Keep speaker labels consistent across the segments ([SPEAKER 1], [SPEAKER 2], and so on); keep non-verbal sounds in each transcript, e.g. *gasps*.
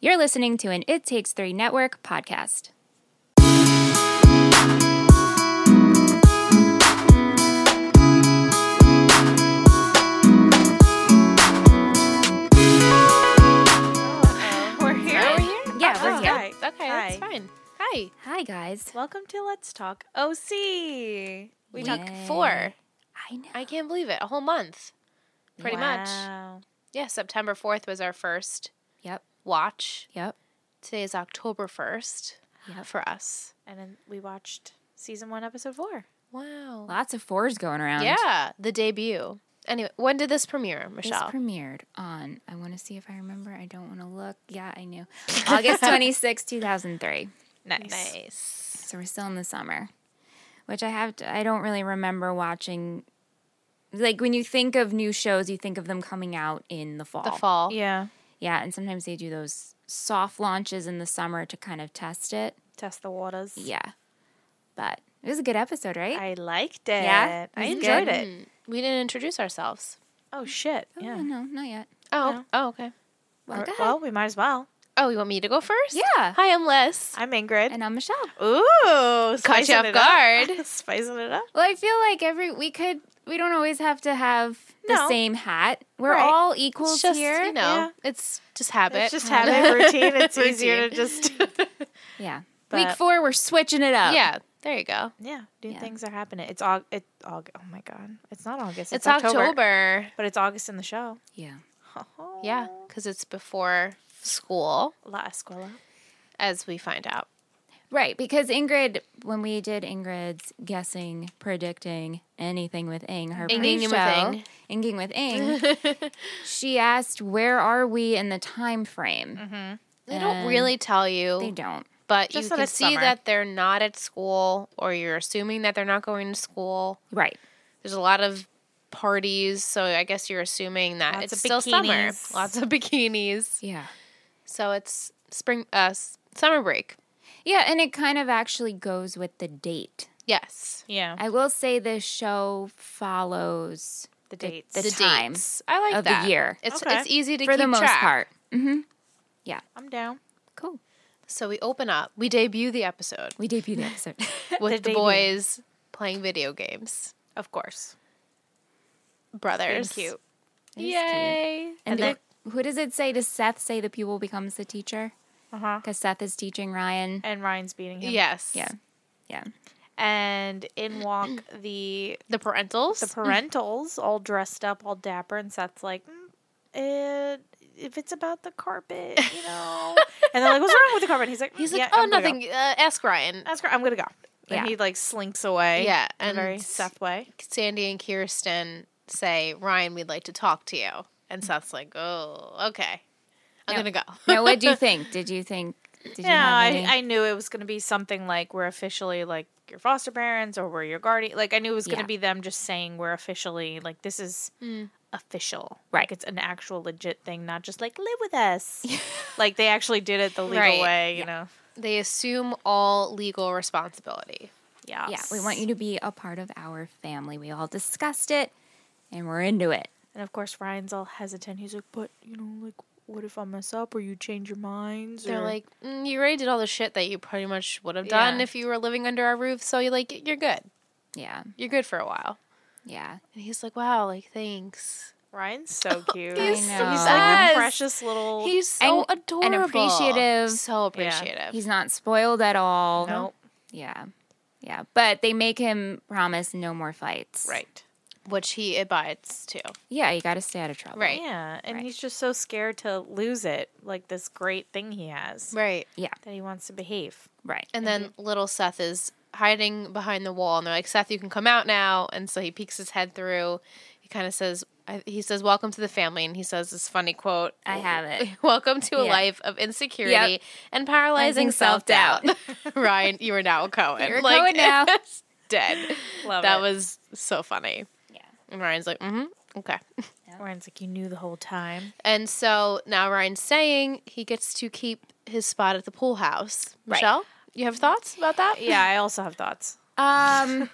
[SPEAKER 1] You're listening to an It Takes Three Network podcast.
[SPEAKER 2] We're here.
[SPEAKER 3] Are we here?
[SPEAKER 1] Yeah,
[SPEAKER 2] Oh,
[SPEAKER 1] we're
[SPEAKER 2] hi.
[SPEAKER 1] here.
[SPEAKER 3] Okay, okay that's
[SPEAKER 2] Hi.
[SPEAKER 3] fine. Hi.
[SPEAKER 1] Hi, guys.
[SPEAKER 2] Welcome to Let's Talk OC. We
[SPEAKER 3] We
[SPEAKER 1] talk
[SPEAKER 3] Week four.
[SPEAKER 1] I know.
[SPEAKER 3] I can't believe it. A whole month. Pretty much.
[SPEAKER 2] Wow.
[SPEAKER 3] Yeah, September 4th was our first
[SPEAKER 1] Yep.
[SPEAKER 3] watch.
[SPEAKER 1] Yep.
[SPEAKER 3] Today is October 1st
[SPEAKER 1] Yep.
[SPEAKER 3] for us.
[SPEAKER 2] And then we watched season one, episode four.
[SPEAKER 3] Wow.
[SPEAKER 1] Lots of fours going around.
[SPEAKER 3] Yeah, the debut. Anyway, when did this premiere,
[SPEAKER 1] This
[SPEAKER 3] Michelle?
[SPEAKER 1] premiered on, I want to see if I remember. I don't want to look. Yeah, I knew. August twenty sixth, 2003.
[SPEAKER 2] Nice.
[SPEAKER 3] nice.
[SPEAKER 1] So we're still in the summer, which I have to, I don't really remember watching. Like when you think of new shows, you think of them coming out in the fall.
[SPEAKER 3] The fall.
[SPEAKER 2] Yeah.
[SPEAKER 1] Yeah, and sometimes they do those soft launches in the summer to kind of test it.
[SPEAKER 2] Test the waters.
[SPEAKER 1] Yeah. But it was a good episode, right?
[SPEAKER 2] I liked it.
[SPEAKER 1] Yeah?
[SPEAKER 2] I
[SPEAKER 1] This is
[SPEAKER 2] enjoyed
[SPEAKER 1] good.
[SPEAKER 2] it.
[SPEAKER 3] Mm, We didn't introduce ourselves.
[SPEAKER 2] Oh shit.
[SPEAKER 1] Oh,
[SPEAKER 2] Yeah.
[SPEAKER 1] No, not yet.
[SPEAKER 3] Oh,
[SPEAKER 2] No.
[SPEAKER 3] oh, okay.
[SPEAKER 1] Well,
[SPEAKER 2] Or-
[SPEAKER 1] go ahead.
[SPEAKER 2] well, we might as well.
[SPEAKER 3] Oh, you want me to go first?
[SPEAKER 1] Yeah.
[SPEAKER 3] Hi, I'm Les.
[SPEAKER 2] I'm Ingrid.
[SPEAKER 1] and I'm Michelle.
[SPEAKER 2] Ooh.
[SPEAKER 3] Caught
[SPEAKER 2] spicing
[SPEAKER 3] you off
[SPEAKER 2] it
[SPEAKER 3] guard.
[SPEAKER 2] Up. *laughs* spicing it up.
[SPEAKER 1] Well, I feel like every we could we don't always have to have the
[SPEAKER 2] No.
[SPEAKER 1] same hat. We're
[SPEAKER 2] Right.
[SPEAKER 1] all equals
[SPEAKER 3] It's just,
[SPEAKER 1] here.
[SPEAKER 3] you know,
[SPEAKER 2] Yeah.
[SPEAKER 3] it's just habit.
[SPEAKER 2] It's just
[SPEAKER 3] *laughs*
[SPEAKER 2] habit routine. It's easier to
[SPEAKER 3] Routine.
[SPEAKER 2] just
[SPEAKER 1] Yeah. Week
[SPEAKER 2] But-
[SPEAKER 1] four, we're switching it up.
[SPEAKER 3] Yeah, there you go.
[SPEAKER 2] Yeah, new
[SPEAKER 1] Yeah.
[SPEAKER 2] things are happening. It's Aug it Aug oh my god. It's not August. It's,
[SPEAKER 3] It's, October.
[SPEAKER 2] But it's August in the show. *laughs*
[SPEAKER 1] Yeah.
[SPEAKER 3] Yeah, because it's before school,
[SPEAKER 2] La Escuela.
[SPEAKER 3] as we find out.
[SPEAKER 1] Right, because Ingrid, when we did Ingrid's guessing, predicting anything with Ing, her
[SPEAKER 3] Inging with
[SPEAKER 1] pre-show, Inging with Ing,
[SPEAKER 3] *laughs*
[SPEAKER 1] she asked, "Where are we in the time frame?"
[SPEAKER 3] Mm-hmm. They
[SPEAKER 1] And
[SPEAKER 3] don't really tell
[SPEAKER 1] They
[SPEAKER 3] you,
[SPEAKER 1] don't.
[SPEAKER 3] but
[SPEAKER 2] Just
[SPEAKER 3] you
[SPEAKER 2] that
[SPEAKER 3] can
[SPEAKER 2] it's
[SPEAKER 3] see
[SPEAKER 2] summer.
[SPEAKER 3] that they're not at school, or you're assuming that they're not going to school.
[SPEAKER 1] Right.
[SPEAKER 3] There's a lot of parties, so I guess you're assuming that
[SPEAKER 2] Lots
[SPEAKER 3] it's
[SPEAKER 2] of
[SPEAKER 3] still summer.
[SPEAKER 2] bikinis.
[SPEAKER 3] *laughs* Lots of bikinis.
[SPEAKER 1] Yeah.
[SPEAKER 3] So it's spring, uh, s- summer break.
[SPEAKER 1] Yeah, and it kind of actually goes with the date.
[SPEAKER 3] Yes,
[SPEAKER 2] Yeah.
[SPEAKER 1] I will say this show follows
[SPEAKER 2] the dates.
[SPEAKER 1] the time
[SPEAKER 3] dates. I like
[SPEAKER 1] of the
[SPEAKER 3] that.
[SPEAKER 1] year.
[SPEAKER 3] It's
[SPEAKER 2] Okay.
[SPEAKER 3] it's easy to
[SPEAKER 1] for
[SPEAKER 3] keep
[SPEAKER 1] the most
[SPEAKER 3] track.
[SPEAKER 1] part. Mm-hmm.
[SPEAKER 2] I'm down.
[SPEAKER 1] Cool.
[SPEAKER 3] So we open up. We debut the episode.
[SPEAKER 1] We debuted the episode. *laughs*
[SPEAKER 3] with
[SPEAKER 2] The
[SPEAKER 3] the,
[SPEAKER 2] debut.
[SPEAKER 3] boys playing video games.
[SPEAKER 2] Of course.
[SPEAKER 3] Brothers.
[SPEAKER 2] Being cute.
[SPEAKER 3] Yay.
[SPEAKER 1] and
[SPEAKER 3] And
[SPEAKER 1] then,
[SPEAKER 3] then
[SPEAKER 1] who does it say? Does Seth say the pupil becomes the teacher?
[SPEAKER 2] Uh-huh.
[SPEAKER 1] Because Seth is teaching Ryan.
[SPEAKER 2] And Ryan's beating him.
[SPEAKER 3] yes.
[SPEAKER 1] Yeah. Yeah.
[SPEAKER 2] And in walk the
[SPEAKER 3] The parentals.
[SPEAKER 2] the parentals all dressed up, all dapper, and Seth's like, mm, it, if it's about the carpet, you know. and they're like, what's wrong with the carpet? And he's like,
[SPEAKER 3] He's
[SPEAKER 2] "Mm,
[SPEAKER 3] like,
[SPEAKER 2] yeah,
[SPEAKER 3] oh,
[SPEAKER 2] I'm gonna go.
[SPEAKER 3] nothing. Uh, ask Ryan.
[SPEAKER 2] That's great. I'm gonna go. And
[SPEAKER 1] Yeah.
[SPEAKER 2] he like slinks away.
[SPEAKER 3] Yeah.
[SPEAKER 2] And
[SPEAKER 3] And
[SPEAKER 2] very
[SPEAKER 3] S-
[SPEAKER 2] Seth way.
[SPEAKER 3] Sandy and Kirsten say, Ryan, we'd like to talk to you. And
[SPEAKER 2] Mm.
[SPEAKER 3] Seth's like, oh, okay. I'm
[SPEAKER 1] No.
[SPEAKER 2] *laughs*
[SPEAKER 3] going to go.
[SPEAKER 1] Now, what do you think? Did you think?
[SPEAKER 3] *laughs*
[SPEAKER 1] Did you
[SPEAKER 2] Yeah,
[SPEAKER 1] have
[SPEAKER 2] I,
[SPEAKER 1] any?
[SPEAKER 2] I knew it was going to be something like we're officially like your foster parents or we're your guardian. Like I knew it was going to
[SPEAKER 1] Yeah. Mm.
[SPEAKER 2] be them just saying we're officially like this is official.
[SPEAKER 1] Right.
[SPEAKER 2] Like it's an actual legit thing, not just like live
[SPEAKER 1] *laughs*
[SPEAKER 2] with us. like they actually did it the legal
[SPEAKER 3] Right.
[SPEAKER 2] way, you know.
[SPEAKER 3] they assume all legal responsibility.
[SPEAKER 2] Yeah.
[SPEAKER 1] yeah, we want you to be a part of our family. We all discussed it, and we're into it.
[SPEAKER 2] And of course Ryan's all hesitant. He's like, "But, you know, like what if I mess up or you change your minds?"
[SPEAKER 3] They're
[SPEAKER 2] or-
[SPEAKER 3] like, mm, you already did all the shit that you pretty much would have done
[SPEAKER 2] Yeah.
[SPEAKER 3] if you were living under our roof. So you're like, you're good.
[SPEAKER 1] Yeah,
[SPEAKER 3] You're good for a while.
[SPEAKER 1] yeah.
[SPEAKER 3] And he's like, wow, like, thanks.
[SPEAKER 2] Ryan's so
[SPEAKER 1] *laughs*
[SPEAKER 2] cute.
[SPEAKER 1] He's
[SPEAKER 2] he's
[SPEAKER 1] so
[SPEAKER 2] like
[SPEAKER 3] best.
[SPEAKER 2] a precious little
[SPEAKER 3] He's so
[SPEAKER 1] And-
[SPEAKER 3] adorable
[SPEAKER 1] and appreciative.
[SPEAKER 3] So appreciative.
[SPEAKER 1] He's not spoiled at all.
[SPEAKER 2] Nope.
[SPEAKER 1] Yeah, yeah. But they make him promise no more fights.
[SPEAKER 2] Right.
[SPEAKER 3] which he abides to.
[SPEAKER 1] Yeah, you got to stay out of trouble.
[SPEAKER 3] Right.
[SPEAKER 2] Yeah, and
[SPEAKER 1] Right.
[SPEAKER 2] he's just so scared to lose it, like this great thing he has
[SPEAKER 3] Right.
[SPEAKER 1] Yeah.
[SPEAKER 2] that he wants to behave.
[SPEAKER 1] Right.
[SPEAKER 3] And then
[SPEAKER 1] Mm-hmm.
[SPEAKER 3] little Seth is hiding behind the wall, and they're like, Seth, you can come out now. And so he peeks his head through. He kind of says, I- he says, Welcome to the family. And he says this funny quote
[SPEAKER 1] I have it.
[SPEAKER 3] *laughs* Welcome to a
[SPEAKER 1] Yeah.
[SPEAKER 3] life of insecurity
[SPEAKER 1] Yep.
[SPEAKER 3] and paralyzing
[SPEAKER 1] Rising
[SPEAKER 3] self doubt.
[SPEAKER 1] *laughs*
[SPEAKER 3] *laughs* Ryan, you are now a Cohen.
[SPEAKER 1] You're a Cohen
[SPEAKER 3] *laughs*
[SPEAKER 1] now.
[SPEAKER 3] it's dead.
[SPEAKER 2] Love
[SPEAKER 3] that
[SPEAKER 2] it.
[SPEAKER 3] was so funny.
[SPEAKER 1] Yeah.
[SPEAKER 3] And Ryan's like, Mm hmm. Okay.
[SPEAKER 2] Ryan's like, you knew the whole time.
[SPEAKER 3] And so now Ryan's saying he gets to keep his spot at the pool house.
[SPEAKER 1] Right.
[SPEAKER 3] Michelle, you have thoughts about that?
[SPEAKER 2] Yeah, I also have thoughts.
[SPEAKER 1] Um,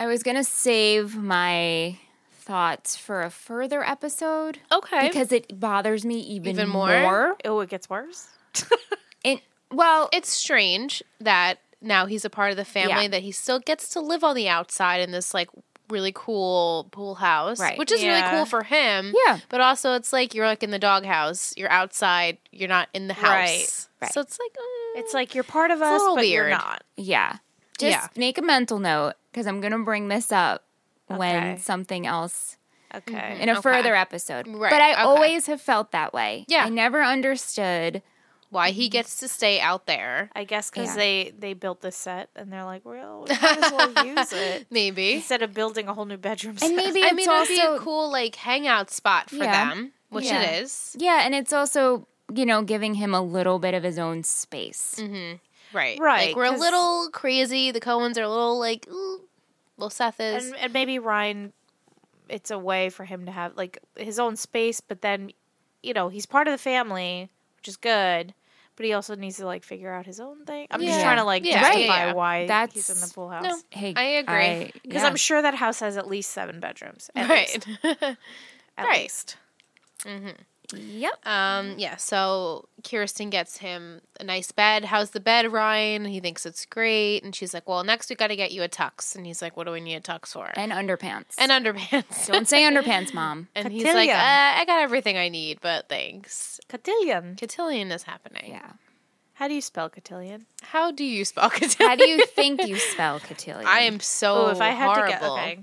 [SPEAKER 1] I was gonna save my thoughts for a further episode
[SPEAKER 3] Okay.
[SPEAKER 1] because it bothers me even,
[SPEAKER 3] Even more?
[SPEAKER 2] Oh, it gets worse.
[SPEAKER 1] And well,
[SPEAKER 3] It's strange that now he's a part of the family
[SPEAKER 1] Yeah.
[SPEAKER 3] that he still gets to live on the outside in this like really cool pool house,
[SPEAKER 1] Right.
[SPEAKER 3] which is
[SPEAKER 2] Yeah.
[SPEAKER 3] really cool for him.
[SPEAKER 1] Yeah.
[SPEAKER 3] But also it's like you're like in the doghouse. You're outside, you're not in the house.
[SPEAKER 2] Right.
[SPEAKER 1] Right.
[SPEAKER 3] So it's like mm,
[SPEAKER 2] It's like you're part of us,
[SPEAKER 3] little
[SPEAKER 2] but you're
[SPEAKER 3] weird.
[SPEAKER 2] not.
[SPEAKER 1] yeah. Just
[SPEAKER 3] Yeah.
[SPEAKER 1] make a mental note because I'm going to bring this up when
[SPEAKER 2] Okay.
[SPEAKER 1] something else
[SPEAKER 2] Okay.
[SPEAKER 1] in a
[SPEAKER 3] Okay.
[SPEAKER 1] further episode.
[SPEAKER 3] Right,
[SPEAKER 1] But I
[SPEAKER 3] okay.
[SPEAKER 1] always have felt that way.
[SPEAKER 3] Yeah.
[SPEAKER 1] I never understood.
[SPEAKER 3] why he gets to stay out there.
[SPEAKER 2] I guess because
[SPEAKER 1] Yeah.
[SPEAKER 2] they they built this set and they're like, well, we might as *laughs* well use it
[SPEAKER 3] Maybe.
[SPEAKER 2] instead of building a whole new bedroom.
[SPEAKER 1] And
[SPEAKER 2] set.
[SPEAKER 1] maybe
[SPEAKER 3] I
[SPEAKER 1] it's
[SPEAKER 3] mean
[SPEAKER 1] also
[SPEAKER 3] it'd be a cool like hangout spot for
[SPEAKER 1] Yeah.
[SPEAKER 3] them, which
[SPEAKER 1] Yeah.
[SPEAKER 3] it is.
[SPEAKER 1] Yeah, and it's also, you know, giving him a little bit of his own space.
[SPEAKER 3] Mm-hmm. Right.
[SPEAKER 2] Right,
[SPEAKER 3] Like we're a
[SPEAKER 2] 'cause-
[SPEAKER 3] little crazy. The Cohens are a little like ooh, well Seth is
[SPEAKER 2] and, and maybe Ryan, it's a way for him to have like his own space, but then, you know, he's part of the family, which is good. But he also needs to like figure out his own thing. I'm just
[SPEAKER 3] Yeah.
[SPEAKER 2] trying to like
[SPEAKER 3] Yeah,
[SPEAKER 2] justify
[SPEAKER 3] yeah, yeah.
[SPEAKER 2] why he's
[SPEAKER 1] That's-
[SPEAKER 2] in the pool house.
[SPEAKER 3] No.
[SPEAKER 1] Hey,
[SPEAKER 3] I agree.
[SPEAKER 2] Because
[SPEAKER 1] yeah.
[SPEAKER 2] I'm sure that house has at least seven bedrooms. At Least,
[SPEAKER 3] *laughs* right.
[SPEAKER 2] at
[SPEAKER 3] Right.
[SPEAKER 2] least.
[SPEAKER 1] Yep.
[SPEAKER 3] Um, yeah, so Kirsten gets him a nice bed. How's the bed, Ryan? He thinks it's great. And she's like, Well, next we got to get you a tux. And he's like, What do we need a tux for?
[SPEAKER 1] And underpants.
[SPEAKER 3] And underpants.
[SPEAKER 1] Don't say underpants, mom.
[SPEAKER 3] *laughs* and he's like,
[SPEAKER 2] Cotillion.
[SPEAKER 3] uh, I got everything I need, but thanks.
[SPEAKER 2] Cotillion.
[SPEAKER 3] Cotillion is happening.
[SPEAKER 1] Yeah.
[SPEAKER 2] How do you spell cotillion?
[SPEAKER 3] How do you spell *laughs* cotillion?
[SPEAKER 1] How do you think you spell cotillion?
[SPEAKER 3] I am so
[SPEAKER 2] Oh, if I had to
[SPEAKER 3] horrible.
[SPEAKER 2] get okay.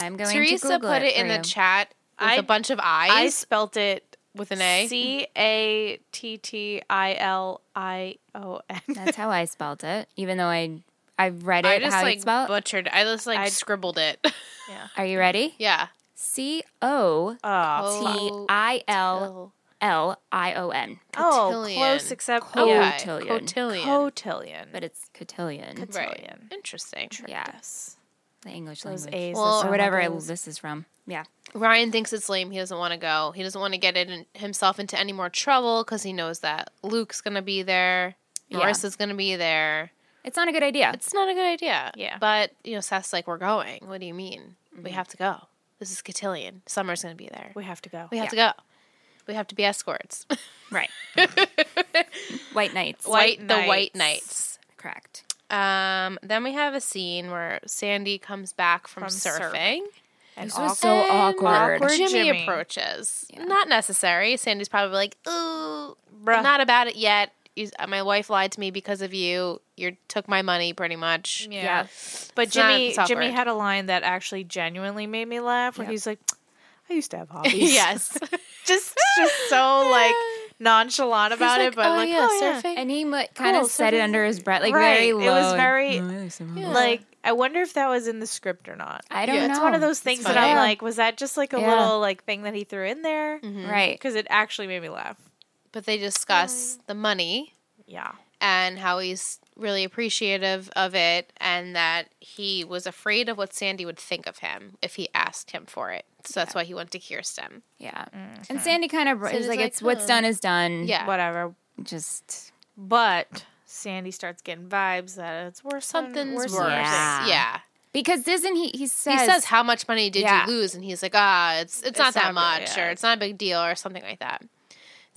[SPEAKER 1] I'm going to
[SPEAKER 3] Teresa
[SPEAKER 1] Google
[SPEAKER 3] put it, in the chat with
[SPEAKER 2] I-
[SPEAKER 3] a bunch of eyes
[SPEAKER 2] I spelt it
[SPEAKER 3] with an A.
[SPEAKER 2] C A T T I L I O N.
[SPEAKER 1] That's how I spelled it, even though I I've read it
[SPEAKER 3] I just
[SPEAKER 1] how
[SPEAKER 3] like
[SPEAKER 1] it's spelled.
[SPEAKER 3] butchered. I just like
[SPEAKER 2] I-
[SPEAKER 3] scribbled it. *laughs*
[SPEAKER 2] Yeah.
[SPEAKER 1] Are you ready?
[SPEAKER 3] yeah.
[SPEAKER 1] C O
[SPEAKER 2] *laughs* Oh,
[SPEAKER 1] T I L L I O N.
[SPEAKER 2] oh
[SPEAKER 3] Cotillion.
[SPEAKER 2] close except
[SPEAKER 1] Oh,
[SPEAKER 2] yeah.
[SPEAKER 3] Okay,
[SPEAKER 1] cotillion.
[SPEAKER 3] Cotillion.
[SPEAKER 2] cotillion.
[SPEAKER 1] But it's cotillion,
[SPEAKER 2] Cot- cotillion.
[SPEAKER 3] Interesting.
[SPEAKER 1] yeah.
[SPEAKER 2] Yes.
[SPEAKER 1] the English
[SPEAKER 2] Those
[SPEAKER 1] language.
[SPEAKER 2] A's
[SPEAKER 3] Well,
[SPEAKER 2] that
[SPEAKER 1] Or
[SPEAKER 2] sound
[SPEAKER 1] whatever
[SPEAKER 2] like
[SPEAKER 1] I-
[SPEAKER 2] O's.
[SPEAKER 1] this is from. Yeah.
[SPEAKER 3] Ryan thinks it's lame. He doesn't want to go. He doesn't want to get it in, himself into any more trouble because he knows that Luke's going to be there.
[SPEAKER 1] Yeah.
[SPEAKER 3] Marissa's going to be there.
[SPEAKER 1] It's not a good idea.
[SPEAKER 3] It's not a good idea.
[SPEAKER 2] Yeah.
[SPEAKER 3] But, you know, Seth's like, we're going. What do you mean? We have to go. This is Cotillion. Summer's going to be there.
[SPEAKER 2] We have to go.
[SPEAKER 3] We have to go. We have to be escorts. *laughs*
[SPEAKER 1] right. *laughs* White knights.
[SPEAKER 2] White
[SPEAKER 3] the white
[SPEAKER 2] knights.
[SPEAKER 3] knights.
[SPEAKER 1] Correct.
[SPEAKER 3] Um, then we have a scene where Sandy comes back from,
[SPEAKER 2] From surfing.
[SPEAKER 3] surfing.
[SPEAKER 2] And
[SPEAKER 1] This was
[SPEAKER 2] awkward.
[SPEAKER 1] so awkward.
[SPEAKER 2] awkward.
[SPEAKER 3] Jimmy,
[SPEAKER 2] Jimmy.
[SPEAKER 3] approaches.
[SPEAKER 1] Yeah.
[SPEAKER 3] Not necessary. Sandy's probably like, ooh,
[SPEAKER 2] Bruh.
[SPEAKER 3] I'm not about it yet. You, my wife lied to me because of you. You took my money, pretty much.
[SPEAKER 2] Yeah.
[SPEAKER 1] Yeah.
[SPEAKER 2] But
[SPEAKER 3] It's not-
[SPEAKER 2] Jimmy
[SPEAKER 3] it's
[SPEAKER 2] Jimmy
[SPEAKER 3] awkward.
[SPEAKER 2] had a line that actually genuinely made me laugh where
[SPEAKER 1] Yeah.
[SPEAKER 2] he's like, I used
[SPEAKER 3] *laughs*
[SPEAKER 2] to have hobbies. *laughs*
[SPEAKER 3] yes.
[SPEAKER 2] just just so
[SPEAKER 3] *laughs*
[SPEAKER 2] like nonchalant about
[SPEAKER 3] He's
[SPEAKER 2] it, but
[SPEAKER 3] "Oh,
[SPEAKER 2] like
[SPEAKER 3] yeah,
[SPEAKER 2] oh, yeah.
[SPEAKER 3] surfing.
[SPEAKER 1] And he kind
[SPEAKER 2] Cool,
[SPEAKER 1] of
[SPEAKER 2] so
[SPEAKER 1] said it
[SPEAKER 2] this-
[SPEAKER 1] under his breath, like
[SPEAKER 2] Right.
[SPEAKER 1] very
[SPEAKER 2] It
[SPEAKER 1] low.
[SPEAKER 2] was
[SPEAKER 1] and-
[SPEAKER 2] very-
[SPEAKER 1] "Oh, I used to have
[SPEAKER 3] Yeah.
[SPEAKER 1] a-
[SPEAKER 2] Like I wonder if that was in the script or not.
[SPEAKER 1] I don't
[SPEAKER 3] Yeah,
[SPEAKER 1] know.
[SPEAKER 2] It's one of those things that I'm
[SPEAKER 3] funny.
[SPEAKER 2] like, was that just like a
[SPEAKER 1] Yeah.
[SPEAKER 2] little like thing that he threw in there?
[SPEAKER 3] Mm-hmm.
[SPEAKER 1] Mm-hmm. right.
[SPEAKER 2] Because it actually made me laugh.
[SPEAKER 3] But they discuss the money
[SPEAKER 2] Yeah.
[SPEAKER 3] and how he's really appreciative of it and that he was afraid of what Sandy would think of him if he asked him for it. So that's why he went to Kirsten.
[SPEAKER 1] Yeah. And Sandy kind of
[SPEAKER 3] Sandy's
[SPEAKER 1] is Mm-hmm. like,
[SPEAKER 3] like,
[SPEAKER 1] it's what's
[SPEAKER 3] "Huh."
[SPEAKER 1] done is done.
[SPEAKER 3] Yeah.
[SPEAKER 2] Whatever.
[SPEAKER 1] Just
[SPEAKER 2] But Sandy starts getting vibes that it's worse. than-
[SPEAKER 3] Something's
[SPEAKER 2] worse.
[SPEAKER 3] worse.
[SPEAKER 2] than
[SPEAKER 1] Yeah.
[SPEAKER 3] Yeah.
[SPEAKER 1] because isn't he? He says.
[SPEAKER 3] He says, "How much money did
[SPEAKER 1] Yeah.
[SPEAKER 3] you lose?" And he's like, "Ah, it's it's, not
[SPEAKER 2] not
[SPEAKER 3] that
[SPEAKER 2] bad,
[SPEAKER 3] much,
[SPEAKER 2] yeah.
[SPEAKER 3] or it's not a big deal, or something like that."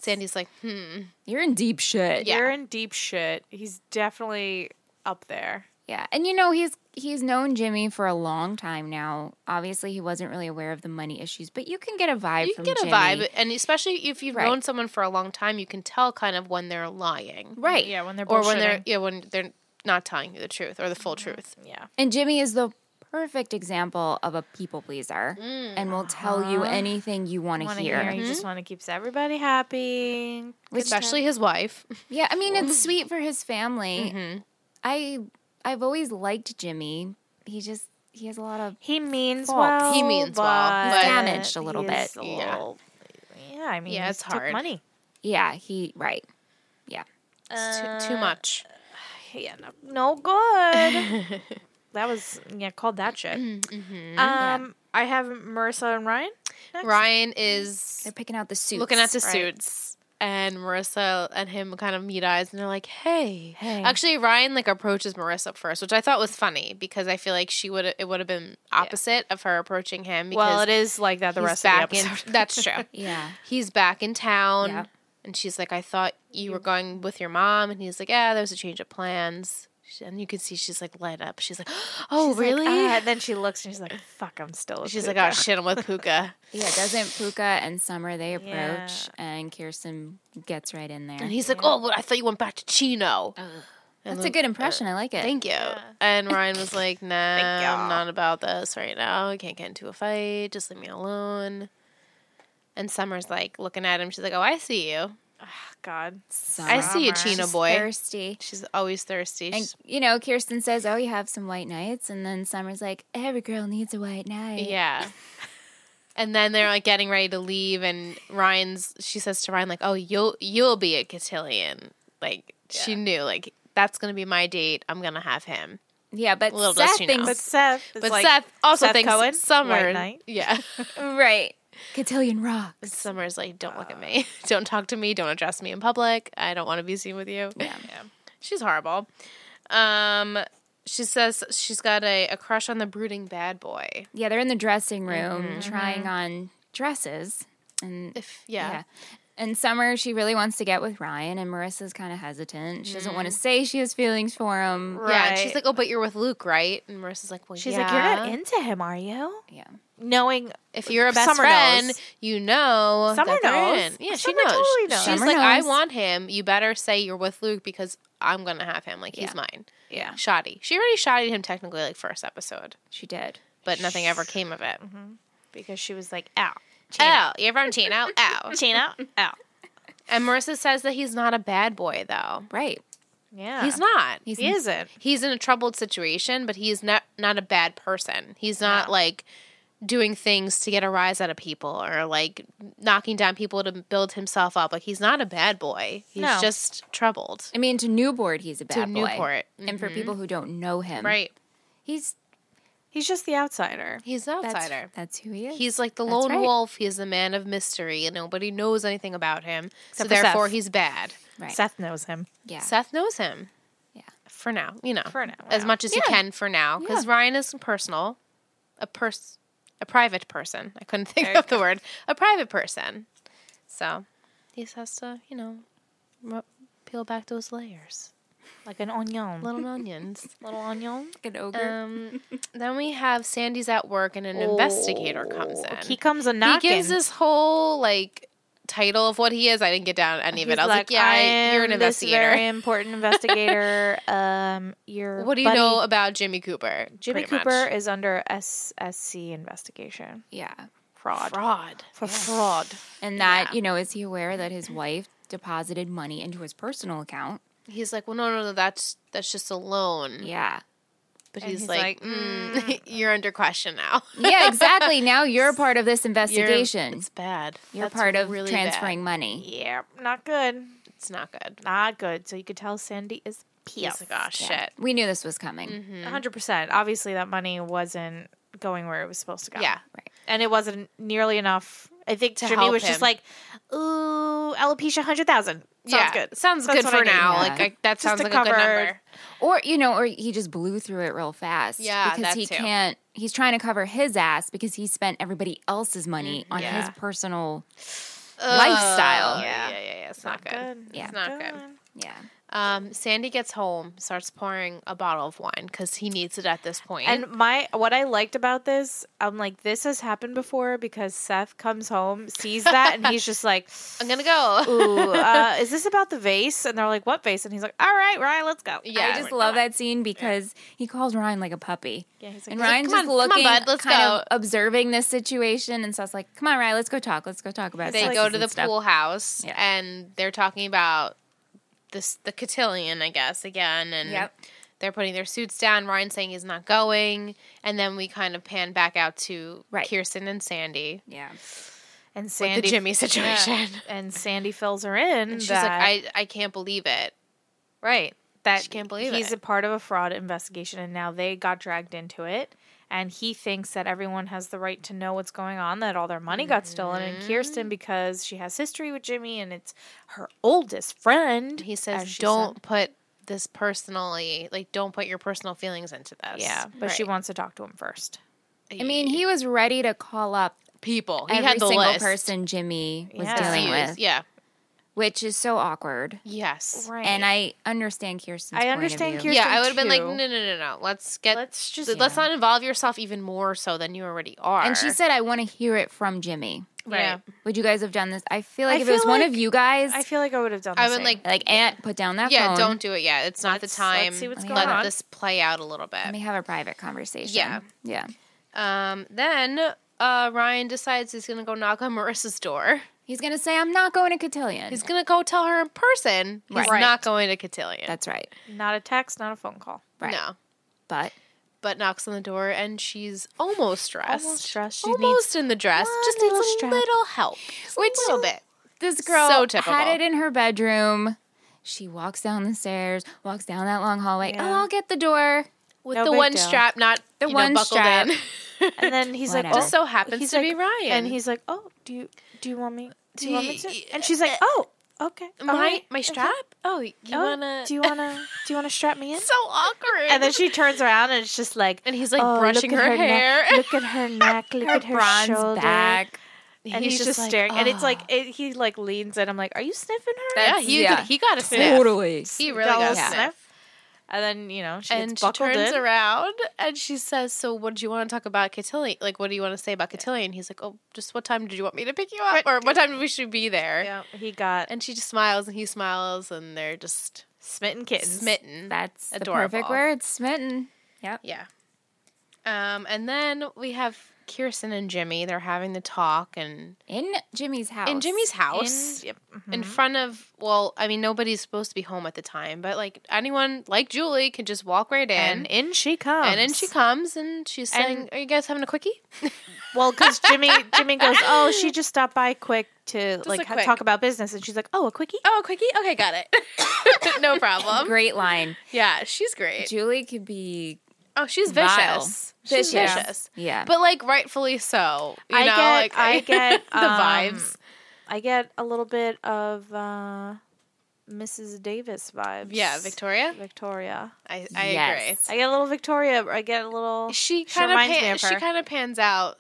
[SPEAKER 3] Sandy's like, "Hmm,
[SPEAKER 1] You're in deep shit.
[SPEAKER 3] Yeah.
[SPEAKER 2] You're in deep shit. He's definitely up there.
[SPEAKER 1] Yeah. And you know, he's he's known Jimmy for a long time now. Obviously, he wasn't really aware of the money issues, but you can get a vibe
[SPEAKER 3] you
[SPEAKER 1] from
[SPEAKER 3] can get
[SPEAKER 1] Jimmy.
[SPEAKER 3] a vibe, and especially if you've
[SPEAKER 1] Right.
[SPEAKER 3] known someone for a long time, you can tell kind of when they're lying,
[SPEAKER 1] Right.
[SPEAKER 2] Yeah, when they're
[SPEAKER 3] or when they're
[SPEAKER 2] bullshitting.
[SPEAKER 3] yeah when they're not telling you the truth or the full
[SPEAKER 1] Mm-hmm.
[SPEAKER 3] truth."
[SPEAKER 2] Yeah.
[SPEAKER 1] And Jimmy is the perfect example of a people pleaser
[SPEAKER 3] Mm,
[SPEAKER 1] and will tell
[SPEAKER 3] uh-huh.
[SPEAKER 1] you anything you want to
[SPEAKER 2] Want to
[SPEAKER 1] hear.
[SPEAKER 2] hear? Mm-hmm. You
[SPEAKER 3] Mm-hmm.
[SPEAKER 2] just want to keep everybody happy.
[SPEAKER 1] Which-
[SPEAKER 3] Especially his wife. *laughs*
[SPEAKER 1] Yeah, I mean it's sweet for his family.
[SPEAKER 3] Mm-hmm.
[SPEAKER 1] I I've always liked Jimmy. He just he has a lot of
[SPEAKER 2] He means
[SPEAKER 1] Fault.
[SPEAKER 2] well.
[SPEAKER 3] He means
[SPEAKER 2] but
[SPEAKER 3] well, but-
[SPEAKER 1] Damaged a little
[SPEAKER 2] he is
[SPEAKER 1] bit.
[SPEAKER 2] a
[SPEAKER 3] Yeah.
[SPEAKER 2] little- yeah, I mean,
[SPEAKER 3] Yeah,
[SPEAKER 2] he
[SPEAKER 3] it's
[SPEAKER 2] took
[SPEAKER 3] hard.
[SPEAKER 2] Money.
[SPEAKER 1] yeah. He right. Yeah.
[SPEAKER 3] It's too,
[SPEAKER 2] Uh,
[SPEAKER 3] too much.
[SPEAKER 2] Yeah, no, no good. *laughs* that was yeah, called that shit. um,
[SPEAKER 3] Mm-hmm.
[SPEAKER 2] I have Marissa and Ryan. next.
[SPEAKER 3] Ryan is
[SPEAKER 1] They're picking out the suits.
[SPEAKER 3] looking at the
[SPEAKER 2] right.
[SPEAKER 3] suits. And Marissa and him kind of meet eyes, and they're like, "Hey,
[SPEAKER 2] Hey.
[SPEAKER 3] Actually, Ryan like approaches Marissa first, which I thought was funny because I feel like she would it would have been opposite of her approaching him. Because
[SPEAKER 2] Well, it is like that the
[SPEAKER 3] he's
[SPEAKER 2] rest of
[SPEAKER 3] *laughs* back
[SPEAKER 2] the episode.
[SPEAKER 3] in. That's true.
[SPEAKER 1] Yeah.
[SPEAKER 3] He's back in town.
[SPEAKER 1] Yep.
[SPEAKER 3] And she's like, I thought you were going with your mom. And he's like, Yeah, there was a change of plans. She- And you can see she's like light up. She's like, *gasps*
[SPEAKER 2] *laughs*
[SPEAKER 3] Oh,
[SPEAKER 2] She's like,
[SPEAKER 3] really?
[SPEAKER 2] "Ah," and then she looks and she's like, "Fuck, I'm still." A
[SPEAKER 3] she's
[SPEAKER 2] puka."
[SPEAKER 3] like, Oh, shit, I'm with
[SPEAKER 2] *laughs*
[SPEAKER 3] Puka.
[SPEAKER 1] Yeah, doesn't Puka and Summer they approach
[SPEAKER 2] Yeah.
[SPEAKER 1] and Kirsten gets right in there.
[SPEAKER 3] And he's like, Oh, well, I thought you went back to Chino. And
[SPEAKER 1] That's a
[SPEAKER 3] Luke-
[SPEAKER 1] good impression. I like it.
[SPEAKER 3] uh, Thank you.
[SPEAKER 2] *laughs*
[SPEAKER 3] And Ryan was like, Nah,
[SPEAKER 2] ya.
[SPEAKER 3] I'm not about this right now. I can't get into a fight. Just leave me alone. And Summer's like looking at him. She's like, Oh, I see you.
[SPEAKER 2] *sighs* "Ah, God,
[SPEAKER 1] Summer.
[SPEAKER 3] I see you,
[SPEAKER 2] Summer.
[SPEAKER 3] Chino
[SPEAKER 1] She's
[SPEAKER 3] boy.
[SPEAKER 1] Thirsty.
[SPEAKER 3] She's always thirsty.
[SPEAKER 1] And
[SPEAKER 3] She's-
[SPEAKER 1] you know, Kirsten says, "Oh, you have some white nights," and then Summer's like, "Every girl needs a white night."
[SPEAKER 3] yeah.
[SPEAKER 1] *laughs*
[SPEAKER 3] And then they're like getting ready to leave, and Ryan's. She says to Ryan, like, "Oh, you'll you'll be a cotillion." Like she knew, like that's gonna be my date. I'm gonna have him.
[SPEAKER 1] yeah. But
[SPEAKER 3] Little does
[SPEAKER 1] Seth
[SPEAKER 3] she know.
[SPEAKER 1] thinks *laughs*
[SPEAKER 2] But Seth, is
[SPEAKER 3] But
[SPEAKER 2] like,
[SPEAKER 3] Seth also
[SPEAKER 2] Seth
[SPEAKER 3] thinks
[SPEAKER 2] Cohen,
[SPEAKER 3] Summer.
[SPEAKER 2] White Knight.
[SPEAKER 3] Yeah,
[SPEAKER 1] right. Cotillion rocks.
[SPEAKER 3] Summer's like, "Don't
[SPEAKER 2] Uh.
[SPEAKER 3] look at me. *laughs* Don't talk to me. Don't address me in public. I don't want to be seen with you."
[SPEAKER 1] Yeah.
[SPEAKER 2] Yeah.
[SPEAKER 3] She's horrible. Um, she says she's got a, a crush on the brooding bad boy.
[SPEAKER 1] Yeah, they're in the dressing room trying on dresses, and
[SPEAKER 3] Mm-hmm. If yeah.
[SPEAKER 1] Yeah. And Summer, she really wants to get with Ryan, and Marissa's kind of hesitant. She doesn't want
[SPEAKER 3] Mm-hmm.
[SPEAKER 1] to say she has feelings for him.
[SPEAKER 2] Right.
[SPEAKER 3] Yeah, and she's like, "Oh, but you're with Luke, right?" And Marissa's like, "Well,
[SPEAKER 2] She's
[SPEAKER 3] yeah.
[SPEAKER 2] like, "You're not into him, are you?ue
[SPEAKER 1] Yeah.
[SPEAKER 2] Knowing
[SPEAKER 3] If you're a best
[SPEAKER 2] Summer
[SPEAKER 3] friend,
[SPEAKER 2] knows.
[SPEAKER 3] you know.
[SPEAKER 2] Summer
[SPEAKER 3] that they're
[SPEAKER 2] knows.
[SPEAKER 3] in." Yeah, she
[SPEAKER 2] Summer
[SPEAKER 3] knows.
[SPEAKER 2] totally knows.
[SPEAKER 3] She's
[SPEAKER 1] Summer
[SPEAKER 3] like, "I
[SPEAKER 1] knows.
[SPEAKER 3] want him. You better say you're with Luke because I'm gonna have him. Like
[SPEAKER 1] Yeah.
[SPEAKER 3] he's mine."
[SPEAKER 2] yeah,
[SPEAKER 3] Shoddy. She already shoddied him technically like first episode,
[SPEAKER 1] She did.
[SPEAKER 3] but nothing ever came of it.
[SPEAKER 2] because she was like, ow,
[SPEAKER 3] Oh, you're from Chino. Oh,
[SPEAKER 2] Chino, ow,
[SPEAKER 3] and Marissa says that he's not a bad boy though.
[SPEAKER 1] Right.
[SPEAKER 2] yeah,
[SPEAKER 3] He's not.
[SPEAKER 1] He's
[SPEAKER 2] he isn't.
[SPEAKER 3] he's in a troubled situation, but he's not not a bad person. He's not
[SPEAKER 2] No.
[SPEAKER 3] like doing things to get a rise out of people or like knocking down people to build himself up. Like he's not a bad boy. He's
[SPEAKER 2] No.
[SPEAKER 3] just troubled.
[SPEAKER 1] I mean, to Newport, he's a bad boy.
[SPEAKER 3] Newport. Mm-hmm.
[SPEAKER 1] And for people who don't know him,
[SPEAKER 3] Right.
[SPEAKER 1] He's
[SPEAKER 2] He's just the outsider.
[SPEAKER 3] He's an
[SPEAKER 1] that's,
[SPEAKER 3] outsider.
[SPEAKER 1] That's who he is.
[SPEAKER 3] He's like the
[SPEAKER 1] That's
[SPEAKER 3] lone
[SPEAKER 1] right.
[SPEAKER 3] wolf. He's the man of mystery, and nobody knows anything about him. so
[SPEAKER 2] Except for
[SPEAKER 3] therefore,
[SPEAKER 2] Seth.
[SPEAKER 3] he's bad.
[SPEAKER 1] right.
[SPEAKER 2] Seth knows him.
[SPEAKER 1] Yeah.
[SPEAKER 3] Seth knows him.
[SPEAKER 1] Yeah.
[SPEAKER 3] For now, you know.
[SPEAKER 2] For now,
[SPEAKER 3] As
[SPEAKER 2] yeah.
[SPEAKER 3] much as you can for now, because
[SPEAKER 1] Yeah.
[SPEAKER 3] Ryan is personal, a pers, a private person. I couldn't *laughs* think
[SPEAKER 2] There you
[SPEAKER 3] of the word. A private person. So he just has to, you know, ru- peel back those layers,
[SPEAKER 2] Like an onion. Little, *laughs*
[SPEAKER 3] little onions.
[SPEAKER 2] onion.
[SPEAKER 1] Like an ogre.
[SPEAKER 3] Um, then we have Sandy's at work, and an investigator comes in.
[SPEAKER 2] Oh, He comes a
[SPEAKER 3] He
[SPEAKER 2] knocking.
[SPEAKER 3] gives this whole like title of what he is. I didn't get down any of
[SPEAKER 2] He's
[SPEAKER 3] it. I was like, yeah, I, you're an
[SPEAKER 2] "I am this
[SPEAKER 3] investigator.
[SPEAKER 2] very important investigator. um, your
[SPEAKER 3] What do you
[SPEAKER 2] buddy-
[SPEAKER 3] know about Jimmy Cooper?
[SPEAKER 2] Jimmy
[SPEAKER 3] pretty much?
[SPEAKER 2] Cooper is under SSC investigation
[SPEAKER 1] yeah.
[SPEAKER 2] fraud
[SPEAKER 3] Fraud.
[SPEAKER 2] for fraud.
[SPEAKER 1] And that, you know, is he aware that his wife deposited money into his personal account?
[SPEAKER 3] He's like, well, no, no, no, that's that's just a loan.
[SPEAKER 1] Yeah.
[SPEAKER 3] But
[SPEAKER 2] And
[SPEAKER 3] he's,
[SPEAKER 2] he's
[SPEAKER 3] like,
[SPEAKER 2] like,
[SPEAKER 3] mm, *laughs* you're under question now.
[SPEAKER 1] Yeah, exactly. now you're part of this
[SPEAKER 3] *laughs* You're-
[SPEAKER 1] investigation.
[SPEAKER 3] It's bad.
[SPEAKER 1] You're
[SPEAKER 3] That's
[SPEAKER 1] part of
[SPEAKER 3] really bad.
[SPEAKER 1] transferring money.
[SPEAKER 2] Yeah, not good.
[SPEAKER 3] It's not good.
[SPEAKER 2] Not good. So you could tell Sandy is
[SPEAKER 3] He's
[SPEAKER 2] pissed.
[SPEAKER 3] like, oh
[SPEAKER 1] Yeah.
[SPEAKER 3] shit. Mm-hmm.
[SPEAKER 1] We knew this was coming.
[SPEAKER 2] hundred percent. Obviously, that money wasn't going where it was supposed to go.
[SPEAKER 3] Yeah.
[SPEAKER 2] and it wasn't nearly enough. I think
[SPEAKER 3] To
[SPEAKER 2] Jimmy
[SPEAKER 3] help
[SPEAKER 2] was
[SPEAKER 3] him.
[SPEAKER 2] just like, "Ooh, alopecia, hundred thousand. Sounds
[SPEAKER 3] yeah.
[SPEAKER 2] good.
[SPEAKER 3] Sounds
[SPEAKER 2] That's
[SPEAKER 3] good
[SPEAKER 2] what
[SPEAKER 3] for
[SPEAKER 2] I need."
[SPEAKER 3] now.
[SPEAKER 1] Yeah.
[SPEAKER 3] Like I, that
[SPEAKER 2] Just
[SPEAKER 3] sounds
[SPEAKER 2] to
[SPEAKER 3] like a
[SPEAKER 2] cover-
[SPEAKER 3] good number.
[SPEAKER 1] Or you know, or he just blew through it real fast.
[SPEAKER 3] Yeah,
[SPEAKER 1] because
[SPEAKER 3] that
[SPEAKER 1] he
[SPEAKER 3] too.
[SPEAKER 1] can't. He's trying to cover his ass because he spent everybody else's money on
[SPEAKER 3] Mm, yeah.
[SPEAKER 1] his personal.
[SPEAKER 3] Ugh.
[SPEAKER 1] Lifestyle.
[SPEAKER 3] Oh, Yeah,
[SPEAKER 2] Yeah.
[SPEAKER 3] yeah, yeah. It's not, good.
[SPEAKER 1] Yeah.
[SPEAKER 3] It's not good.
[SPEAKER 1] Yeah,
[SPEAKER 3] Um, Sandy gets home, starts pouring a bottle of wine because he needs it at this point.
[SPEAKER 2] And my what I liked about this, I'm like, this has happened before because Seth comes home, sees that, and he's just
[SPEAKER 3] *laughs*
[SPEAKER 2] like,
[SPEAKER 3] I'm gonna go.
[SPEAKER 2] "Ooh, uh, is this about the vase?" And they're like, "What vase?" And he's like, "All right, Ryan, let's go."
[SPEAKER 3] Yeah.
[SPEAKER 1] I just
[SPEAKER 3] like,
[SPEAKER 1] love that scene because he calls Ryan like a puppy.
[SPEAKER 2] Yeah, he's like,
[SPEAKER 1] And
[SPEAKER 2] "Come on,
[SPEAKER 1] Ryan's just
[SPEAKER 3] come on, come on,
[SPEAKER 1] looking,
[SPEAKER 3] bud, let's
[SPEAKER 1] kind
[SPEAKER 3] go.
[SPEAKER 1] of observing this situation, and so it's like, "Come on, Ryan, let's go talk. Let's go talk about."
[SPEAKER 3] they
[SPEAKER 1] sexes
[SPEAKER 3] go to
[SPEAKER 1] and
[SPEAKER 3] the
[SPEAKER 1] stuff."
[SPEAKER 3] pool house
[SPEAKER 1] Yeah.
[SPEAKER 3] and they're talking about this the cotillion, I guess, again, and
[SPEAKER 1] Yep.
[SPEAKER 3] they're putting their suits down. Ryan saying he's not going, and then we kind of pan back out to
[SPEAKER 1] Right.
[SPEAKER 3] Kirsten and Sandy,
[SPEAKER 1] Yeah,
[SPEAKER 2] And
[SPEAKER 3] with
[SPEAKER 2] Sandy,
[SPEAKER 3] the *laughs* Jimmy situation.
[SPEAKER 2] and Sandy fills her in.
[SPEAKER 3] And she's
[SPEAKER 2] that,
[SPEAKER 3] like, I I can't believe it.
[SPEAKER 2] Right. That
[SPEAKER 3] She can't believe
[SPEAKER 2] he's
[SPEAKER 3] it.
[SPEAKER 2] a part of a fraud investigation and now they got dragged into it and he thinks that everyone has the right to know what's going on that all their money got stolen and Kirsten because she has history with Jimmy and it's her oldest friend.
[SPEAKER 3] He
[SPEAKER 2] as
[SPEAKER 3] says,
[SPEAKER 2] she
[SPEAKER 3] don't put this personally, like, don't put your personal feelings into
[SPEAKER 2] said.
[SPEAKER 3] this.
[SPEAKER 2] Yeah, but she
[SPEAKER 3] Right.
[SPEAKER 2] wants to talk to him first.
[SPEAKER 1] I mean, he was ready to call up
[SPEAKER 3] people. He
[SPEAKER 1] every
[SPEAKER 3] had the
[SPEAKER 1] single
[SPEAKER 3] list.
[SPEAKER 1] person Jimmy was
[SPEAKER 2] Yeah.
[SPEAKER 1] dealing
[SPEAKER 3] He was-
[SPEAKER 1] with.
[SPEAKER 3] yeah,
[SPEAKER 1] which is so awkward.
[SPEAKER 3] Yes.
[SPEAKER 2] Right.
[SPEAKER 1] And I understand Kirsten's
[SPEAKER 2] I
[SPEAKER 1] point of
[SPEAKER 2] understand
[SPEAKER 1] view.
[SPEAKER 2] Kirsten-
[SPEAKER 3] yeah, I would have been like,
[SPEAKER 2] too.
[SPEAKER 3] no, no, no, no. Let's get.
[SPEAKER 2] Let's just-
[SPEAKER 3] Let's not involve yourself even more so than you already are.
[SPEAKER 1] And she said, I want to hear it from Jimmy.
[SPEAKER 2] Right.
[SPEAKER 3] Yeah.
[SPEAKER 1] Would you guys have done this? I feel like
[SPEAKER 2] I
[SPEAKER 1] if it was
[SPEAKER 2] feel
[SPEAKER 1] one
[SPEAKER 2] like-
[SPEAKER 1] of you guys,
[SPEAKER 2] I feel like I would have done. The
[SPEAKER 3] I would,
[SPEAKER 2] same.
[SPEAKER 3] like,
[SPEAKER 1] like, Aunt, put down that
[SPEAKER 3] yeah,
[SPEAKER 1] phone.
[SPEAKER 3] don't do it yet. It's not
[SPEAKER 2] Let's-
[SPEAKER 3] the time.
[SPEAKER 2] let's see what's
[SPEAKER 1] going
[SPEAKER 3] Let
[SPEAKER 2] on.
[SPEAKER 3] this play out a little
[SPEAKER 1] Let me
[SPEAKER 3] bit.
[SPEAKER 1] have a private conversation.
[SPEAKER 3] Yeah.
[SPEAKER 1] Yeah.
[SPEAKER 3] Um, then uh, Ryan decides he's gonna go knock on Marissa's door.
[SPEAKER 1] He's going to say, I'm not going to Cotillion.
[SPEAKER 3] He's gonna go tell her in person. He's
[SPEAKER 1] Right.
[SPEAKER 3] not going to Cotillion.
[SPEAKER 1] That's right.
[SPEAKER 2] not a text, not a phone call.
[SPEAKER 1] Right.
[SPEAKER 3] No.
[SPEAKER 1] But
[SPEAKER 3] But knocks on the door and she's almost dressed.
[SPEAKER 2] Almost dressed. She
[SPEAKER 3] Almost in the dress.
[SPEAKER 2] one
[SPEAKER 3] Just needs
[SPEAKER 2] little
[SPEAKER 3] a
[SPEAKER 2] strap.
[SPEAKER 3] little help. Just
[SPEAKER 1] Which-
[SPEAKER 3] a little bit.
[SPEAKER 1] this girl
[SPEAKER 3] So typical.
[SPEAKER 1] had it in her bedroom. She walks down the stairs, walks down that long hallway.
[SPEAKER 2] Yeah.
[SPEAKER 1] Oh, I'll get the door.
[SPEAKER 3] With
[SPEAKER 2] No
[SPEAKER 3] the
[SPEAKER 2] big
[SPEAKER 3] one
[SPEAKER 2] deal.
[SPEAKER 3] strap, not the
[SPEAKER 1] one
[SPEAKER 3] buckled
[SPEAKER 1] strap.
[SPEAKER 3] in.
[SPEAKER 2] And *laughs* then he's like,
[SPEAKER 1] Whatever.
[SPEAKER 2] oh,
[SPEAKER 3] just so happens
[SPEAKER 2] he's
[SPEAKER 3] to
[SPEAKER 2] like-
[SPEAKER 3] be Ryan.
[SPEAKER 2] and he's like, oh, do you do you want me? Do you want me
[SPEAKER 3] Do you-
[SPEAKER 2] to? And she's like, oh, okay.
[SPEAKER 3] my
[SPEAKER 2] all right,
[SPEAKER 3] my
[SPEAKER 2] okay.
[SPEAKER 3] strap? Oh, you
[SPEAKER 2] Oh,
[SPEAKER 3] wanna
[SPEAKER 2] Do you
[SPEAKER 3] *laughs*
[SPEAKER 2] wanna? Do you wanna strap me in?
[SPEAKER 3] so awkward.
[SPEAKER 2] And then she turns around and it's just like,
[SPEAKER 3] and he's like
[SPEAKER 2] oh, look
[SPEAKER 3] brushing
[SPEAKER 2] at
[SPEAKER 3] her,
[SPEAKER 2] ne-
[SPEAKER 3] hair. *laughs*
[SPEAKER 2] look at her neck. Look at her
[SPEAKER 1] Bronze
[SPEAKER 2] shoulder.
[SPEAKER 1] back.
[SPEAKER 2] And he's, just,
[SPEAKER 3] like,
[SPEAKER 2] staring. And it's like
[SPEAKER 3] "Ah."
[SPEAKER 2] it, he like leans in. I'm like, are you sniffing her?
[SPEAKER 3] yeah,
[SPEAKER 1] That's-
[SPEAKER 3] he
[SPEAKER 1] yeah.
[SPEAKER 3] Could, he got a sniff.
[SPEAKER 1] Totally.
[SPEAKER 3] He really
[SPEAKER 2] Got a
[SPEAKER 3] got a
[SPEAKER 2] little
[SPEAKER 1] sniff.
[SPEAKER 3] sniff.
[SPEAKER 2] And then you know she
[SPEAKER 3] And
[SPEAKER 2] gets
[SPEAKER 3] she
[SPEAKER 2] buckled
[SPEAKER 3] turns
[SPEAKER 2] in.
[SPEAKER 3] around and she says, "So, what do you want to talk about Cotillion? Like, what do you want to say about Cotillion?" And he's like, "Oh, just what time did you want me to pick you up,
[SPEAKER 2] Right.
[SPEAKER 3] or what time we should be there?"
[SPEAKER 2] Yeah, he got
[SPEAKER 3] And she just smiles and he smiles and they're just
[SPEAKER 2] smitten kittens.
[SPEAKER 3] smitten.
[SPEAKER 1] That's
[SPEAKER 3] Adorable.
[SPEAKER 1] the perfect word. Smitten. Yep.
[SPEAKER 3] Yeah. Um, and then we have Kirsten and Jimmy. They're having the talk and
[SPEAKER 1] In Jimmy's house.
[SPEAKER 3] in Jimmy's
[SPEAKER 2] In-
[SPEAKER 3] house.
[SPEAKER 2] yep, mhm.
[SPEAKER 3] in front of well i mean nobody's supposed to be home at the time but like anyone like julie can just walk right in
[SPEAKER 2] and
[SPEAKER 3] and,
[SPEAKER 2] in she comes.
[SPEAKER 3] then she comes and she's saying
[SPEAKER 2] And-
[SPEAKER 3] are you guys having a quickie
[SPEAKER 2] Well, because Jimmy Jimmy goes, oh,
[SPEAKER 3] *laughs*
[SPEAKER 2] she just stopped by quick to like
[SPEAKER 3] a
[SPEAKER 2] ha-
[SPEAKER 3] quick.
[SPEAKER 2] talk about business, and she's like, oh, a quickie.
[SPEAKER 3] oh a quickie okay got it *laughs* no problem
[SPEAKER 1] Great
[SPEAKER 3] *laughs*
[SPEAKER 1] line.
[SPEAKER 3] yeah she's great
[SPEAKER 1] Julie could be
[SPEAKER 3] oh she's
[SPEAKER 1] vile.
[SPEAKER 3] vicious she's
[SPEAKER 1] Vicious.
[SPEAKER 3] vicious
[SPEAKER 1] Yeah.
[SPEAKER 3] but like rightfully so you
[SPEAKER 2] I
[SPEAKER 3] know
[SPEAKER 2] get-
[SPEAKER 3] like *laughs*
[SPEAKER 2] I get,
[SPEAKER 3] the
[SPEAKER 2] um,
[SPEAKER 3] vibes
[SPEAKER 2] I get a little bit of uh, Mrs. Davis vibes.
[SPEAKER 3] yeah victoria
[SPEAKER 2] Victoria.
[SPEAKER 3] i, I
[SPEAKER 1] Yes.
[SPEAKER 2] I get a little Victoria. I get a little.
[SPEAKER 3] agree Oh, she
[SPEAKER 2] She
[SPEAKER 3] kind of
[SPEAKER 2] reminds me
[SPEAKER 3] pan-
[SPEAKER 2] of
[SPEAKER 3] she
[SPEAKER 2] her.
[SPEAKER 3] kind of pans out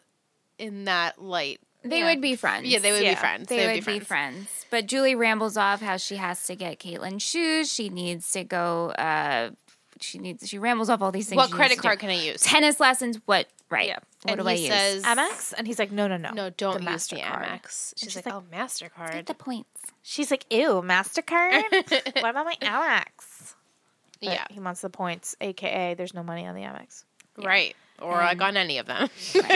[SPEAKER 3] in that light
[SPEAKER 1] they
[SPEAKER 2] yeah.
[SPEAKER 1] would be friends.
[SPEAKER 3] yeah they would be
[SPEAKER 2] Yeah.
[SPEAKER 3] friends
[SPEAKER 1] They, would be
[SPEAKER 3] friends.
[SPEAKER 1] friends. But Julie rambles off how she has to get Caitlin shoes. She needs to go. Uh, she needs. She rambles off all these things.
[SPEAKER 3] what
[SPEAKER 1] she
[SPEAKER 3] credit
[SPEAKER 1] needs to do.
[SPEAKER 3] card can i use
[SPEAKER 1] Tennis lessons. What? Right.
[SPEAKER 2] Yeah.
[SPEAKER 1] What
[SPEAKER 3] and
[SPEAKER 1] do I
[SPEAKER 3] he
[SPEAKER 1] use?
[SPEAKER 3] says
[SPEAKER 2] Amex, and he's like, no, no, no,
[SPEAKER 3] no don't
[SPEAKER 2] the
[SPEAKER 3] use the
[SPEAKER 2] MasterCard.
[SPEAKER 3] amex she's,
[SPEAKER 2] she's
[SPEAKER 3] like,
[SPEAKER 2] like,
[SPEAKER 3] oh mastercard
[SPEAKER 1] Get the points.
[SPEAKER 2] She's like, ew, Mastercard.
[SPEAKER 3] *laughs*
[SPEAKER 2] what about my Amex? But
[SPEAKER 3] yeah
[SPEAKER 2] he wants the points, aka there's no money on the Amex.
[SPEAKER 3] *laughs* right or like on any of them *laughs*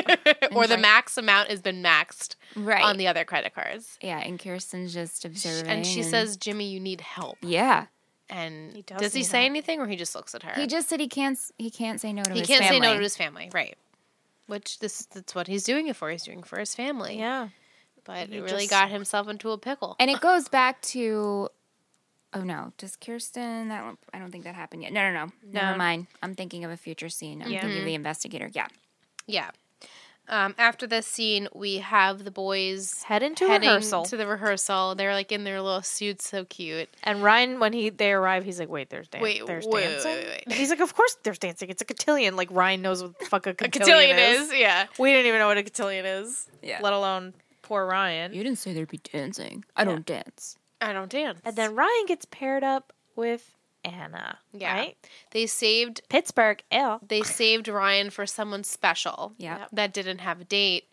[SPEAKER 3] or the
[SPEAKER 1] Right.
[SPEAKER 3] max amount has been maxed
[SPEAKER 1] Right.
[SPEAKER 3] on the other credit cards
[SPEAKER 1] yeah, and Kirsten's just observing.
[SPEAKER 3] and she says jimmy you need help
[SPEAKER 1] "Yeah."
[SPEAKER 3] and
[SPEAKER 2] He
[SPEAKER 3] does,
[SPEAKER 2] does
[SPEAKER 3] he
[SPEAKER 2] need
[SPEAKER 3] say
[SPEAKER 2] help.
[SPEAKER 3] anything or he just looks at her
[SPEAKER 1] He just said he can't. s- He can't say no to
[SPEAKER 3] He
[SPEAKER 1] his
[SPEAKER 3] can't
[SPEAKER 1] family.
[SPEAKER 3] say no to his family right which this that's what he's doing it for he's doing it for his family
[SPEAKER 2] Yeah.
[SPEAKER 3] but
[SPEAKER 2] He
[SPEAKER 3] it really
[SPEAKER 2] just-
[SPEAKER 3] got himself into a pickle
[SPEAKER 1] And it goes back to, oh no, does Kirsten? That one, I don't think that happened yet. No, no, no, never mind. I'm thinking of a future scene. I'm
[SPEAKER 2] Yeah.
[SPEAKER 1] thinking
[SPEAKER 3] Mm-hmm.
[SPEAKER 1] of the investigator. Yeah,
[SPEAKER 3] yeah um, after this scene we have the boys
[SPEAKER 2] Head into
[SPEAKER 3] heading
[SPEAKER 2] rehearsal.
[SPEAKER 3] to the rehearsal they're like in their little suits so cute
[SPEAKER 2] And Ryan, when he they arrive, he's like, "Wait, there's, dan-
[SPEAKER 3] Wait,
[SPEAKER 2] there's
[SPEAKER 3] wait, wait,
[SPEAKER 2] dancing."
[SPEAKER 3] wait, wait.
[SPEAKER 2] He's like, "Of course there's dancing. It's a cotillion." Like Ryan knows what the fuck a
[SPEAKER 3] *laughs* a
[SPEAKER 2] cotillion,
[SPEAKER 3] cotillion
[SPEAKER 2] is.
[SPEAKER 3] is. Yeah.
[SPEAKER 2] We didn't even know what a cotillion is.
[SPEAKER 1] Yeah.
[SPEAKER 2] Let alone poor Ryan.
[SPEAKER 1] you didn't say there'd be dancing. I don't dance.
[SPEAKER 3] I don't dance.
[SPEAKER 2] and then Ryan gets paired up with Anna.
[SPEAKER 3] yeah,
[SPEAKER 2] Right?
[SPEAKER 3] they saved
[SPEAKER 2] Pittsburgh. L.
[SPEAKER 3] they saved Ryan for someone special.
[SPEAKER 1] Yeah. Yep.
[SPEAKER 3] that didn't have a date.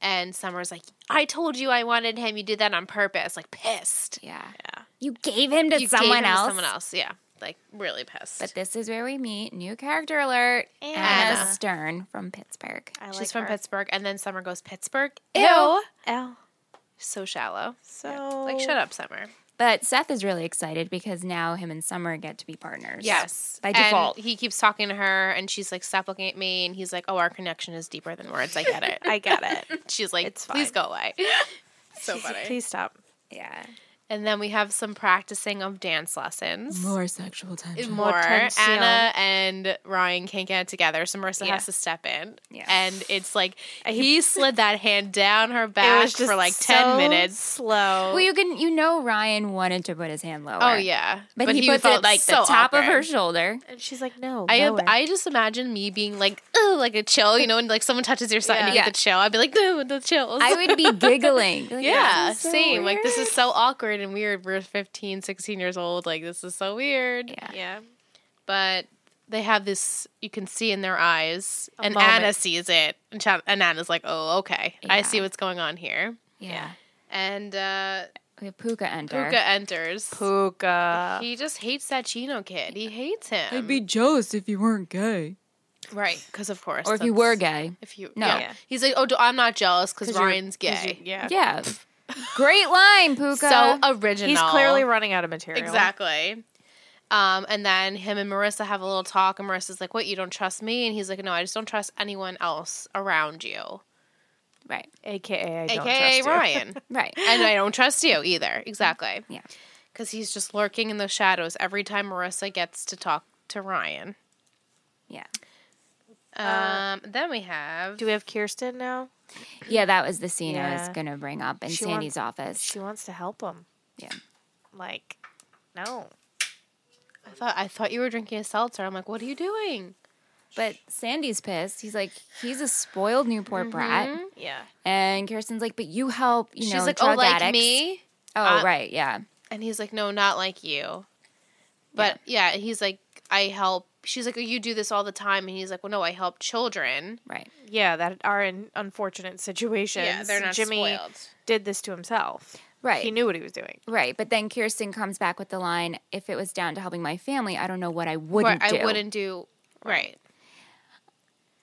[SPEAKER 3] And Summer's like, I told you I wanted him. You did that on purpose. Like pissed.
[SPEAKER 1] Yeah,
[SPEAKER 2] Yeah.
[SPEAKER 1] you gave him to
[SPEAKER 3] You gave
[SPEAKER 1] someone
[SPEAKER 3] him to
[SPEAKER 1] else.
[SPEAKER 3] Someone else. Yeah. Like really pissed.
[SPEAKER 1] But this is where we meet new character alert Anna,
[SPEAKER 2] Anna.
[SPEAKER 1] Stern from Pittsburgh.
[SPEAKER 2] I
[SPEAKER 3] She's
[SPEAKER 2] like
[SPEAKER 3] from
[SPEAKER 2] her.
[SPEAKER 3] Pittsburgh, and then Summer goes Pittsburgh.
[SPEAKER 2] Ew. L.
[SPEAKER 3] So shallow.
[SPEAKER 2] So
[SPEAKER 3] Like shut up, Summer.
[SPEAKER 1] But Seth is really excited because now him and Summer get to be partners.
[SPEAKER 3] Yes,
[SPEAKER 1] by
[SPEAKER 3] And
[SPEAKER 1] default.
[SPEAKER 3] he keeps talking to her, and she's like, "Stop looking at me." And he's like, "Oh, our connection is deeper than words. I get it."
[SPEAKER 1] *laughs*
[SPEAKER 2] I get it.
[SPEAKER 3] *laughs* she's like,
[SPEAKER 2] It's
[SPEAKER 3] "Please
[SPEAKER 2] fine."
[SPEAKER 3] go away."
[SPEAKER 1] *laughs*
[SPEAKER 3] so
[SPEAKER 2] She's like,
[SPEAKER 3] funny.
[SPEAKER 2] Please stop.
[SPEAKER 1] yeah,
[SPEAKER 3] And then we have some practicing of dance lessons.
[SPEAKER 1] sexual
[SPEAKER 3] Is
[SPEAKER 1] tension.
[SPEAKER 3] More.
[SPEAKER 2] tension.
[SPEAKER 3] Anna and Ryan can't get it together, so Marissa
[SPEAKER 2] Yeah.
[SPEAKER 3] has to step in.
[SPEAKER 1] Yeah.
[SPEAKER 3] And it's like
[SPEAKER 1] *laughs*
[SPEAKER 3] he slid that hand down her
[SPEAKER 2] It
[SPEAKER 3] back
[SPEAKER 2] was just
[SPEAKER 3] for like
[SPEAKER 2] so
[SPEAKER 3] ten minutes.
[SPEAKER 2] Slow.
[SPEAKER 1] Well, you can you know Ryan wanted to put his hand lower.
[SPEAKER 3] Oh yeah,
[SPEAKER 1] But, he, puts
[SPEAKER 3] felt
[SPEAKER 1] it like
[SPEAKER 3] so
[SPEAKER 1] the top of her
[SPEAKER 3] awkward.
[SPEAKER 1] shoulder.
[SPEAKER 2] and she's like, "No."
[SPEAKER 3] I
[SPEAKER 2] lower."
[SPEAKER 3] I just imagine me being like, oh, like a chill, you know, and like someone touches your side and you
[SPEAKER 1] Yeah.
[SPEAKER 3] get *laughs* the chill. I'd be like, no, the chills.
[SPEAKER 1] I would be giggling. Like,
[SPEAKER 3] yeah,
[SPEAKER 1] "This is so
[SPEAKER 3] same. Like this
[SPEAKER 1] weird."
[SPEAKER 3] is so awkward and weird. We're 15, 16 years old. Like, this is so weird.
[SPEAKER 1] Yeah.
[SPEAKER 2] Yeah.
[SPEAKER 3] But they have this, you can see in their eyes.
[SPEAKER 2] A
[SPEAKER 3] and
[SPEAKER 2] moment.
[SPEAKER 3] Anna sees it. And, Cha- and Anna's like, oh, okay. I
[SPEAKER 1] Yeah.
[SPEAKER 3] see what's going on here.
[SPEAKER 1] Yeah.
[SPEAKER 3] And uh,
[SPEAKER 1] We have Puka enter.
[SPEAKER 3] Puka enters.
[SPEAKER 2] Puka.
[SPEAKER 3] He just hates that Chino kid. He hates him.
[SPEAKER 1] jealous if you weren't gay.
[SPEAKER 3] right. Because, of course.
[SPEAKER 1] Or if you
[SPEAKER 3] that's-
[SPEAKER 1] were gay.
[SPEAKER 3] If you,
[SPEAKER 1] No.
[SPEAKER 3] yeah.
[SPEAKER 2] Yeah.
[SPEAKER 3] He's like, oh, do- I'm not jealous because
[SPEAKER 2] 'Cause you're-
[SPEAKER 3] Ryan's
[SPEAKER 2] 'cause
[SPEAKER 3] gay.
[SPEAKER 2] you- Yeah.
[SPEAKER 1] Yeah. Great line, Puka.
[SPEAKER 3] So uh, original.
[SPEAKER 2] He's clearly running out of material.
[SPEAKER 3] Exactly. Um, and then him and Marissa have a little talk, and Marissa's like, "What? You don't trust me?" And he's like, "No, I just don't trust anyone else around you,
[SPEAKER 1] right.
[SPEAKER 2] AKA, I don't
[SPEAKER 3] aka
[SPEAKER 2] trust you. *laughs*
[SPEAKER 3] Ryan,
[SPEAKER 1] Right.
[SPEAKER 3] and I don't trust you either." Exactly.
[SPEAKER 1] Yeah.
[SPEAKER 3] Because he's just lurking in the shadows every time Marissa gets to talk to Ryan.
[SPEAKER 1] Yeah.
[SPEAKER 3] Um,
[SPEAKER 2] Uh,
[SPEAKER 3] then we have
[SPEAKER 2] Do we have Kirsten now?
[SPEAKER 1] Yeah, that was the scene I was
[SPEAKER 2] Yeah.
[SPEAKER 1] going to bring up in
[SPEAKER 2] She
[SPEAKER 1] Sandy's office.
[SPEAKER 2] She wants to help him.
[SPEAKER 1] Yeah.
[SPEAKER 2] Like, no.
[SPEAKER 3] I thought I thought you were drinking a seltzer. I'm like, what are you doing?
[SPEAKER 1] But Sandy's pissed. He's like, he's a spoiled Newport brat.
[SPEAKER 2] Yeah.
[SPEAKER 1] And Kirsten's like, but you help, you know,
[SPEAKER 3] She's like, oh,
[SPEAKER 1] drug
[SPEAKER 3] like
[SPEAKER 1] addicts.
[SPEAKER 3] me.
[SPEAKER 1] Oh,
[SPEAKER 3] Uh,
[SPEAKER 1] right. Yeah.
[SPEAKER 3] And he's like, no, not like you. But yeah. he's like, I help. She's like, oh, you do this all the time. And he's like, well, no, I help children.
[SPEAKER 1] Right.
[SPEAKER 2] Yeah, that are in unfortunate situations. Jimmy did this to himself.
[SPEAKER 1] Right.
[SPEAKER 2] He knew what he was doing.
[SPEAKER 1] Right, but then Kirsten comes back with the line, "If it was down to helping my family, I don't know what I
[SPEAKER 3] Right,
[SPEAKER 1] wouldn't do."
[SPEAKER 3] I wouldn't do. Right.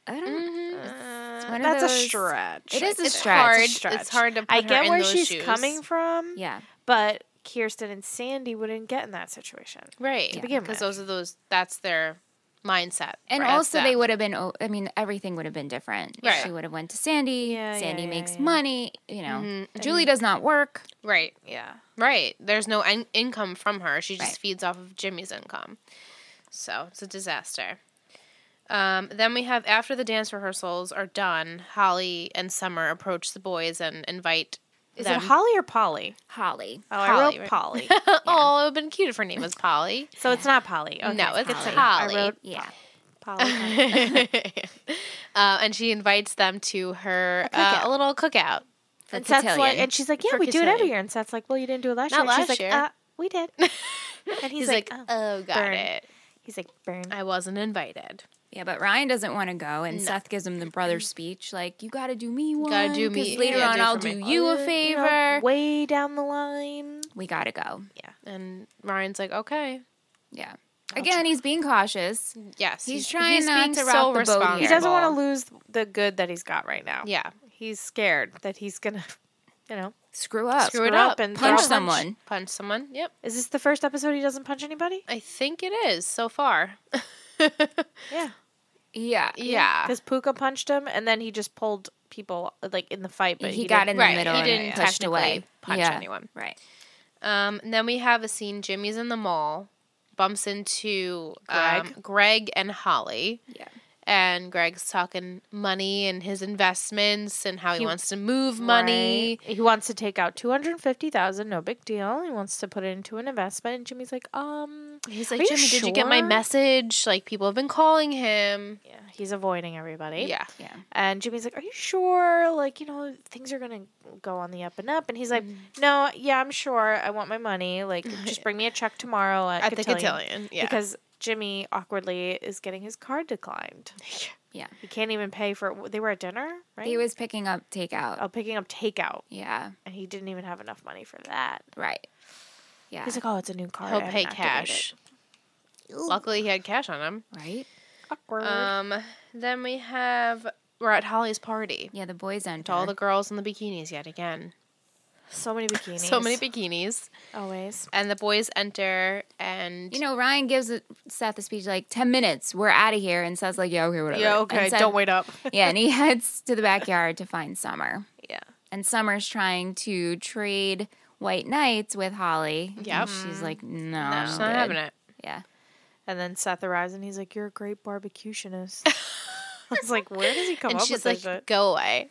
[SPEAKER 1] I don't. one of
[SPEAKER 2] That's a
[SPEAKER 1] those-
[SPEAKER 2] stretch.
[SPEAKER 1] It
[SPEAKER 2] I
[SPEAKER 1] is a
[SPEAKER 2] think.
[SPEAKER 1] stretch.
[SPEAKER 3] hard.
[SPEAKER 2] It's a
[SPEAKER 3] It's
[SPEAKER 2] stretch.
[SPEAKER 3] hard to
[SPEAKER 2] I
[SPEAKER 3] put her
[SPEAKER 2] get
[SPEAKER 3] in
[SPEAKER 2] where
[SPEAKER 3] those
[SPEAKER 2] she's
[SPEAKER 3] shoes.
[SPEAKER 2] coming from.
[SPEAKER 1] Yeah,
[SPEAKER 2] But Kirsten and Sandy wouldn't get in that situation.
[SPEAKER 3] Right.
[SPEAKER 2] begin
[SPEAKER 3] Because
[SPEAKER 2] with.
[SPEAKER 3] those are those, that's their mindset.
[SPEAKER 1] and
[SPEAKER 3] right?
[SPEAKER 1] also
[SPEAKER 3] That's
[SPEAKER 1] they
[SPEAKER 3] them.
[SPEAKER 1] would have been. o- I mean, everything would have been different.
[SPEAKER 3] Right.
[SPEAKER 1] She would have went to Sandy.
[SPEAKER 2] Yeah,
[SPEAKER 1] Sandy
[SPEAKER 2] yeah, yeah,
[SPEAKER 1] makes
[SPEAKER 2] yeah.
[SPEAKER 1] money. You know, Julie does not work.
[SPEAKER 3] Right.
[SPEAKER 2] Yeah.
[SPEAKER 3] Right. There's no in- income from her. She just
[SPEAKER 1] Right.
[SPEAKER 3] feeds off of Jimmy's income. So it's a disaster. Um, then we have after the dance rehearsals are done, Holly and Summer approach the boys and invite
[SPEAKER 2] Is
[SPEAKER 3] them.
[SPEAKER 2] it Holly or Polly?
[SPEAKER 1] Holly.
[SPEAKER 2] Oh, I
[SPEAKER 3] Polly,
[SPEAKER 2] wrote
[SPEAKER 3] right?
[SPEAKER 2] Polly.
[SPEAKER 3] *laughs* oh, it would have been cute if her name was Polly.
[SPEAKER 2] *laughs*
[SPEAKER 3] *laughs*
[SPEAKER 2] so it's not *laughs* Polly. Okay.
[SPEAKER 3] no, it's
[SPEAKER 2] Good
[SPEAKER 3] Holly.
[SPEAKER 2] thing. I *laughs* wrote
[SPEAKER 1] Yeah,
[SPEAKER 2] Polly.
[SPEAKER 3] uh, and she invites them to her a, uh,
[SPEAKER 2] cookout.
[SPEAKER 3] a little cookout.
[SPEAKER 1] for
[SPEAKER 2] and Seth's like,
[SPEAKER 1] cotillion.
[SPEAKER 2] and she's like, yeah,
[SPEAKER 3] For
[SPEAKER 2] we do it every
[SPEAKER 3] cotillion.
[SPEAKER 2] year. And Seth's like, well, you didn't do it last
[SPEAKER 3] Not
[SPEAKER 2] year. And
[SPEAKER 3] last
[SPEAKER 2] she's like,
[SPEAKER 3] year.
[SPEAKER 2] Uh, we *laughs* did. And he's,
[SPEAKER 3] He's
[SPEAKER 2] like,
[SPEAKER 3] like,
[SPEAKER 2] oh.
[SPEAKER 3] oh, got
[SPEAKER 2] burn.
[SPEAKER 3] it.
[SPEAKER 2] he's like, burn.
[SPEAKER 3] I wasn't invited.
[SPEAKER 1] yeah, but Ryan doesn't want to go, and Seth gives him the brother speech, like, "You got to do me one.
[SPEAKER 3] Gotta do
[SPEAKER 1] 'cause
[SPEAKER 3] me-
[SPEAKER 1] Later
[SPEAKER 3] yeah,
[SPEAKER 1] on,
[SPEAKER 3] do it
[SPEAKER 1] I'll
[SPEAKER 3] for
[SPEAKER 1] do
[SPEAKER 3] me."
[SPEAKER 1] you a
[SPEAKER 2] You
[SPEAKER 1] favor.
[SPEAKER 2] know, way down the line.
[SPEAKER 1] we gotta go.
[SPEAKER 3] And Ryan's like, okay.
[SPEAKER 1] Yeah. Again, he's being cautious.
[SPEAKER 3] Yes.
[SPEAKER 1] He's trying not
[SPEAKER 3] being
[SPEAKER 1] to rock the boat here.
[SPEAKER 2] He
[SPEAKER 1] He
[SPEAKER 2] doesn't
[SPEAKER 1] doesn't
[SPEAKER 2] want to lose the good that he's got right now.
[SPEAKER 3] Yeah.
[SPEAKER 2] He's scared that he's going to, *laughs* you know.
[SPEAKER 1] Screw up.
[SPEAKER 3] Screw it
[SPEAKER 2] Screw up
[SPEAKER 3] up
[SPEAKER 2] and
[SPEAKER 1] punch
[SPEAKER 2] throw-
[SPEAKER 1] someone.
[SPEAKER 3] Punch someone. Yep.
[SPEAKER 2] Is this the first episode he doesn't punch anybody?
[SPEAKER 3] I think it is so far. *laughs*
[SPEAKER 2] Yeah.
[SPEAKER 1] Yeah.
[SPEAKER 3] yeah.
[SPEAKER 2] Because Puka punched him and then he just pulled people like in the fight. But
[SPEAKER 1] he,
[SPEAKER 2] he,
[SPEAKER 1] got
[SPEAKER 2] didn't-
[SPEAKER 1] in the
[SPEAKER 3] Right,
[SPEAKER 1] middle
[SPEAKER 3] he
[SPEAKER 1] and
[SPEAKER 3] didn't
[SPEAKER 1] pushed away.
[SPEAKER 3] technically punch
[SPEAKER 1] Yeah.
[SPEAKER 3] anyone.
[SPEAKER 1] Right.
[SPEAKER 3] Um, and then we have a scene. Jimmy's in the mall, bumps into um,
[SPEAKER 2] Greg.
[SPEAKER 3] Greg and Holly,
[SPEAKER 1] Yeah.
[SPEAKER 3] and Greg's talking money and his investments and how he,
[SPEAKER 2] He-
[SPEAKER 3] wants to move money.
[SPEAKER 2] Right. He wants to take out 250000 no big deal. He wants to put it into an investment. And Jimmy's like, um,
[SPEAKER 3] He's like,
[SPEAKER 2] Are you
[SPEAKER 3] Jimmy, did you get my
[SPEAKER 2] sure?"
[SPEAKER 3] message? Like people have been calling him.
[SPEAKER 2] yeah, he's avoiding everybody.
[SPEAKER 3] Yeah.
[SPEAKER 1] Yeah.
[SPEAKER 2] And Jimmy's like, Are you sure? Like, you know, things are going to go on the up and up. And he's
[SPEAKER 3] Mm.
[SPEAKER 2] like, No, yeah, I'm sure. I want my money.
[SPEAKER 3] *laughs*
[SPEAKER 2] Like, just bring me a check tomorrow at,
[SPEAKER 3] At the
[SPEAKER 2] Cotillion."
[SPEAKER 3] cotillion. Yeah.
[SPEAKER 2] Because Jimmy awkwardly is getting his card
[SPEAKER 3] *laughs*
[SPEAKER 2] declined.
[SPEAKER 1] Yeah.
[SPEAKER 2] He can't even pay for They were at dinner, right?
[SPEAKER 1] He was picking up takeout.
[SPEAKER 2] oh, picking up takeout.
[SPEAKER 1] Yeah.
[SPEAKER 2] And he didn't even have enough money for that.
[SPEAKER 1] Right. Yeah.
[SPEAKER 2] He's like, Oh, it's a new card.
[SPEAKER 3] He'll
[SPEAKER 2] I haven't
[SPEAKER 3] pay
[SPEAKER 2] activated
[SPEAKER 3] cash.
[SPEAKER 2] it."
[SPEAKER 3] Luckily, he had cash on him.
[SPEAKER 1] right?
[SPEAKER 2] Awkward.
[SPEAKER 3] Um, then we have we're at Holly's party.
[SPEAKER 1] Yeah, the boys enter.
[SPEAKER 3] To all the girls in the bikinis yet again.
[SPEAKER 2] so many bikinis.
[SPEAKER 3] *laughs* So many bikinis.
[SPEAKER 2] Always.
[SPEAKER 3] And the boys enter and
[SPEAKER 1] you know, Ryan gives it- Seth a speech like, 10 minutes, we're out of here. And Seth's like, yeah, okay, whatever.
[SPEAKER 2] Yeah,
[SPEAKER 1] And
[SPEAKER 2] okay.
[SPEAKER 1] Seth-
[SPEAKER 2] Don't wait up.
[SPEAKER 1] Yeah, and he *laughs* heads to the backyard to find Summer.
[SPEAKER 2] yeah.
[SPEAKER 1] And Summer's trying to trade white nights with Holly. And
[SPEAKER 3] Yep. Mm-hmm.
[SPEAKER 1] She's like, no.
[SPEAKER 3] No,
[SPEAKER 1] I'm
[SPEAKER 3] she's not
[SPEAKER 1] good."
[SPEAKER 3] having it.
[SPEAKER 1] Yeah.
[SPEAKER 2] And then Seth arrives and he's like, "You're a great
[SPEAKER 3] *laughs*
[SPEAKER 2] barbecutionist." *laughs* I was like, "Where does he come
[SPEAKER 3] And
[SPEAKER 2] up
[SPEAKER 3] she's
[SPEAKER 2] with
[SPEAKER 3] like,
[SPEAKER 2] this shit?"
[SPEAKER 3] go away.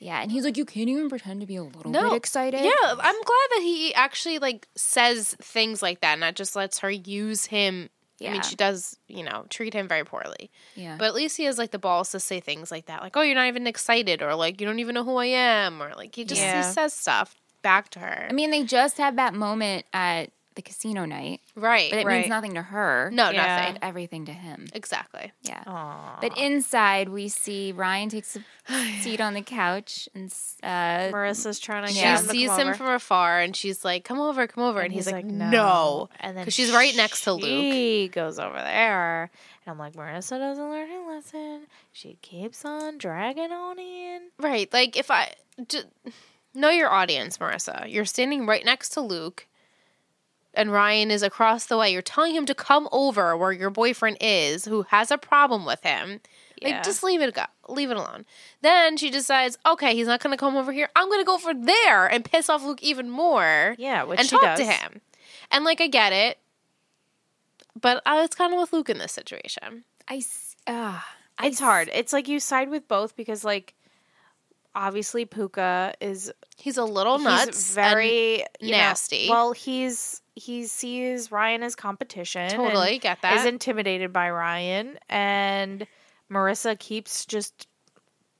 [SPEAKER 1] Yeah. And he's like, you can't even pretend to be a little
[SPEAKER 3] No.
[SPEAKER 1] bit excited.
[SPEAKER 3] Yeah, I'm glad that he actually like says things like that, not just lets her use him. I
[SPEAKER 1] Yeah.
[SPEAKER 3] mean, she does, you know, treat him very poorly.
[SPEAKER 1] Yeah.
[SPEAKER 3] But at least he has like the balls to say things like that, like, "Oh, you're not even excited," or like, "You don't even know who I am," or like he just
[SPEAKER 2] Yeah.
[SPEAKER 3] he says stuff back to her.
[SPEAKER 1] I mean, they just had that moment at the casino night,
[SPEAKER 3] right.
[SPEAKER 1] but it
[SPEAKER 2] Right.
[SPEAKER 1] means nothing to her.
[SPEAKER 3] no,
[SPEAKER 2] Yeah.
[SPEAKER 3] nothing.
[SPEAKER 1] But everything to him.
[SPEAKER 3] Exactly.
[SPEAKER 1] Yeah.
[SPEAKER 2] Aw.
[SPEAKER 1] But inside, we see Ryan takes
[SPEAKER 3] *sighs*
[SPEAKER 1] a seat on the couch and s- uh,
[SPEAKER 2] Marissa's trying to
[SPEAKER 3] She
[SPEAKER 2] get him to
[SPEAKER 3] sees
[SPEAKER 2] come
[SPEAKER 3] him
[SPEAKER 2] over.
[SPEAKER 3] from afar and she's like, come over, come over. And, he's, like, no.
[SPEAKER 2] And
[SPEAKER 3] 'Cause she's right next to Luke.
[SPEAKER 2] She goes over there. And I'm like, Marissa doesn't learn her lesson. She keeps on dragging on in.
[SPEAKER 3] Right. Like, if I d- know your audience, Marissa, you're standing right next to Luke and Ryan is across the way. You're telling him to come over where your boyfriend is who has a problem with him.
[SPEAKER 2] Yeah.
[SPEAKER 3] Like, just leave it go. Leave it alone. Then she decides, okay, he's not going to come over here. I'm going to go over there and piss off Luke even more.
[SPEAKER 2] Yeah, which
[SPEAKER 3] and
[SPEAKER 2] she
[SPEAKER 3] talk
[SPEAKER 2] does.
[SPEAKER 3] to him. And like I get it, but I was kind of with Luke in this situation.
[SPEAKER 1] I. s- ah.
[SPEAKER 2] It's hard. It's like you side with both because, like, obviously Puka is
[SPEAKER 3] He's a little nuts,
[SPEAKER 2] He's
[SPEAKER 3] and-
[SPEAKER 2] very you know,
[SPEAKER 3] nasty.
[SPEAKER 2] well, he's he sees Ryan as competition. and
[SPEAKER 3] Totally, get that.
[SPEAKER 2] Is intimidated by Ryan, and Marissa keeps just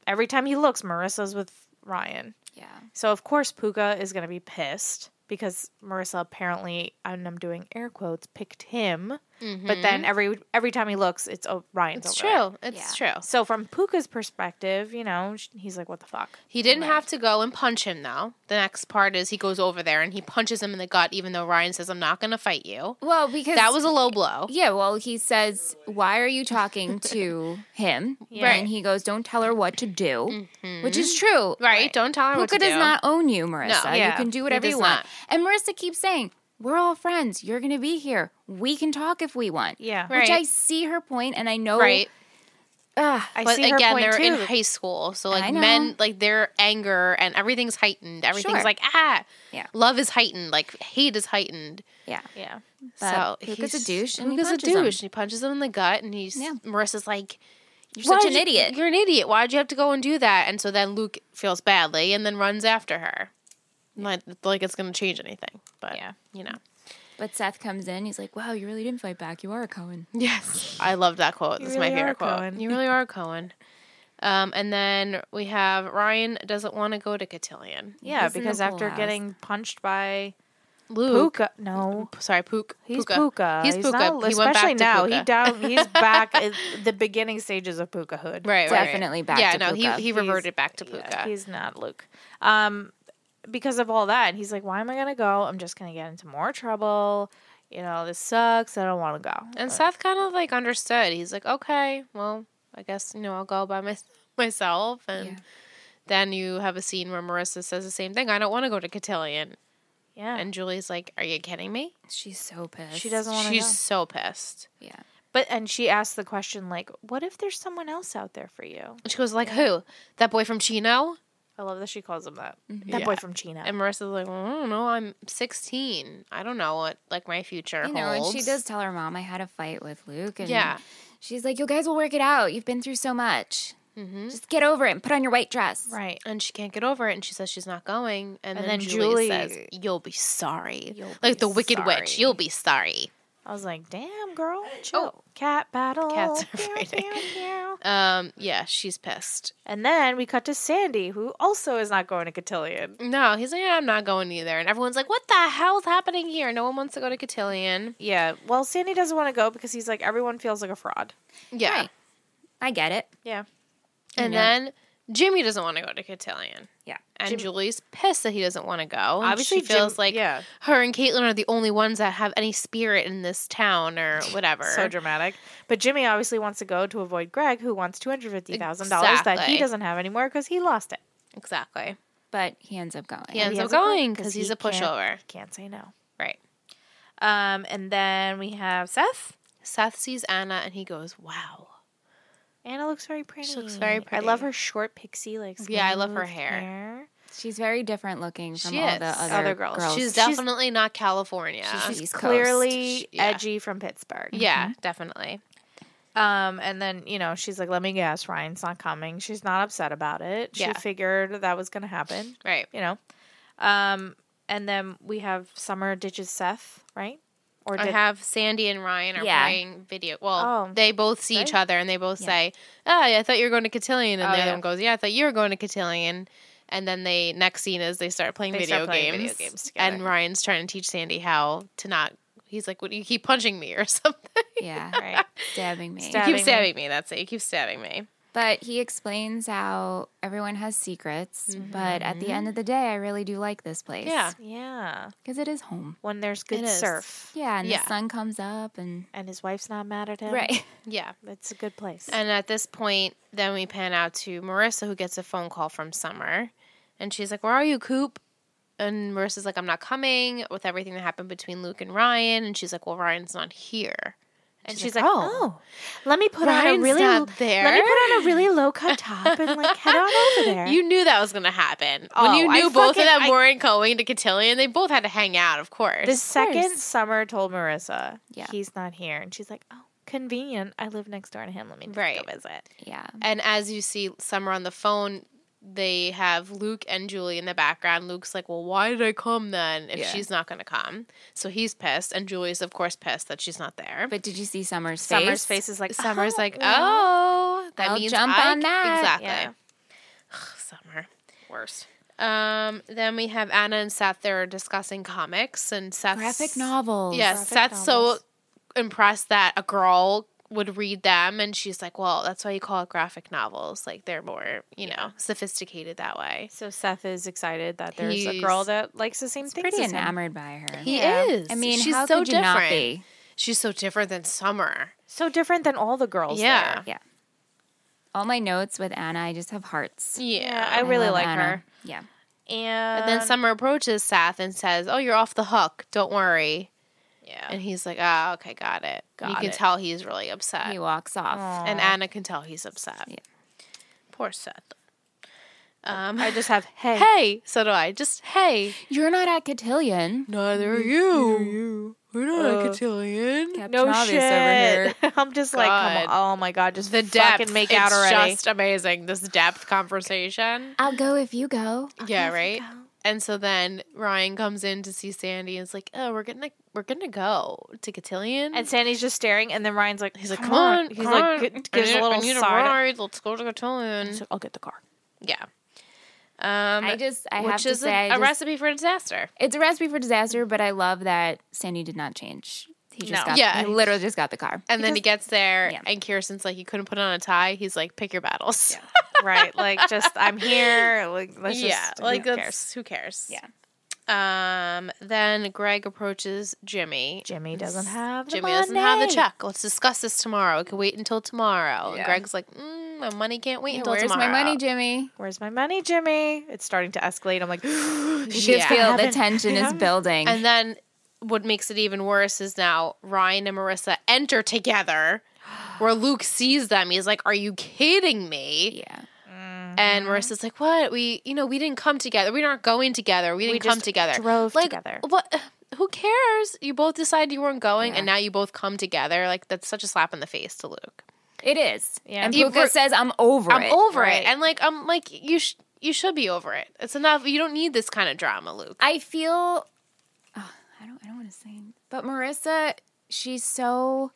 [SPEAKER 2] every time he looks, Marissa's with Ryan.
[SPEAKER 1] yeah.
[SPEAKER 2] So of course Puka is gonna be pissed because Marissa apparently, and I'm doing air quotes, picked him. But then every every time he looks, it's oh, Ryan's.
[SPEAKER 3] Mm-hmm. it's
[SPEAKER 2] over there.
[SPEAKER 3] true. It's true.
[SPEAKER 2] So from Puka's perspective, you know, sh- he's like, "What the fuck."
[SPEAKER 3] He didn't have to go and punch him though. The next part is he goes over there and he punches him in the gut, even though Ryan says, "I'm not going to fight you."
[SPEAKER 1] Well, because
[SPEAKER 3] That was a low blow.
[SPEAKER 1] Yeah, well, he says, "Why are you talking
[SPEAKER 3] *laughs*
[SPEAKER 1] to him?"
[SPEAKER 2] Yeah.
[SPEAKER 1] And he goes, "Don't tell her what to do," which is true,
[SPEAKER 3] Mm-hmm. Right? Don't tell him what
[SPEAKER 1] Puka
[SPEAKER 3] to
[SPEAKER 1] does
[SPEAKER 3] do.
[SPEAKER 1] not own you, Marissa. You
[SPEAKER 2] yeah,
[SPEAKER 1] can do
[SPEAKER 3] he
[SPEAKER 1] whatever you
[SPEAKER 3] does
[SPEAKER 1] want.
[SPEAKER 3] not.
[SPEAKER 1] And Marissa keeps saying, "We're all friends. You're going to be here. We can talk if we want."
[SPEAKER 2] Yeah.
[SPEAKER 1] which
[SPEAKER 3] Right.
[SPEAKER 1] I see her point, and I know.
[SPEAKER 3] right.
[SPEAKER 1] Ugh,
[SPEAKER 2] I
[SPEAKER 3] but
[SPEAKER 2] see her
[SPEAKER 3] again,
[SPEAKER 2] point
[SPEAKER 3] they're
[SPEAKER 2] too.
[SPEAKER 3] in high school, so
[SPEAKER 1] I
[SPEAKER 3] like
[SPEAKER 1] know.
[SPEAKER 3] men, like their anger and everything's heightened. Everything's
[SPEAKER 1] Sure.
[SPEAKER 3] like ah,
[SPEAKER 1] Yeah.
[SPEAKER 3] Love is heightened. Like hate is heightened.
[SPEAKER 1] yeah.
[SPEAKER 2] yeah.
[SPEAKER 1] But
[SPEAKER 3] so
[SPEAKER 1] Puka's a
[SPEAKER 3] he's-
[SPEAKER 1] douche and he
[SPEAKER 3] Puka's a
[SPEAKER 1] punches him.
[SPEAKER 3] douche. And he punches him in the gut, and he's
[SPEAKER 1] Yeah.
[SPEAKER 3] Marissa's like,
[SPEAKER 1] You're
[SPEAKER 3] "Why
[SPEAKER 1] such
[SPEAKER 3] did
[SPEAKER 1] an
[SPEAKER 3] you-
[SPEAKER 1] idiot.
[SPEAKER 3] You're an idiot. Why'd you have to go and do that?" And so then Luke feels badly, and then runs after her. Like, like it's gonna change anything, but
[SPEAKER 2] Yeah.
[SPEAKER 3] you know.
[SPEAKER 1] but Seth comes in. He's like, "Wow, you really didn't fight back. You are a Cohen."
[SPEAKER 3] Yes, I love that quote. This is
[SPEAKER 2] really
[SPEAKER 3] my
[SPEAKER 2] are
[SPEAKER 3] favorite quote.
[SPEAKER 2] Cohen.
[SPEAKER 3] You really are a Cohen. Um, and then we have Ryan doesn't want to go to Cotillion.
[SPEAKER 2] Yeah,
[SPEAKER 1] He's in the
[SPEAKER 2] because after
[SPEAKER 1] pool
[SPEAKER 2] getting punched by
[SPEAKER 3] Luke,
[SPEAKER 2] Puka, no,
[SPEAKER 3] sorry, Pook.
[SPEAKER 2] he's Puka.
[SPEAKER 3] He's
[SPEAKER 2] He's
[SPEAKER 3] Puka.
[SPEAKER 2] not-
[SPEAKER 3] he went
[SPEAKER 2] especially
[SPEAKER 3] back to
[SPEAKER 2] now.
[SPEAKER 3] Puka.
[SPEAKER 2] He down.
[SPEAKER 3] *laughs*
[SPEAKER 2] He's back at the beginning stages of Puka Hood.
[SPEAKER 3] right, right,
[SPEAKER 1] Definitely
[SPEAKER 3] right.
[SPEAKER 1] back
[SPEAKER 3] Yeah,
[SPEAKER 1] to
[SPEAKER 3] no,
[SPEAKER 1] Puka.
[SPEAKER 3] he he
[SPEAKER 2] He's-
[SPEAKER 3] reverted back to
[SPEAKER 2] Yeah,
[SPEAKER 3] Puka.
[SPEAKER 2] he's not Luke. Um, because of all that, he's like, "Why am I gonna go? I'm just gonna get into more trouble. You know, this sucks. I don't want to go."
[SPEAKER 3] and Seth kind of like understood. He's like, okay, well, I guess you know I'll go by my, *laughs* myself. And
[SPEAKER 1] Yeah.
[SPEAKER 3] then you have a scene where Marissa says the same thing. I don't want to go to Cotillion.
[SPEAKER 2] yeah,
[SPEAKER 3] And Julie's like, are you kidding me?
[SPEAKER 1] She's so pissed.
[SPEAKER 2] she doesn't want to
[SPEAKER 3] She's
[SPEAKER 2] go.
[SPEAKER 3] so pissed.
[SPEAKER 1] Yeah.
[SPEAKER 2] But and she asked the question like, "What if there's someone else out there for you?"
[SPEAKER 3] And she goes like, who? That boy from Chino?
[SPEAKER 2] I love that she calls him that. That boy from Chino.
[SPEAKER 3] Mm-hmm. And Marissa's like, well, I don't know. I'm 16. I don't know what like my future
[SPEAKER 1] You know,
[SPEAKER 3] holds.
[SPEAKER 1] and she does tell her mom, I had a fight with Luke. And
[SPEAKER 3] Yeah.
[SPEAKER 1] She's like, you guys will work it out. You've been through so much.
[SPEAKER 3] Mm-hmm.
[SPEAKER 1] Just get over it and put on your white dress.
[SPEAKER 2] right.
[SPEAKER 3] and she can't get over it and she says she's not going and, then,
[SPEAKER 2] then
[SPEAKER 3] julie,
[SPEAKER 2] Julie-
[SPEAKER 3] says you'll be sorry
[SPEAKER 2] You'll
[SPEAKER 3] like
[SPEAKER 2] be
[SPEAKER 3] the wicked
[SPEAKER 2] sorry.
[SPEAKER 3] witch you'll be sorry
[SPEAKER 2] I was like, "Damn, girl, chill." cat battle. *laughs*
[SPEAKER 3] Cats are
[SPEAKER 2] Meow,
[SPEAKER 3] fighting.
[SPEAKER 2] meow, meow.
[SPEAKER 3] um yeah she's pissed
[SPEAKER 2] and then we cut to Sandy, who also is not going to Cotillion.
[SPEAKER 3] no he's like yeah, i'm not going either and everyone's like what the hell's happening here no one wants to go to cotillion
[SPEAKER 2] Yeah, well, Sandy doesn't want to go because he's like, everyone feels like a fraud.
[SPEAKER 3] yeah
[SPEAKER 1] Right. I get it.
[SPEAKER 2] Yeah,
[SPEAKER 3] and then jimmy doesn't want to go to cotillion
[SPEAKER 1] Yeah.
[SPEAKER 3] and Julie's pissed that he doesn't want to go. And
[SPEAKER 2] Obviously,
[SPEAKER 3] she feels
[SPEAKER 2] Jim-
[SPEAKER 3] like
[SPEAKER 2] yeah.
[SPEAKER 3] her and Caitlin are the only ones that have any spirit in this town or whatever.
[SPEAKER 2] *laughs* so dramatic. But Jimmy obviously wants to go to avoid Greg, who wants two hundred fifty thousand dollars that
[SPEAKER 3] Exactly.
[SPEAKER 2] he doesn't have anymore because he lost it.
[SPEAKER 3] exactly.
[SPEAKER 1] But he ends up going.
[SPEAKER 3] He
[SPEAKER 2] he
[SPEAKER 3] ends up
[SPEAKER 2] has a point,
[SPEAKER 3] going
[SPEAKER 2] 'cause
[SPEAKER 3] because
[SPEAKER 2] he
[SPEAKER 3] he's a
[SPEAKER 2] can't-
[SPEAKER 3] pushover.
[SPEAKER 2] Can't say no.
[SPEAKER 3] Right.
[SPEAKER 2] Um, and then we have Seth.
[SPEAKER 3] Seth sees Anna and he goes, "Wow."
[SPEAKER 2] Anna looks very pretty.
[SPEAKER 3] She looks very
[SPEAKER 2] I love
[SPEAKER 3] pretty.
[SPEAKER 2] her short pixie like.
[SPEAKER 3] Yeah, I love her
[SPEAKER 2] smooth
[SPEAKER 3] hair.
[SPEAKER 1] She's very different looking from
[SPEAKER 3] She
[SPEAKER 1] all
[SPEAKER 3] is.
[SPEAKER 1] the other,
[SPEAKER 2] Other girls.
[SPEAKER 1] girls.
[SPEAKER 3] She's
[SPEAKER 2] she's-
[SPEAKER 3] definitely not California.
[SPEAKER 1] she's East Coast.
[SPEAKER 2] Clearly
[SPEAKER 3] Yeah.
[SPEAKER 2] edgy from Pittsburgh.
[SPEAKER 3] yeah, definitely.
[SPEAKER 2] *laughs* Um, and then you know she's like, "Let me guess, Ryan's not coming." She's not upset about it. She
[SPEAKER 3] Yeah.
[SPEAKER 2] figured that was gonna happen.
[SPEAKER 3] Right.
[SPEAKER 2] You know. Um, and then we have Summer ditches Seth, right? Or
[SPEAKER 3] I
[SPEAKER 2] did
[SPEAKER 3] have Sandy and Ryan are
[SPEAKER 1] Yeah.
[SPEAKER 3] playing video. Well,
[SPEAKER 2] Oh,
[SPEAKER 3] they both see each
[SPEAKER 2] right.
[SPEAKER 3] other and they both
[SPEAKER 1] Yeah.
[SPEAKER 3] say, "Oh, I thought you were going to Cotillion," and
[SPEAKER 2] Oh,
[SPEAKER 3] the other
[SPEAKER 2] yeah.
[SPEAKER 3] one goes, "Yeah, I thought you were going to Cotillion." And then they next scene is they start playing,
[SPEAKER 2] They
[SPEAKER 3] video,
[SPEAKER 2] start playing
[SPEAKER 3] games,
[SPEAKER 2] video games together.
[SPEAKER 3] And Ryan's trying to teach Sandy how to not. He's like, "What do you keep punching me or *laughs* something? *laughs*
[SPEAKER 1] Yeah.
[SPEAKER 2] *laughs* Right.
[SPEAKER 1] Stabbing me.
[SPEAKER 2] Stab-
[SPEAKER 3] you keep
[SPEAKER 2] Stabbing me.
[SPEAKER 3] stabbing me. That's it. You keep stabbing me.
[SPEAKER 1] But he explains how everyone has secrets, but at the end of the day, I really do like this place.
[SPEAKER 3] Mm-hmm. Yeah.
[SPEAKER 2] yeah.
[SPEAKER 1] Because it is home.
[SPEAKER 2] When there's good
[SPEAKER 3] is.
[SPEAKER 2] surf
[SPEAKER 1] Yeah. And
[SPEAKER 3] Yeah.
[SPEAKER 1] the sun comes up and.
[SPEAKER 2] and his wife's not mad at him.
[SPEAKER 1] Right.
[SPEAKER 3] Yeah.
[SPEAKER 2] It's a good place.
[SPEAKER 3] And at this point, then we pan out to Marissa, who gets a phone call from Summer. And she's like, Where are you, Coop? And Marissa's like, I'm not coming with everything that happened between Luke and Ryan. And she's like, Well, Ryan's not here. And she's, like, Oh,
[SPEAKER 2] let me put on a
[SPEAKER 3] Ryan's
[SPEAKER 2] really
[SPEAKER 3] not
[SPEAKER 2] let me
[SPEAKER 3] there."
[SPEAKER 2] put on a really low
[SPEAKER 3] *laughs*
[SPEAKER 2] cut top and like head on over there.
[SPEAKER 3] you knew that was going to happen.
[SPEAKER 2] Oh,
[SPEAKER 3] when you
[SPEAKER 2] I
[SPEAKER 3] knew both
[SPEAKER 2] fucking-
[SPEAKER 3] of them
[SPEAKER 2] I-
[SPEAKER 3] weren't going to Cotillion, they both had to hang out, of course.
[SPEAKER 2] the second Summer told Marissa,
[SPEAKER 1] Yeah.
[SPEAKER 2] he's not here, and she's like, oh, convenient. I live next door to him. Let me just
[SPEAKER 3] Right.
[SPEAKER 2] go visit.
[SPEAKER 1] *laughs* Yeah.
[SPEAKER 3] And as you see Summer on the phone, they have Luke and Julie in the background. Luke's like, Well, why did I come then if
[SPEAKER 1] Yeah.
[SPEAKER 3] she's not going to come? So he's pissed. And Julie's, of course, pissed that she's not there.
[SPEAKER 1] But did you see Summer's face?
[SPEAKER 2] Summer's face is like,
[SPEAKER 3] *laughs* Summer's
[SPEAKER 2] "Oh,
[SPEAKER 3] like,
[SPEAKER 2] yeah."
[SPEAKER 3] Oh, that
[SPEAKER 1] I'll
[SPEAKER 3] means
[SPEAKER 1] jump
[SPEAKER 3] I
[SPEAKER 1] on
[SPEAKER 3] c-
[SPEAKER 1] that."
[SPEAKER 3] Exactly.
[SPEAKER 2] Yeah.
[SPEAKER 3] Summer.
[SPEAKER 2] worse.
[SPEAKER 3] Um, then we have Anna and Seth. They're discussing comics and Seth.
[SPEAKER 1] Graphic novels.
[SPEAKER 3] Yes,
[SPEAKER 2] Graphic
[SPEAKER 3] Seth's
[SPEAKER 2] novels.
[SPEAKER 3] so impressed that a girl would read them, and she's like, "Well, that's why you call it graphic novels. Like they're more, you know, sophisticated that way."
[SPEAKER 2] So Seth is excited that there's a
[SPEAKER 3] He's-
[SPEAKER 2] girl that likes the same things.
[SPEAKER 1] Pretty
[SPEAKER 2] as him.
[SPEAKER 1] enamored by her.
[SPEAKER 3] He
[SPEAKER 2] Yeah.
[SPEAKER 3] is.
[SPEAKER 1] I mean,
[SPEAKER 3] she's
[SPEAKER 1] how
[SPEAKER 3] so
[SPEAKER 1] could you
[SPEAKER 3] different.
[SPEAKER 1] not be?
[SPEAKER 3] She's so different than Summer.
[SPEAKER 2] So different than all the girls.
[SPEAKER 3] Yeah.
[SPEAKER 2] there.
[SPEAKER 1] Yeah. All my notes with Anna, I just have hearts.
[SPEAKER 3] Yeah.
[SPEAKER 2] Yeah, I really
[SPEAKER 1] love
[SPEAKER 2] like
[SPEAKER 1] Anna.
[SPEAKER 2] her.
[SPEAKER 1] Yeah.
[SPEAKER 2] And,
[SPEAKER 3] and then Summer approaches Seth and says, "Oh, you're off the hook. Don't worry."
[SPEAKER 2] Yeah.
[SPEAKER 3] And he's like, "Ah, okay, got it." you
[SPEAKER 2] Got
[SPEAKER 3] can
[SPEAKER 2] it.
[SPEAKER 3] tell he's really upset.
[SPEAKER 1] He walks off.
[SPEAKER 2] Aw.
[SPEAKER 3] and Anna can tell he's upset.
[SPEAKER 1] Yeah.
[SPEAKER 3] Poor Seth. Um,
[SPEAKER 2] I just have *laughs* hey.
[SPEAKER 3] hey, so do I. Just hey.
[SPEAKER 1] You're not at Cotillion.
[SPEAKER 3] Neither are you. We're not
[SPEAKER 2] Uh,
[SPEAKER 3] cotillion.
[SPEAKER 2] No
[SPEAKER 1] Captain
[SPEAKER 2] shit.
[SPEAKER 1] Obvious over here.
[SPEAKER 2] *laughs* I'm just like, come
[SPEAKER 3] God.
[SPEAKER 2] on. Oh my god, just
[SPEAKER 3] The
[SPEAKER 2] fucking
[SPEAKER 3] depth,
[SPEAKER 2] make
[SPEAKER 3] it's
[SPEAKER 2] out already.
[SPEAKER 3] just amazing. This depth conversation.
[SPEAKER 1] I'll go if you go.
[SPEAKER 3] yeah, right. And so then Ryan comes in to see Sandy and is like, "Oh, we're gonna we're gonna go to cotillion."
[SPEAKER 2] And Sandy's just staring, and then Ryan's like,
[SPEAKER 3] he's like, "Come on."
[SPEAKER 2] He's
[SPEAKER 3] come on.
[SPEAKER 2] like, g-
[SPEAKER 3] I
[SPEAKER 2] gives
[SPEAKER 3] need-
[SPEAKER 2] a
[SPEAKER 3] I
[SPEAKER 2] little
[SPEAKER 3] need
[SPEAKER 2] side.
[SPEAKER 3] ride. Let's go to cotillion.
[SPEAKER 2] He's like, I'll get the car.
[SPEAKER 3] Yeah. Um,
[SPEAKER 1] I just, I
[SPEAKER 3] which
[SPEAKER 1] have to
[SPEAKER 3] is a-
[SPEAKER 1] say, I
[SPEAKER 3] a,
[SPEAKER 1] just-
[SPEAKER 3] recipe for disaster.
[SPEAKER 1] it's a recipe for disaster, but I love that Sandy did not change. He just
[SPEAKER 2] No.
[SPEAKER 1] got,
[SPEAKER 3] Yeah.
[SPEAKER 1] he literally just got the car.
[SPEAKER 3] And then he gets there,
[SPEAKER 1] Yeah.
[SPEAKER 3] and Kirsten's like, "You couldn't put on a tie." He's like, "Pick your battles." Yeah,
[SPEAKER 2] right. Like, just I'm here. Like, let's just. who
[SPEAKER 3] like that's
[SPEAKER 2] cares?
[SPEAKER 3] who cares.
[SPEAKER 1] Yeah.
[SPEAKER 3] Um. Then Greg approaches Jimmy.
[SPEAKER 2] Jimmy doesn't have.
[SPEAKER 3] Jimmy doesn't have the
[SPEAKER 1] Monday.
[SPEAKER 3] check. Let's discuss this tomorrow. It can wait until tomorrow. And
[SPEAKER 1] Yeah.
[SPEAKER 3] Greg's like, mm, "My money can't wait until
[SPEAKER 1] Where's
[SPEAKER 3] tomorrow."
[SPEAKER 1] my money, Jimmy?
[SPEAKER 2] Where's my money, Jimmy? It's starting to escalate.
[SPEAKER 3] *gasps*
[SPEAKER 2] I'm like, *gasps*
[SPEAKER 1] You can
[SPEAKER 3] Yeah.
[SPEAKER 1] feel the
[SPEAKER 2] Haven't-
[SPEAKER 1] tension is
[SPEAKER 2] haven't-
[SPEAKER 1] building.
[SPEAKER 3] And then what makes it even worse is now Ryan and Marissa enter together where Luke sees them. He's like, Are you kidding me?
[SPEAKER 1] yeah.
[SPEAKER 3] And Marissa's like, What? We you know, we didn't come together. We aren't going together. We didn't come
[SPEAKER 2] just
[SPEAKER 3] together.
[SPEAKER 2] drove
[SPEAKER 3] like,
[SPEAKER 2] together.
[SPEAKER 3] What who cares? You both decided you weren't going
[SPEAKER 1] Yeah.
[SPEAKER 3] and now you both come together. Like that's such a slap in the face to Luke.
[SPEAKER 1] It is.
[SPEAKER 2] Yeah.
[SPEAKER 1] And
[SPEAKER 2] You
[SPEAKER 1] Puka
[SPEAKER 3] were-
[SPEAKER 1] says, I'm over
[SPEAKER 3] I'm
[SPEAKER 1] it.
[SPEAKER 3] over
[SPEAKER 2] Right.
[SPEAKER 3] it. And like I'm like you sh- you should be over it. It's enough. You don't need this kind of drama, Luke.
[SPEAKER 1] I feel Ugh, I don't I don't want to say but Marissa she's so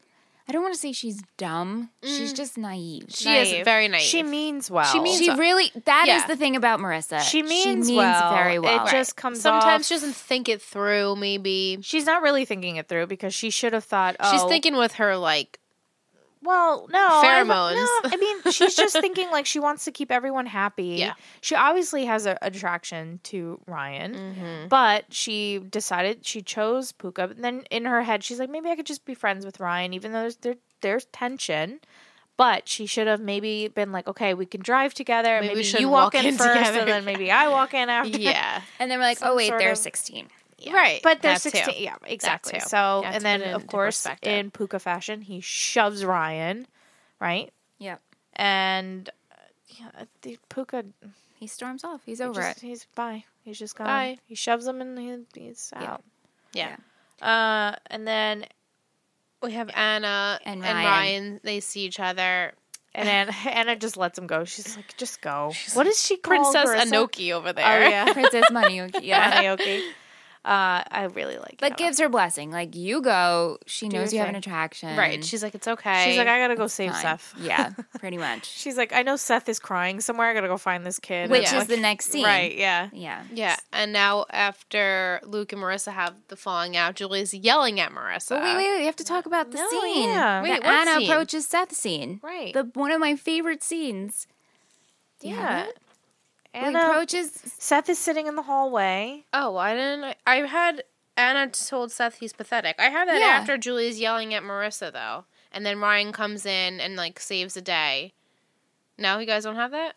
[SPEAKER 1] I don't want to say she's dumb. She's just naive.
[SPEAKER 3] She is very naive.
[SPEAKER 2] She Mm. means well.
[SPEAKER 3] She means
[SPEAKER 1] She
[SPEAKER 3] so-
[SPEAKER 1] really that is
[SPEAKER 3] yeah.
[SPEAKER 1] the thing about Marissa.
[SPEAKER 2] She means, well.
[SPEAKER 1] very well.
[SPEAKER 2] It just comes
[SPEAKER 3] Sometimes
[SPEAKER 2] off-
[SPEAKER 3] she doesn't think it through, maybe.
[SPEAKER 2] she's not really thinking it through because she should have thought. Oh,
[SPEAKER 3] She's thinking with her like
[SPEAKER 2] Well, no I don't-
[SPEAKER 3] Pheromones.
[SPEAKER 2] no, I mean, she's just thinking like she wants to keep everyone happy.
[SPEAKER 3] *laughs* Yeah.
[SPEAKER 2] She obviously has an attraction to Ryan,
[SPEAKER 3] Mm-hmm.
[SPEAKER 2] but she decided she chose Puka. But then in her head, she's like, maybe I could just be friends with Ryan, even though there's there, there's tension. But she should have maybe been like, okay, we can drive together.
[SPEAKER 3] Maybe we
[SPEAKER 2] Maybe, you
[SPEAKER 3] shouldn't
[SPEAKER 2] walk
[SPEAKER 3] walk
[SPEAKER 2] in,
[SPEAKER 3] in *laughs*
[SPEAKER 2] first,
[SPEAKER 3] together.
[SPEAKER 2] and then maybe I walk in after.
[SPEAKER 3] yeah.
[SPEAKER 1] and then we're like,
[SPEAKER 2] some
[SPEAKER 1] "Oh wait,
[SPEAKER 2] sort
[SPEAKER 1] they're
[SPEAKER 2] of-
[SPEAKER 1] 16."
[SPEAKER 3] Right.
[SPEAKER 2] *laughs* But
[SPEAKER 3] they're
[SPEAKER 2] there's 16. Yeah, exactly.
[SPEAKER 3] too.
[SPEAKER 2] So,
[SPEAKER 3] You have to
[SPEAKER 2] and then,
[SPEAKER 3] put it
[SPEAKER 2] of
[SPEAKER 3] into
[SPEAKER 2] course,
[SPEAKER 3] perspective.
[SPEAKER 2] in Puka fashion, he shoves Ryan, right?
[SPEAKER 1] Yeah.
[SPEAKER 2] And uh, yeah, the Puka,
[SPEAKER 1] He storms off. He's
[SPEAKER 2] he
[SPEAKER 1] over
[SPEAKER 2] just-
[SPEAKER 1] it.
[SPEAKER 2] he's bye. He's just gone.
[SPEAKER 3] Bye.
[SPEAKER 2] He shoves him and he, he's
[SPEAKER 1] Yeah.
[SPEAKER 2] out.
[SPEAKER 3] Yeah.
[SPEAKER 2] Uh, and then,
[SPEAKER 3] We have Anna
[SPEAKER 1] And
[SPEAKER 3] and,
[SPEAKER 1] Ryan.
[SPEAKER 3] Ryan. They see each other.
[SPEAKER 2] and then Anna *laughs* just lets him go. She's like, just go. what is she called?
[SPEAKER 3] Princess
[SPEAKER 2] Marissa?
[SPEAKER 3] Anoki
[SPEAKER 1] *laughs*
[SPEAKER 3] over
[SPEAKER 2] Oh, *laughs*
[SPEAKER 3] there.
[SPEAKER 2] yeah.
[SPEAKER 1] Princess Money. Yeah.
[SPEAKER 2] *laughs* Anoki. Uh, I really like
[SPEAKER 1] But
[SPEAKER 2] it.
[SPEAKER 1] gives her blessing. Like you go, she
[SPEAKER 2] Do
[SPEAKER 1] knows
[SPEAKER 2] your
[SPEAKER 1] you have an
[SPEAKER 2] thing.
[SPEAKER 1] attraction.
[SPEAKER 3] Right. She's like, it's okay.
[SPEAKER 2] She's like, I gotta go save
[SPEAKER 1] fine.
[SPEAKER 2] Seth.
[SPEAKER 1] Yeah, pretty much.
[SPEAKER 2] *laughs* She's like, I know Seth is crying somewhere. I gotta go find this kid.
[SPEAKER 1] Which
[SPEAKER 2] And
[SPEAKER 1] is
[SPEAKER 2] I'm
[SPEAKER 1] the
[SPEAKER 2] like,
[SPEAKER 1] next scene.
[SPEAKER 2] *laughs* Right, yeah.
[SPEAKER 1] Yeah.
[SPEAKER 3] yeah. And now after Luke and Marissa have the falling out, Julie's yelling at Marissa.
[SPEAKER 1] But wait, wait, wait. We have to talk about the
[SPEAKER 2] No,
[SPEAKER 1] scene.
[SPEAKER 2] yeah.
[SPEAKER 1] The
[SPEAKER 3] Wait, what
[SPEAKER 1] Anna
[SPEAKER 3] scene?
[SPEAKER 1] approaches Seth scene.
[SPEAKER 3] Right.
[SPEAKER 1] The one of my favorite scenes. Do you have
[SPEAKER 2] Yeah.
[SPEAKER 1] it?
[SPEAKER 2] Anna,
[SPEAKER 1] He approaches.
[SPEAKER 2] Seth is sitting in the hallway.
[SPEAKER 3] Oh, why didn't I? I had Anna told Seth he's pathetic. I had that
[SPEAKER 1] Yeah.
[SPEAKER 3] after Julie's yelling at Marissa though, and then Ryan comes in and like saves the day. No, you guys don't have that.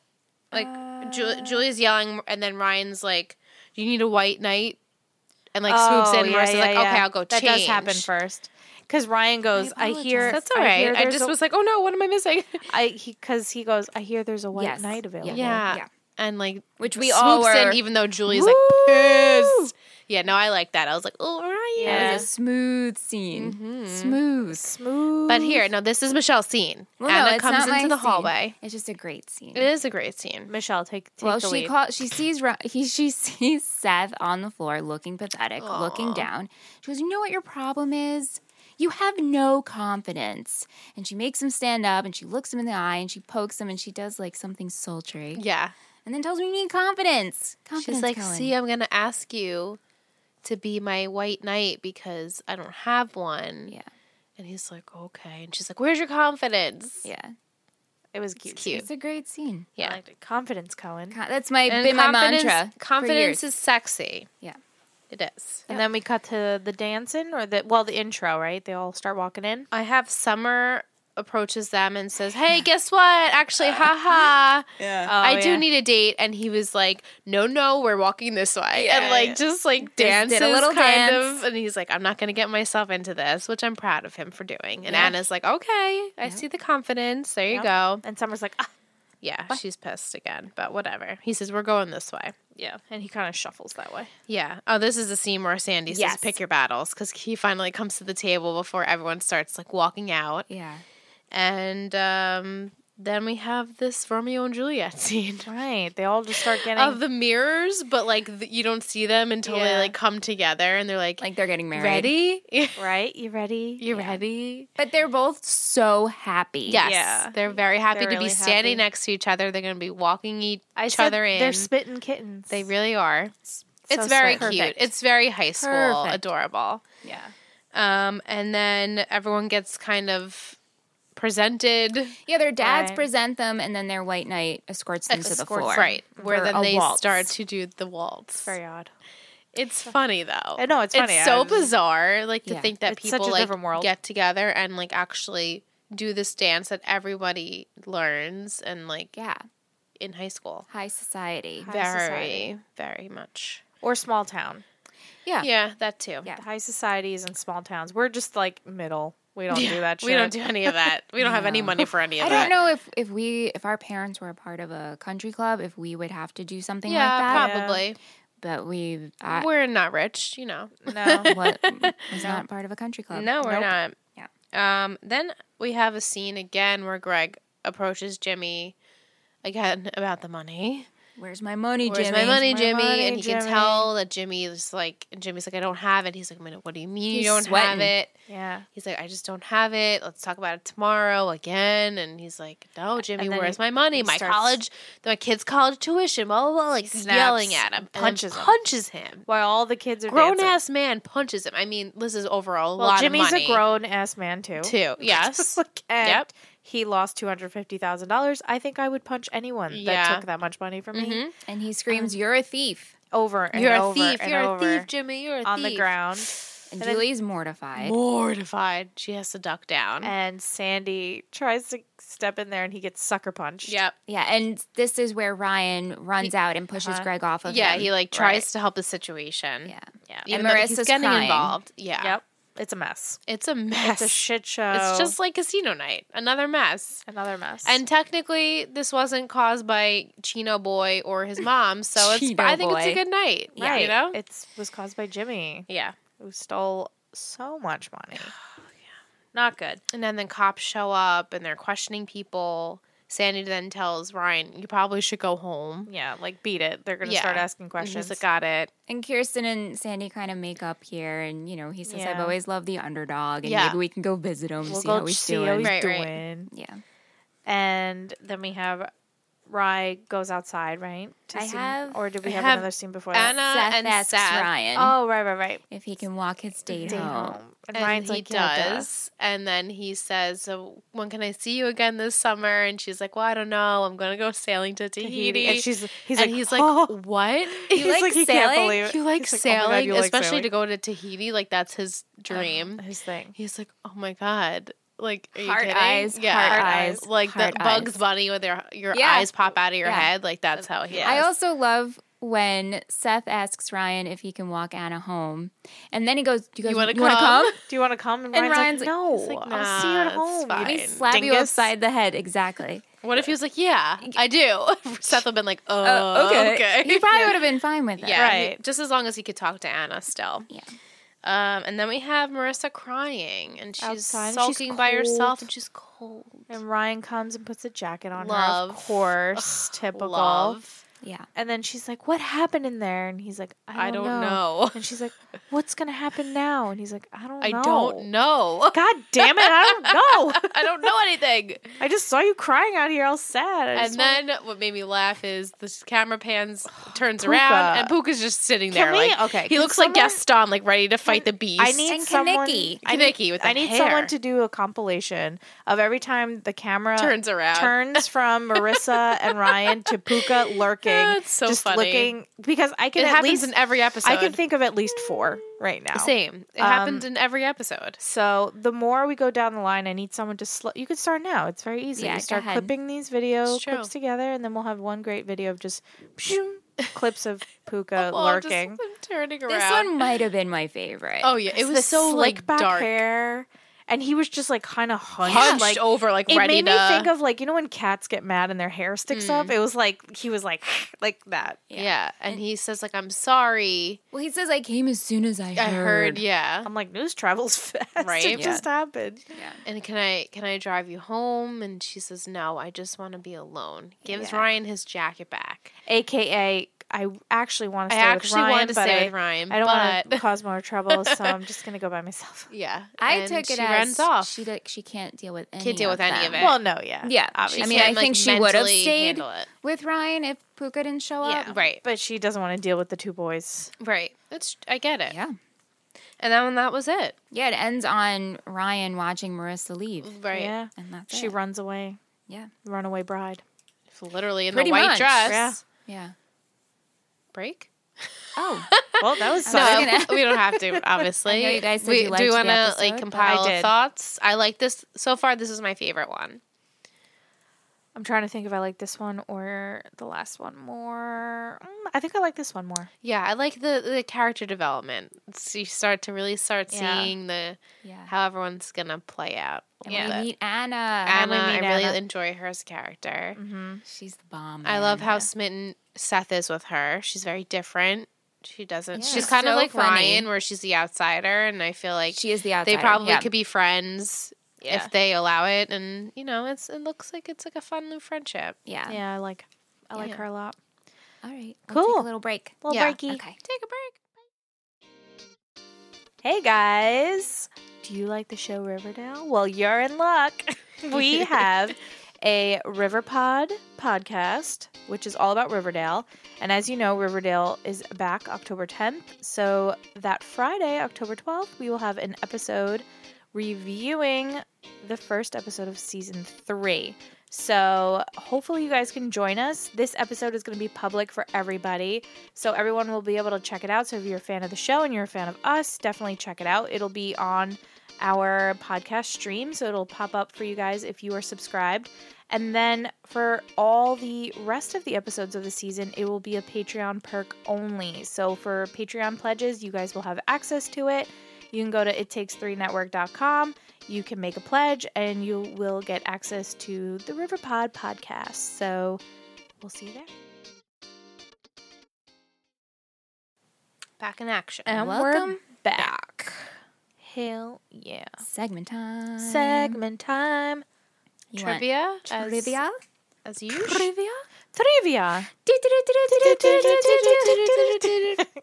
[SPEAKER 3] Like
[SPEAKER 2] Uh.
[SPEAKER 3] Ju- Julie's yelling, and then Ryan's like, "You need a white knight," and like swoops in.
[SPEAKER 2] Oh,
[SPEAKER 3] and
[SPEAKER 2] yeah,
[SPEAKER 3] Marissa's
[SPEAKER 2] yeah,
[SPEAKER 3] like,
[SPEAKER 2] yeah.
[SPEAKER 3] "Okay, I'll go."
[SPEAKER 2] That
[SPEAKER 3] change.
[SPEAKER 2] does happen first. Because Ryan goes, I, hear.
[SPEAKER 3] That's all
[SPEAKER 2] I, hear
[SPEAKER 3] right. I,
[SPEAKER 2] there's
[SPEAKER 3] just
[SPEAKER 2] a-
[SPEAKER 3] was like, "Oh no, what am I missing?" *laughs*
[SPEAKER 2] I he because he goes. I hear there's a white
[SPEAKER 1] Yes.
[SPEAKER 2] knight available.
[SPEAKER 3] Yeah.
[SPEAKER 1] Yeah.
[SPEAKER 3] And like,
[SPEAKER 1] Which we all
[SPEAKER 3] swoops in,
[SPEAKER 1] were-
[SPEAKER 3] even though Julie's
[SPEAKER 2] Woo!
[SPEAKER 3] like pissed. Yeah, no, I like that. I was like, "Oh, Ryan."
[SPEAKER 1] It
[SPEAKER 2] Yeah.
[SPEAKER 1] was a smooth scene. Smooth.
[SPEAKER 2] Smooth.
[SPEAKER 3] But here, no, this is Michelle's scene.
[SPEAKER 1] Well, no,
[SPEAKER 3] Anna
[SPEAKER 1] it's
[SPEAKER 3] comes
[SPEAKER 1] not my
[SPEAKER 3] into the
[SPEAKER 1] scene.
[SPEAKER 3] hallway.
[SPEAKER 1] It's just a great scene.
[SPEAKER 3] It is a great scene.
[SPEAKER 2] Michelle, take, take
[SPEAKER 1] well,
[SPEAKER 2] the
[SPEAKER 1] she
[SPEAKER 2] lead.
[SPEAKER 1] call, She sees Ro- *laughs* he. She sees Seth on the floor, looking pathetic, looking down. She goes, "You know what your problem is? You have no confidence." And she makes him stand up, and she looks him in the eye, and she pokes him, and she does like something sultry,
[SPEAKER 3] Yeah.
[SPEAKER 1] and then tells him, "You need confidence." Confidence.
[SPEAKER 3] She's like,
[SPEAKER 1] Cohen."
[SPEAKER 3] see, I'm going to ask you to be my white knight because I don't have one.
[SPEAKER 1] yeah,
[SPEAKER 3] And he's like, okay. And she's like, where's your confidence?
[SPEAKER 1] yeah,
[SPEAKER 2] it was
[SPEAKER 3] It's
[SPEAKER 2] cute.
[SPEAKER 3] cute.
[SPEAKER 1] it's a great scene.
[SPEAKER 2] I
[SPEAKER 3] Yeah.
[SPEAKER 2] liked it. Confidence, Cohen.
[SPEAKER 1] Co- That's my
[SPEAKER 3] And
[SPEAKER 1] been my
[SPEAKER 3] confidence-
[SPEAKER 1] mantra. for
[SPEAKER 3] Confidence
[SPEAKER 1] years.
[SPEAKER 3] is sexy.
[SPEAKER 1] yeah.
[SPEAKER 3] It is.
[SPEAKER 2] And then we cut to the dancing or the well, the intro, right? They all start walking in.
[SPEAKER 3] I have Summer approaches them and says, hey, guess what?
[SPEAKER 1] *laughs*
[SPEAKER 3] Actually, haha.
[SPEAKER 2] Oh, Yeah.
[SPEAKER 3] I do need a date, and he was like, "No, no, we're walking this way," and
[SPEAKER 2] Yeah,
[SPEAKER 3] like
[SPEAKER 2] yeah.
[SPEAKER 3] just like
[SPEAKER 1] did a
[SPEAKER 3] dances,
[SPEAKER 1] little
[SPEAKER 3] kind
[SPEAKER 1] dance.
[SPEAKER 3] of, and he's like, "I'm not gonna get myself into this," which I'm proud of him for doing. And
[SPEAKER 2] Yeah.
[SPEAKER 3] Anna's like, "Okay, I see the confidence. There you go."
[SPEAKER 2] And Summer's like, ah.
[SPEAKER 3] Yeah, she's pissed again, but whatever. He says, "We're going this way."
[SPEAKER 2] yeah. And he kind of shuffles that way.
[SPEAKER 3] Yeah. Oh, this is the scene where Sandy
[SPEAKER 1] Yes.
[SPEAKER 3] says, "Pick your battles," because he finally comes to the table before everyone starts like walking out,
[SPEAKER 1] Yeah.
[SPEAKER 3] and um, then we have this Romeo and Juliet *laughs* scene.
[SPEAKER 2] Right. They all just start getting.
[SPEAKER 3] of the mirrors, but like th- you don't see them until they
[SPEAKER 2] Yeah.
[SPEAKER 3] like come together and they're like,
[SPEAKER 1] Like they're getting married.
[SPEAKER 3] ready? *laughs* you
[SPEAKER 2] right. You ready?
[SPEAKER 3] ready?
[SPEAKER 1] But they're both so happy.
[SPEAKER 3] Yes.
[SPEAKER 2] Yeah.
[SPEAKER 3] They're very happy
[SPEAKER 2] They're
[SPEAKER 3] to be
[SPEAKER 2] really
[SPEAKER 3] standing
[SPEAKER 2] happy.
[SPEAKER 3] next to each other. They're going to be walking each
[SPEAKER 2] I said
[SPEAKER 3] other in.
[SPEAKER 2] They're spitting kittens.
[SPEAKER 3] they really are. it's
[SPEAKER 2] so
[SPEAKER 3] very
[SPEAKER 2] sweet.
[SPEAKER 3] cute.
[SPEAKER 2] Perfect.
[SPEAKER 3] It's very high school,
[SPEAKER 1] Perfect.
[SPEAKER 3] adorable.
[SPEAKER 2] yeah.
[SPEAKER 3] Um, and then everyone gets kind of presented
[SPEAKER 1] Yeah, their dads
[SPEAKER 2] Right.
[SPEAKER 1] present them, and then their white knight escorts them to the
[SPEAKER 2] Escorts,
[SPEAKER 1] floor.
[SPEAKER 3] right where
[SPEAKER 1] For
[SPEAKER 3] then
[SPEAKER 1] a
[SPEAKER 3] they
[SPEAKER 1] waltz.
[SPEAKER 3] start to do the waltz.
[SPEAKER 2] Very odd.
[SPEAKER 3] It's funny though.
[SPEAKER 2] I know, it's funny. I
[SPEAKER 3] so
[SPEAKER 2] was-
[SPEAKER 3] bizarre, like to
[SPEAKER 1] Yeah.
[SPEAKER 3] think that
[SPEAKER 2] It's such
[SPEAKER 3] people
[SPEAKER 2] a
[SPEAKER 3] like
[SPEAKER 2] different world.
[SPEAKER 3] get together and like actually do this dance that everybody learns and like
[SPEAKER 1] Yeah,
[SPEAKER 3] in high school.
[SPEAKER 1] high society.
[SPEAKER 2] High
[SPEAKER 3] very,
[SPEAKER 2] society.
[SPEAKER 3] very much.
[SPEAKER 2] Or small town.
[SPEAKER 1] Yeah.
[SPEAKER 3] Yeah, that too.
[SPEAKER 1] Yeah.
[SPEAKER 2] High societies and small towns. We're just like middle. We don't do that. Shit.
[SPEAKER 3] We don't do any of that. We don't have any
[SPEAKER 1] No.
[SPEAKER 3] money for any
[SPEAKER 1] *laughs*
[SPEAKER 3] of
[SPEAKER 1] I don't
[SPEAKER 3] that.
[SPEAKER 1] know if, if we if our parents were a part of a country club if we would have to do something like
[SPEAKER 3] Yeah,
[SPEAKER 1] that.
[SPEAKER 2] prob-
[SPEAKER 3] probably.
[SPEAKER 1] But we I
[SPEAKER 3] We're not rich, you know.
[SPEAKER 2] No.
[SPEAKER 3] *laughs*
[SPEAKER 1] what, was not part of a country club.
[SPEAKER 3] No, we're
[SPEAKER 2] Nope.
[SPEAKER 3] not.
[SPEAKER 1] Yeah.
[SPEAKER 3] Um, then we have a scene again where Greg approaches Jimmy again about the money.
[SPEAKER 1] Where's my money,
[SPEAKER 3] Where's
[SPEAKER 1] Jimmy?
[SPEAKER 3] my money,
[SPEAKER 2] My
[SPEAKER 3] Jimmy?
[SPEAKER 2] money,
[SPEAKER 3] and he can
[SPEAKER 2] Jimmy.
[SPEAKER 3] tell that Jimmy is like, and Jimmy's like, I don't have it. He's like, "Minute, what do you mean
[SPEAKER 1] He's
[SPEAKER 3] you don't have
[SPEAKER 1] sweating.
[SPEAKER 3] it?
[SPEAKER 2] yeah.
[SPEAKER 3] He's like, I just don't have it. Let's talk about it tomorrow again. And he's like, No, Jimmy,
[SPEAKER 2] then
[SPEAKER 3] where's
[SPEAKER 2] he-
[SPEAKER 3] my money? My
[SPEAKER 2] starts-
[SPEAKER 3] college, my kid's college tuition, blah, blah, blah. Like
[SPEAKER 2] snaps
[SPEAKER 3] yelling at him.
[SPEAKER 2] and punches him.
[SPEAKER 3] Punches him.
[SPEAKER 2] While all the kids are
[SPEAKER 3] Grown
[SPEAKER 2] dancing.
[SPEAKER 3] ass man punches him. I mean, this is overall a
[SPEAKER 2] Well,
[SPEAKER 3] lot
[SPEAKER 2] Jimmy's
[SPEAKER 3] of money.
[SPEAKER 2] a grown ass man too. *laughs*
[SPEAKER 3] Too. Yes.
[SPEAKER 2] Like, and
[SPEAKER 3] Yep.
[SPEAKER 2] He lost two hundred fifty thousand dollars. I think I would punch anyone
[SPEAKER 3] Yeah. Mm-hmm.
[SPEAKER 2] that took that much money from me
[SPEAKER 1] And he screams, "You're a thief!"
[SPEAKER 2] over and
[SPEAKER 3] You're a
[SPEAKER 2] over
[SPEAKER 3] thief.
[SPEAKER 2] and
[SPEAKER 3] You're a
[SPEAKER 2] over
[SPEAKER 3] thief, Jimmy. You're a
[SPEAKER 2] on
[SPEAKER 3] thief.
[SPEAKER 2] the ground.
[SPEAKER 1] And,
[SPEAKER 2] And then-
[SPEAKER 1] Julie's mortified.
[SPEAKER 3] Mortified. She has to duck down.
[SPEAKER 2] And Sandy tries to step in there, and he gets sucker punched.
[SPEAKER 3] yep.
[SPEAKER 1] yeah, and this is where Ryan runs out and pushes
[SPEAKER 2] Uh-huh.
[SPEAKER 1] Greg off of
[SPEAKER 3] Yeah,
[SPEAKER 1] him.
[SPEAKER 3] he like tries to help the situation.
[SPEAKER 1] yeah.
[SPEAKER 2] Yeah.
[SPEAKER 3] Even
[SPEAKER 1] And
[SPEAKER 3] though he's
[SPEAKER 1] Marissa's
[SPEAKER 3] getting
[SPEAKER 1] crying.
[SPEAKER 3] involved. Yeah.
[SPEAKER 2] Yep. It's a mess.
[SPEAKER 3] It's a mess.
[SPEAKER 2] It's a shit show.
[SPEAKER 3] It's just like casino night. Another mess.
[SPEAKER 2] another mess.
[SPEAKER 3] And technically, this wasn't caused by Chino Boy or his mom, so it's.
[SPEAKER 1] Chino
[SPEAKER 3] I think it's a
[SPEAKER 1] Boy.
[SPEAKER 3] good night.
[SPEAKER 1] Yeah.
[SPEAKER 3] Yeah. You know.
[SPEAKER 2] it was caused by Jimmy,
[SPEAKER 3] yeah.
[SPEAKER 2] who stole so much
[SPEAKER 3] *sighs*
[SPEAKER 2] money. Not good.
[SPEAKER 3] And then the cops show up and they're questioning people. Sandy then tells Ryan, "You probably should go home."
[SPEAKER 2] Yeah, like beat it. They're gonna
[SPEAKER 3] Yeah.
[SPEAKER 2] start asking
[SPEAKER 3] And
[SPEAKER 2] questions.
[SPEAKER 3] he's like, "Got it."
[SPEAKER 1] And Kirsten and Sandy kind of make up here, and you know he says, "I've
[SPEAKER 2] Yeah.
[SPEAKER 1] always loved the underdog, and
[SPEAKER 3] Yeah.
[SPEAKER 1] maybe we can go visit him,
[SPEAKER 2] we'll
[SPEAKER 1] see
[SPEAKER 2] go
[SPEAKER 1] how he's
[SPEAKER 2] see
[SPEAKER 1] doing."
[SPEAKER 2] how he's
[SPEAKER 3] Right, right.
[SPEAKER 2] doing.
[SPEAKER 1] Yeah,
[SPEAKER 2] And then we have Rye goes outside, right? To
[SPEAKER 1] I
[SPEAKER 2] see-
[SPEAKER 1] have-
[SPEAKER 2] or did we
[SPEAKER 3] I
[SPEAKER 2] have,
[SPEAKER 3] have
[SPEAKER 2] another scene before that?
[SPEAKER 3] Anna
[SPEAKER 1] Seth
[SPEAKER 3] and
[SPEAKER 1] asks
[SPEAKER 3] Seth.
[SPEAKER 1] Ryan
[SPEAKER 2] Oh, right, right, right.
[SPEAKER 1] if he can walk his date,
[SPEAKER 2] Stay
[SPEAKER 1] home.
[SPEAKER 2] home. And,
[SPEAKER 3] And
[SPEAKER 2] Ryan's
[SPEAKER 3] he
[SPEAKER 2] like,
[SPEAKER 3] does.
[SPEAKER 2] yeah, duh.
[SPEAKER 3] And then he says, so when can I see you again this summer? And she's like, well, I don't know. I'm going to go sailing to Tahiti.
[SPEAKER 2] Tahiti. And she's he's
[SPEAKER 3] and
[SPEAKER 2] like,
[SPEAKER 3] he's like,
[SPEAKER 2] *laughs* "Oh."
[SPEAKER 3] what?
[SPEAKER 1] You like
[SPEAKER 2] he
[SPEAKER 1] sailing?
[SPEAKER 2] it.
[SPEAKER 3] you like
[SPEAKER 2] He's "Oh my God,
[SPEAKER 3] sailing?
[SPEAKER 2] you like
[SPEAKER 3] Especially
[SPEAKER 2] sailing."
[SPEAKER 3] to go to Tahiti. Like, that's his dream.
[SPEAKER 2] his thing.
[SPEAKER 3] he's like, oh my God. Like, are you
[SPEAKER 1] Heart
[SPEAKER 3] kidding?
[SPEAKER 1] eyes, heart eyes,
[SPEAKER 3] Like,
[SPEAKER 1] heart
[SPEAKER 3] the Bugs
[SPEAKER 1] eyes.
[SPEAKER 3] Bunny with their, your
[SPEAKER 1] Yeah.
[SPEAKER 3] eyes pop out of your
[SPEAKER 1] Yeah.
[SPEAKER 3] head. Like, that's how he is.
[SPEAKER 1] I also love when Seth asks Ryan if he can walk Anna home, and then he goes, "Do you guys
[SPEAKER 3] You wanna
[SPEAKER 1] wanna
[SPEAKER 3] come?"
[SPEAKER 2] Do you want to come? And
[SPEAKER 1] And Ryan's
[SPEAKER 2] Ryan's, like,
[SPEAKER 1] like-
[SPEAKER 2] no.
[SPEAKER 3] he's like,
[SPEAKER 2] I'll see you at
[SPEAKER 3] "Nah, it's
[SPEAKER 2] home.
[SPEAKER 3] fine."
[SPEAKER 1] Let me
[SPEAKER 3] Fine.
[SPEAKER 1] slap you
[SPEAKER 2] Dingus.
[SPEAKER 1] upside the head. Exactly.
[SPEAKER 3] what if he was like, yeah, I do? *laughs* Seth would have been like, oh,
[SPEAKER 1] Uh, okay.
[SPEAKER 3] okay.
[SPEAKER 1] *laughs* He probably would have been fine with it.
[SPEAKER 3] Yeah, he-
[SPEAKER 2] Right.
[SPEAKER 3] just as long as he could talk to Anna still.
[SPEAKER 1] Yeah.
[SPEAKER 3] Um, and then we have Marissa crying, and she's
[SPEAKER 2] Outside, and she's
[SPEAKER 3] sulking by herself,
[SPEAKER 2] cold.
[SPEAKER 3] and she's cold.
[SPEAKER 2] And Ryan comes and puts a jacket on her. Of
[SPEAKER 3] Love.
[SPEAKER 2] course, typical.
[SPEAKER 3] Love.
[SPEAKER 1] Yeah.
[SPEAKER 2] And then she's like, "What happened in there?" And he's like, "I don't,
[SPEAKER 3] I don't know.
[SPEAKER 2] And she's like, "What's gonna happen now?" And he's like, "I don't.
[SPEAKER 3] I
[SPEAKER 2] know.
[SPEAKER 3] don't know. *laughs*
[SPEAKER 2] God damn it! I don't know. *laughs*
[SPEAKER 3] I don't know anything.
[SPEAKER 2] I just saw you crying out here, all sad. I
[SPEAKER 3] and
[SPEAKER 2] just want-
[SPEAKER 3] then what made me laugh is the camera pans, turns
[SPEAKER 2] *gasps* Puka.
[SPEAKER 3] around, and Puka's just sitting
[SPEAKER 2] Can
[SPEAKER 3] there.
[SPEAKER 2] we-
[SPEAKER 3] like,
[SPEAKER 2] okay,
[SPEAKER 3] He
[SPEAKER 2] can
[SPEAKER 3] looks like
[SPEAKER 2] someone-
[SPEAKER 3] Gaston, like ready to fight the beast.
[SPEAKER 2] I need
[SPEAKER 1] And
[SPEAKER 2] someone.
[SPEAKER 1] Kaneki.
[SPEAKER 2] I need,
[SPEAKER 3] Kaneki with the
[SPEAKER 2] I need
[SPEAKER 3] hair.
[SPEAKER 2] someone to do a compilation of every time the camera
[SPEAKER 3] Turns around.
[SPEAKER 2] turns
[SPEAKER 3] *laughs*
[SPEAKER 2] from Marissa and Ryan to Puka lurking,
[SPEAKER 3] Yeah, it's so
[SPEAKER 2] just
[SPEAKER 3] funny.
[SPEAKER 2] looking because I can
[SPEAKER 3] It
[SPEAKER 2] at
[SPEAKER 3] happens
[SPEAKER 2] least
[SPEAKER 3] in every episode.
[SPEAKER 2] I can think of at least four right now.
[SPEAKER 3] Same. It
[SPEAKER 2] Um,
[SPEAKER 3] happens in every episode.
[SPEAKER 2] So the more we go down the line, I need someone to slow. You could start now; it's very easy.
[SPEAKER 1] Yeah,
[SPEAKER 2] you
[SPEAKER 1] go
[SPEAKER 2] start
[SPEAKER 1] ahead.
[SPEAKER 2] clipping these video
[SPEAKER 3] It's true.
[SPEAKER 2] clips together, and then we'll have one great video of just pshoom, *laughs* clips of Puka
[SPEAKER 3] Well, I'm Oh, just-
[SPEAKER 2] lurking.
[SPEAKER 3] I'm turning around.
[SPEAKER 1] This one might have been my favorite.
[SPEAKER 3] Oh yeah,
[SPEAKER 2] It's
[SPEAKER 3] it
[SPEAKER 2] the
[SPEAKER 3] was so like
[SPEAKER 2] slick back
[SPEAKER 3] dark,
[SPEAKER 2] hair, and he was just like kind of hunched,
[SPEAKER 3] hunched
[SPEAKER 2] like
[SPEAKER 3] over, like
[SPEAKER 2] it
[SPEAKER 3] ready
[SPEAKER 2] made
[SPEAKER 3] to. Mm.
[SPEAKER 2] me think of like you know when cats get mad and their hair sticks up. It was like he was like *laughs* like that.
[SPEAKER 3] yeah. and he says like, "I'm sorry,
[SPEAKER 1] Well, he says I came as soon as I heard.
[SPEAKER 3] I heard." Yeah,
[SPEAKER 2] I'm like news travels *laughs* fast.
[SPEAKER 3] Right?
[SPEAKER 2] It
[SPEAKER 3] Yeah.
[SPEAKER 2] just happened.
[SPEAKER 1] Yeah.
[SPEAKER 3] and can I can I drive you home? And she says, "No, I just want to be alone." Gives
[SPEAKER 2] Yeah.
[SPEAKER 3] Ryan his jacket back.
[SPEAKER 2] AKA, I actually want to
[SPEAKER 3] I
[SPEAKER 2] stay with
[SPEAKER 3] actually
[SPEAKER 2] Ryan,
[SPEAKER 3] wanted to
[SPEAKER 2] but
[SPEAKER 3] stay
[SPEAKER 2] I,
[SPEAKER 3] with Ryan,
[SPEAKER 2] I don't want to
[SPEAKER 3] but-
[SPEAKER 2] cause more trouble, so I'm just gonna go by myself.
[SPEAKER 3] *laughs*
[SPEAKER 2] *laughs*
[SPEAKER 3] Yeah,
[SPEAKER 1] I
[SPEAKER 3] and
[SPEAKER 1] took it
[SPEAKER 3] she
[SPEAKER 1] as
[SPEAKER 3] runs off.
[SPEAKER 1] she like she can't deal with any
[SPEAKER 3] Can't deal
[SPEAKER 1] of
[SPEAKER 3] with any of
[SPEAKER 1] them.
[SPEAKER 3] it.
[SPEAKER 2] Well, no, yeah,
[SPEAKER 1] Yeah, I mean,
[SPEAKER 3] can't,
[SPEAKER 1] I
[SPEAKER 3] like,
[SPEAKER 1] think she would have
[SPEAKER 3] mentally
[SPEAKER 1] stayed
[SPEAKER 3] handle it.
[SPEAKER 1] with Ryan if Puka didn't show
[SPEAKER 2] yeah,
[SPEAKER 1] up.
[SPEAKER 3] right.
[SPEAKER 2] But she doesn't want to deal with the two boys.
[SPEAKER 3] Right, that's I get it.
[SPEAKER 1] Yeah.
[SPEAKER 3] and then that was it.
[SPEAKER 1] Yeah, it ends on Ryan watching Marissa leave.
[SPEAKER 3] Right,
[SPEAKER 2] Yeah,
[SPEAKER 1] And that's
[SPEAKER 2] she
[SPEAKER 1] it.
[SPEAKER 2] runs away,
[SPEAKER 1] Yeah.
[SPEAKER 2] runaway bride.
[SPEAKER 3] It's literally in
[SPEAKER 1] Pretty
[SPEAKER 3] the white
[SPEAKER 1] much.
[SPEAKER 3] dress.
[SPEAKER 2] Yeah.
[SPEAKER 1] Yeah.
[SPEAKER 3] Break.
[SPEAKER 1] Oh.
[SPEAKER 2] Well, that was
[SPEAKER 1] No,
[SPEAKER 2] sudden.
[SPEAKER 1] gonna-
[SPEAKER 3] *laughs* we don't have to,
[SPEAKER 1] *laughs*
[SPEAKER 3] obviously.
[SPEAKER 1] I know you guys said
[SPEAKER 3] we,
[SPEAKER 1] you
[SPEAKER 3] do
[SPEAKER 1] liked
[SPEAKER 3] you
[SPEAKER 1] the
[SPEAKER 3] wanna,
[SPEAKER 1] episode,
[SPEAKER 3] like
[SPEAKER 1] but-
[SPEAKER 3] compile
[SPEAKER 2] I did.
[SPEAKER 3] thoughts? I like this so far. This is my favorite one.
[SPEAKER 2] I'm trying to think if I like this one or the last one more. Mm, I think I like this one more.
[SPEAKER 3] Yeah, I like the the character development. So you start to really start
[SPEAKER 2] Yeah.
[SPEAKER 3] seeing the
[SPEAKER 1] Yeah.
[SPEAKER 3] how everyone's gonna play out. a
[SPEAKER 1] And
[SPEAKER 3] little
[SPEAKER 1] we
[SPEAKER 3] bit.
[SPEAKER 1] meet Anna.
[SPEAKER 2] and
[SPEAKER 3] Anna,
[SPEAKER 2] we
[SPEAKER 3] I
[SPEAKER 2] meet
[SPEAKER 3] really
[SPEAKER 2] Anna.
[SPEAKER 3] enjoy her as a character.
[SPEAKER 2] Mm-hmm.
[SPEAKER 1] She's the bomb.
[SPEAKER 3] I love
[SPEAKER 1] man.
[SPEAKER 3] how smitten Seth is with her. She's very different. She doesn't.
[SPEAKER 1] Yeah.
[SPEAKER 3] she's,
[SPEAKER 1] She's
[SPEAKER 3] kind of
[SPEAKER 1] so
[SPEAKER 3] like
[SPEAKER 1] funny.
[SPEAKER 3] Ryan, where she's the outsider, and I feel like
[SPEAKER 1] she is the
[SPEAKER 3] they
[SPEAKER 1] outsider.
[SPEAKER 3] probably
[SPEAKER 1] yeah.
[SPEAKER 3] could be friends
[SPEAKER 2] Yeah.
[SPEAKER 3] if they allow it. And you know, it's it looks like it's like a fun new friendship.
[SPEAKER 1] Yeah.
[SPEAKER 2] Yeah, I like, I like
[SPEAKER 3] Yeah.
[SPEAKER 2] her a lot.
[SPEAKER 1] All right. We'll take a
[SPEAKER 2] Cool.
[SPEAKER 1] little break.
[SPEAKER 2] Little
[SPEAKER 3] Yeah.
[SPEAKER 2] breaky.
[SPEAKER 1] Okay.
[SPEAKER 3] Take a break.
[SPEAKER 2] Hey guys, do you like the show Riverdale? Well, you're in luck. *laughs* we have a Riverpod podcast, which is all about Riverdale. And as you know, Riverdale is back October 10th. So that Friday, October 12th, we will have an episode reviewing the first episode of season three. So hopefully you guys can join us. This episode is going to be public for everybody. So everyone will be able to check it out. So if you're a fan of the show and you're a fan of us, definitely check it out. It'll be on our podcast stream, so it'll pop up for you guys if you are subscribed. And then for all the rest of the episodes of the season, it will be a Patreon perk only. So for Patreon pledges, you guys will have access to it. You can go to ittakes3network.com. You can make a pledge and you will get access to the Riverpod podcast. So we'll see you there.
[SPEAKER 3] Back in action.
[SPEAKER 2] And
[SPEAKER 1] Welcome
[SPEAKER 2] we're back. Hell yeah.
[SPEAKER 1] Segment time.
[SPEAKER 2] Segment time.
[SPEAKER 1] You want
[SPEAKER 3] trivia. as-
[SPEAKER 1] Trivia.
[SPEAKER 3] as usual.
[SPEAKER 2] Trivia.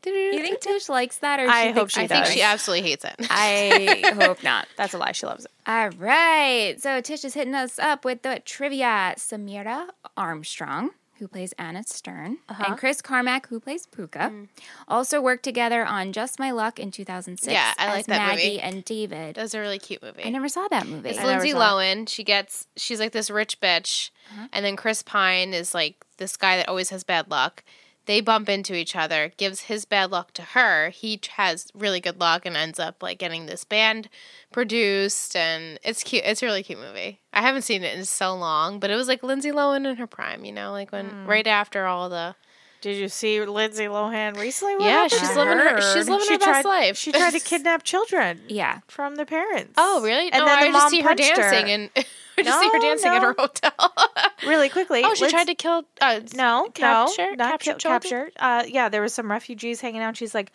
[SPEAKER 1] You think Tish likes that, or she
[SPEAKER 2] I
[SPEAKER 1] thinks-
[SPEAKER 2] hope she
[SPEAKER 3] I think
[SPEAKER 2] does.
[SPEAKER 3] she *laughs* absolutely hates it.
[SPEAKER 1] I hope not.
[SPEAKER 2] That's a lie. She loves it.
[SPEAKER 1] All right. So Tish is hitting us up with the trivia. Samira Armstrong, who plays Anna Stern,
[SPEAKER 3] Uh-huh.
[SPEAKER 1] and Chris Carmack, who plays Puka,
[SPEAKER 3] Mm.
[SPEAKER 1] also worked together on Just My Luck in 2006
[SPEAKER 3] Yeah, I like
[SPEAKER 1] as
[SPEAKER 3] that
[SPEAKER 1] Maggie
[SPEAKER 3] movie.
[SPEAKER 1] and David.
[SPEAKER 3] *laughs* That was a really cute movie.
[SPEAKER 1] I never saw that movie.
[SPEAKER 3] It's
[SPEAKER 2] I
[SPEAKER 3] Lindsay
[SPEAKER 2] never saw
[SPEAKER 3] Lohan. She gets she's like this rich bitch,
[SPEAKER 2] Uh-huh.
[SPEAKER 3] and then Chris Pine is like this guy that always has bad luck. They bump into each other, gives his bad luck to her. He t- has really good luck and ends up like getting this band produced, and it's cute. It's a really cute movie. I haven't seen it in so long, but it was like Lindsay Lohan in her prime, you know, like when
[SPEAKER 2] Hmm.
[SPEAKER 3] right after all the
[SPEAKER 2] Did you see Lindsay Lohan recently? What
[SPEAKER 3] yeah,
[SPEAKER 2] happened
[SPEAKER 3] she's
[SPEAKER 2] to
[SPEAKER 3] living her
[SPEAKER 2] her?
[SPEAKER 3] she's living
[SPEAKER 2] She
[SPEAKER 3] her
[SPEAKER 2] tried,
[SPEAKER 3] best life.
[SPEAKER 2] She
[SPEAKER 3] *laughs*
[SPEAKER 2] tried to kidnap children
[SPEAKER 1] Yeah.
[SPEAKER 2] from the parents.
[SPEAKER 3] Oh really?
[SPEAKER 2] And
[SPEAKER 3] no,
[SPEAKER 2] then
[SPEAKER 3] I
[SPEAKER 2] the
[SPEAKER 3] just
[SPEAKER 2] mom
[SPEAKER 3] see her
[SPEAKER 2] punched her.
[SPEAKER 3] dancing and *laughs* I just see her
[SPEAKER 2] No,
[SPEAKER 3] dancing at
[SPEAKER 2] no.
[SPEAKER 3] her hotel. *laughs*
[SPEAKER 2] really quickly.
[SPEAKER 3] Oh, she
[SPEAKER 2] let's-
[SPEAKER 3] tried to kill. Uh,
[SPEAKER 2] No,
[SPEAKER 3] capture,
[SPEAKER 2] no, not
[SPEAKER 3] capture,
[SPEAKER 2] ki-
[SPEAKER 3] children?
[SPEAKER 2] capture. Uh, yeah, there was some refugees hanging out. And she's like,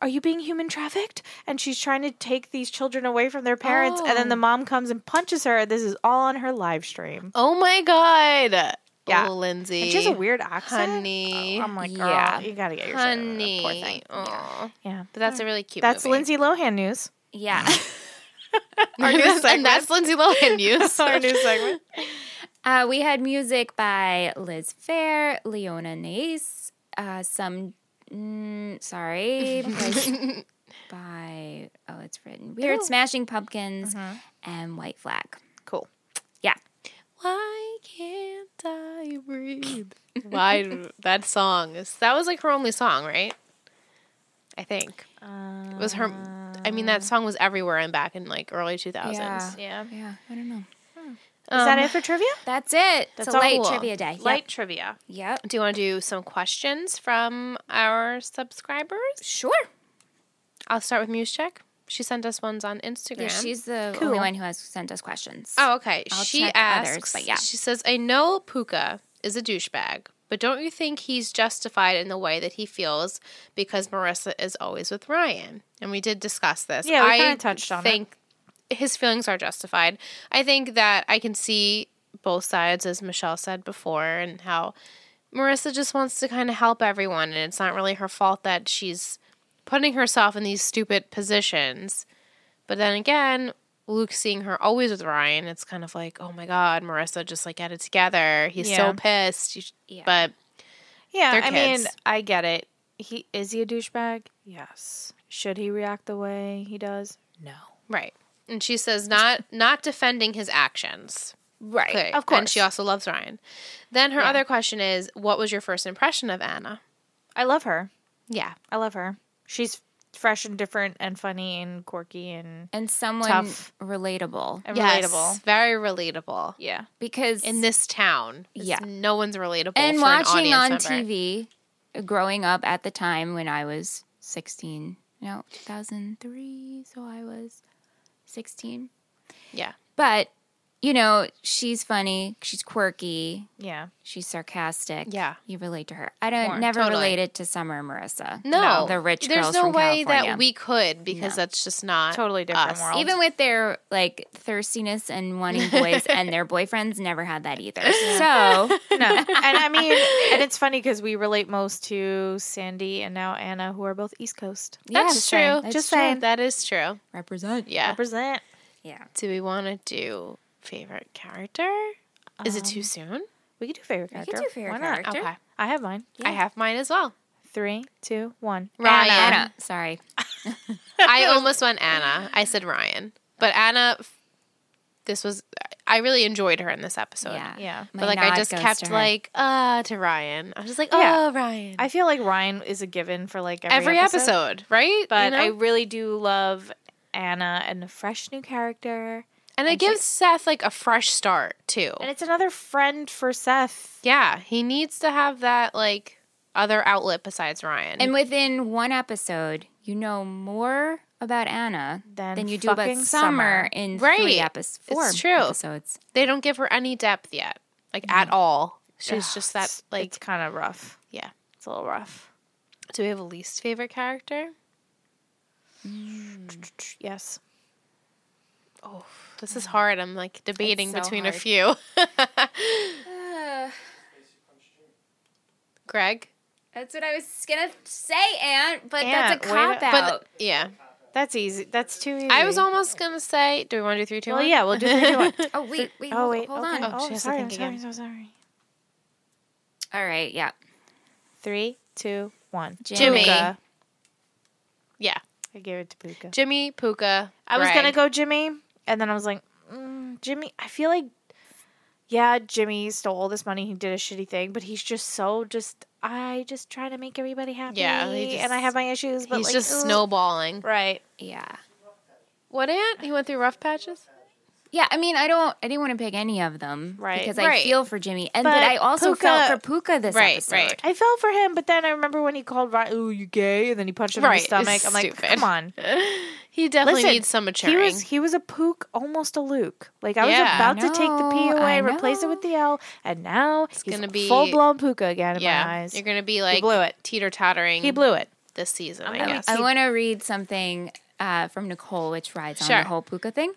[SPEAKER 2] "Are you being human trafficked?" And she's trying to take these children away from their parents. And then the
[SPEAKER 3] Oh.
[SPEAKER 2] mom comes and punches her. This is all on her live stream.
[SPEAKER 3] Oh my god.
[SPEAKER 2] Yeah.
[SPEAKER 3] Oh, Lindsay.
[SPEAKER 2] And she has a weird accent.
[SPEAKER 3] Honey.
[SPEAKER 2] Oh, I'm like, girl,
[SPEAKER 1] Yeah.
[SPEAKER 2] you gotta get your shit together,
[SPEAKER 3] honey.
[SPEAKER 2] Poor thing.
[SPEAKER 3] Aw.
[SPEAKER 2] Yeah,
[SPEAKER 3] But that's a really cute.
[SPEAKER 2] that's
[SPEAKER 3] movie.
[SPEAKER 2] Lindsay Lohan
[SPEAKER 3] *laughs*
[SPEAKER 2] news.
[SPEAKER 1] Yeah. *laughs*
[SPEAKER 2] Our new segment.
[SPEAKER 3] and that's Lindsay
[SPEAKER 2] *laughs*
[SPEAKER 3] Lohan news.
[SPEAKER 2] Our new
[SPEAKER 3] *laughs*
[SPEAKER 2] segment.
[SPEAKER 1] Uh, we had music by Liz Fair, Leona Nace, uh, some. Mm, sorry, placed by oh, it's written Weird Smashing Pumpkins and White Flag.
[SPEAKER 2] Uh-huh. Cool.
[SPEAKER 1] Yeah,
[SPEAKER 3] *laughs* Why can't I breathe? Why *laughs* do- that song is that was like her only song, right? I think
[SPEAKER 2] Mm-hmm.
[SPEAKER 3] it was her. I mean,
[SPEAKER 2] Uh.
[SPEAKER 3] that song was everywhere and back in like early two thousands. Um, Yeah.
[SPEAKER 1] yeah. I don't know.
[SPEAKER 2] Is that it for trivia?
[SPEAKER 1] That's it.
[SPEAKER 3] That's
[SPEAKER 1] it's a light
[SPEAKER 3] all.
[SPEAKER 1] trivia day. Yep.
[SPEAKER 2] Light trivia.
[SPEAKER 1] Yep.
[SPEAKER 3] Do you want to do some questions from our subscribers?
[SPEAKER 1] Sure.
[SPEAKER 3] I'll start with MuseCheck. She sent us ones on Instagram.
[SPEAKER 1] Yeah, she's the
[SPEAKER 2] Cool.
[SPEAKER 1] only one who has sent us questions.
[SPEAKER 3] oh, okay.
[SPEAKER 1] I'll
[SPEAKER 3] she
[SPEAKER 1] check
[SPEAKER 3] asks.
[SPEAKER 1] others, but yeah.
[SPEAKER 3] She says, "I know Puka is a douchebag, but don't you think he's justified in the way that he feels because Marissa is always with Ryan?" And we did discuss this.
[SPEAKER 2] Yeah, we
[SPEAKER 3] I
[SPEAKER 2] kinda touched on it.
[SPEAKER 3] think his feelings are justified. I think that I can see both sides, as Michelle said before, and how Marissa just wants to kind of help everyone, and it's not really her fault that she's putting herself in these stupid positions. But then again, Luke seeing her always with Ryan, it's kind of like, oh my God, Marissa just like got it together. He's
[SPEAKER 2] Yeah.
[SPEAKER 3] so pissed. You sh-
[SPEAKER 1] Yeah.
[SPEAKER 3] But
[SPEAKER 2] Yeah,
[SPEAKER 3] They're
[SPEAKER 2] I mean,
[SPEAKER 3] kids.
[SPEAKER 2] I get it. He is he a douchebag? Yes. Should he react the way he does? No.
[SPEAKER 3] right. And she says not not defending his actions.
[SPEAKER 1] right.
[SPEAKER 3] Clearly.
[SPEAKER 2] of
[SPEAKER 3] And
[SPEAKER 2] course.
[SPEAKER 3] she also loves Ryan. Then her other question is, what was your first impression of Anna?
[SPEAKER 2] I love her.
[SPEAKER 3] Yeah.
[SPEAKER 2] I love her. She's fresh and different and funny and quirky and,
[SPEAKER 1] And someone
[SPEAKER 2] Tough.
[SPEAKER 1] relatable
[SPEAKER 2] and
[SPEAKER 3] Yes,
[SPEAKER 2] relatable.
[SPEAKER 3] Very relatable.
[SPEAKER 2] Yeah.
[SPEAKER 1] because
[SPEAKER 3] In this town. It's-
[SPEAKER 1] Yeah.
[SPEAKER 3] No one's relatable.
[SPEAKER 1] and
[SPEAKER 3] for an
[SPEAKER 1] watching on
[SPEAKER 3] audience member.
[SPEAKER 1] TV, growing up at the time when I was 16, no, 2003, so I was 16.
[SPEAKER 3] Yeah.
[SPEAKER 1] But, you know, she's funny, she's quirky,
[SPEAKER 2] Yeah.
[SPEAKER 1] she's sarcastic.
[SPEAKER 3] Yeah.
[SPEAKER 1] You relate to her. I don't
[SPEAKER 2] More,
[SPEAKER 1] never
[SPEAKER 3] totally.
[SPEAKER 1] related to Summer and Marissa.
[SPEAKER 3] No,
[SPEAKER 1] The rich
[SPEAKER 3] There's
[SPEAKER 1] girls
[SPEAKER 3] no
[SPEAKER 1] from
[SPEAKER 3] way
[SPEAKER 1] California.
[SPEAKER 3] that we could because
[SPEAKER 1] No.
[SPEAKER 3] that's just not
[SPEAKER 2] Totally different
[SPEAKER 3] us.
[SPEAKER 2] world.
[SPEAKER 1] even with their like thirstiness and wanting boys and their boyfriends never had that either. *laughs* So
[SPEAKER 2] No.
[SPEAKER 1] *laughs*
[SPEAKER 2] and I
[SPEAKER 3] *laughs*
[SPEAKER 2] mean, and it's funny because we relate most to Sandy and now Anna, who are both East Coast.
[SPEAKER 1] yeah,
[SPEAKER 3] That's true.
[SPEAKER 1] that's
[SPEAKER 2] Just
[SPEAKER 1] true.
[SPEAKER 2] saying.
[SPEAKER 3] That is true.
[SPEAKER 1] represent.
[SPEAKER 3] Yeah.
[SPEAKER 2] Represent.
[SPEAKER 1] Yeah.
[SPEAKER 3] Do we want to do favorite character? is it too soon?
[SPEAKER 2] We could do favorite
[SPEAKER 1] could
[SPEAKER 2] character.
[SPEAKER 1] do favorite
[SPEAKER 2] Why not?
[SPEAKER 1] character. Sure.
[SPEAKER 3] Okay.
[SPEAKER 2] I have mine.
[SPEAKER 3] I have mine as well.
[SPEAKER 2] Three, two, one.
[SPEAKER 3] Ryan.
[SPEAKER 1] Anna. Sorry.
[SPEAKER 3] I almost went Anna. I said Ryan. But Anna, f- this was, I really enjoyed her in this episode.
[SPEAKER 1] Yeah.
[SPEAKER 2] Yeah.
[SPEAKER 1] My
[SPEAKER 3] But like,
[SPEAKER 1] nod
[SPEAKER 3] I just
[SPEAKER 1] goes
[SPEAKER 3] kept
[SPEAKER 1] to her.
[SPEAKER 3] like, uh, to Ryan. I was just like, oh,
[SPEAKER 2] Yeah.
[SPEAKER 3] Ryan.
[SPEAKER 2] I feel like Ryan is a given for like every,
[SPEAKER 3] Every episode, right?
[SPEAKER 2] But
[SPEAKER 3] You
[SPEAKER 2] I
[SPEAKER 3] know?
[SPEAKER 2] really do love Anna and a fresh new character.
[SPEAKER 3] and it gives Seth like a fresh start too.
[SPEAKER 2] And it's another friend for Seth.
[SPEAKER 3] Yeah, he needs to have that like other outlet besides Ryan.
[SPEAKER 1] And within one episode, you know more about Anna
[SPEAKER 2] Than
[SPEAKER 1] than, you do about
[SPEAKER 2] fucking
[SPEAKER 1] Summer,
[SPEAKER 2] Summer.
[SPEAKER 1] in
[SPEAKER 3] Right.
[SPEAKER 1] three episodes. Four
[SPEAKER 3] It's
[SPEAKER 1] *sighs*
[SPEAKER 3] true.
[SPEAKER 1] episodes.
[SPEAKER 3] they don't give her any depth yet, like at all. She's just that
[SPEAKER 2] It's-
[SPEAKER 3] like
[SPEAKER 2] it's kind of rough.
[SPEAKER 3] yeah.
[SPEAKER 2] It's a little rough.
[SPEAKER 3] Do we have a least favorite character? Mm-hmm.
[SPEAKER 2] Yes.
[SPEAKER 3] This is hard. I'm like debating
[SPEAKER 1] so
[SPEAKER 3] between a
[SPEAKER 1] hard.
[SPEAKER 3] few. *laughs* Greg.
[SPEAKER 1] That's what I was gonna say, Aunt. But
[SPEAKER 2] Aunt,
[SPEAKER 1] that's a
[SPEAKER 2] wait a-
[SPEAKER 1] cop out.
[SPEAKER 3] But yeah,
[SPEAKER 2] That's easy. That's too easy.
[SPEAKER 3] I was almost gonna say, do we want to do three, two,
[SPEAKER 2] Well,
[SPEAKER 3] one?
[SPEAKER 2] yeah, we'll do three, two, one.
[SPEAKER 1] oh wait, wait,
[SPEAKER 2] Oh
[SPEAKER 1] hold,
[SPEAKER 2] wait,
[SPEAKER 1] hold
[SPEAKER 2] okay.
[SPEAKER 1] on.
[SPEAKER 3] Oh,
[SPEAKER 2] Oh,
[SPEAKER 3] she has to
[SPEAKER 2] sorry, I'm
[SPEAKER 3] think
[SPEAKER 2] sorry, I'm
[SPEAKER 3] again.
[SPEAKER 2] so sorry.
[SPEAKER 1] All right, yeah.
[SPEAKER 2] Three, two, one.
[SPEAKER 1] Jimmy.
[SPEAKER 2] Puka.
[SPEAKER 3] yeah.
[SPEAKER 2] I gave it to Puka.
[SPEAKER 3] *laughs* Jimmy Puka.
[SPEAKER 2] I was gonna
[SPEAKER 3] Greg.
[SPEAKER 2] go Jimmy, and then I was like, mm, Jimmy. I feel like, yeah, Jimmy stole all this money. He did a shitty thing, but he's just so just. I just try to make everybody happy.
[SPEAKER 3] Yeah, he
[SPEAKER 2] and I
[SPEAKER 3] just-
[SPEAKER 2] have my issues, but
[SPEAKER 3] He's
[SPEAKER 2] like,
[SPEAKER 3] just
[SPEAKER 2] ugh.
[SPEAKER 3] snowballing.
[SPEAKER 2] Right.
[SPEAKER 1] Yeah.
[SPEAKER 3] What Aunt? He went through rough patches.
[SPEAKER 1] Yeah, I mean, I don't, I didn't want to pick any of them,
[SPEAKER 2] Right.
[SPEAKER 1] Because I
[SPEAKER 3] Right.
[SPEAKER 1] feel for Jimmy, and but,
[SPEAKER 2] But
[SPEAKER 1] I also felt for
[SPEAKER 2] Puka-
[SPEAKER 1] Puka this
[SPEAKER 3] Right,
[SPEAKER 1] episode.
[SPEAKER 3] right.
[SPEAKER 2] I fell for him, but then I remember when he called Ryan, "Ooh, you gay," and then he punched him
[SPEAKER 3] Right.
[SPEAKER 2] in the stomach. I'm like,
[SPEAKER 3] Stupid.
[SPEAKER 2] come
[SPEAKER 3] *laughs*
[SPEAKER 2] on.
[SPEAKER 3] He definitely
[SPEAKER 2] Listen,
[SPEAKER 3] needs some
[SPEAKER 2] He
[SPEAKER 3] maturing.
[SPEAKER 2] was he was a pook, almost a Luke. Like I was
[SPEAKER 3] Yeah.
[SPEAKER 2] about
[SPEAKER 1] I
[SPEAKER 2] to take the P
[SPEAKER 1] know, I
[SPEAKER 2] away, replace it with the L, and now it's
[SPEAKER 3] gonna be-
[SPEAKER 2] full blown puka again in
[SPEAKER 3] yeah,
[SPEAKER 2] my eyes.
[SPEAKER 3] you're gonna be like
[SPEAKER 2] blew it.
[SPEAKER 3] teeter tottering.
[SPEAKER 2] He blew it.
[SPEAKER 3] this season, I
[SPEAKER 2] gonna be
[SPEAKER 3] guess.
[SPEAKER 1] I want to read something uh, from Nicole, which rides on
[SPEAKER 3] Sure.
[SPEAKER 1] the whole Puka thing.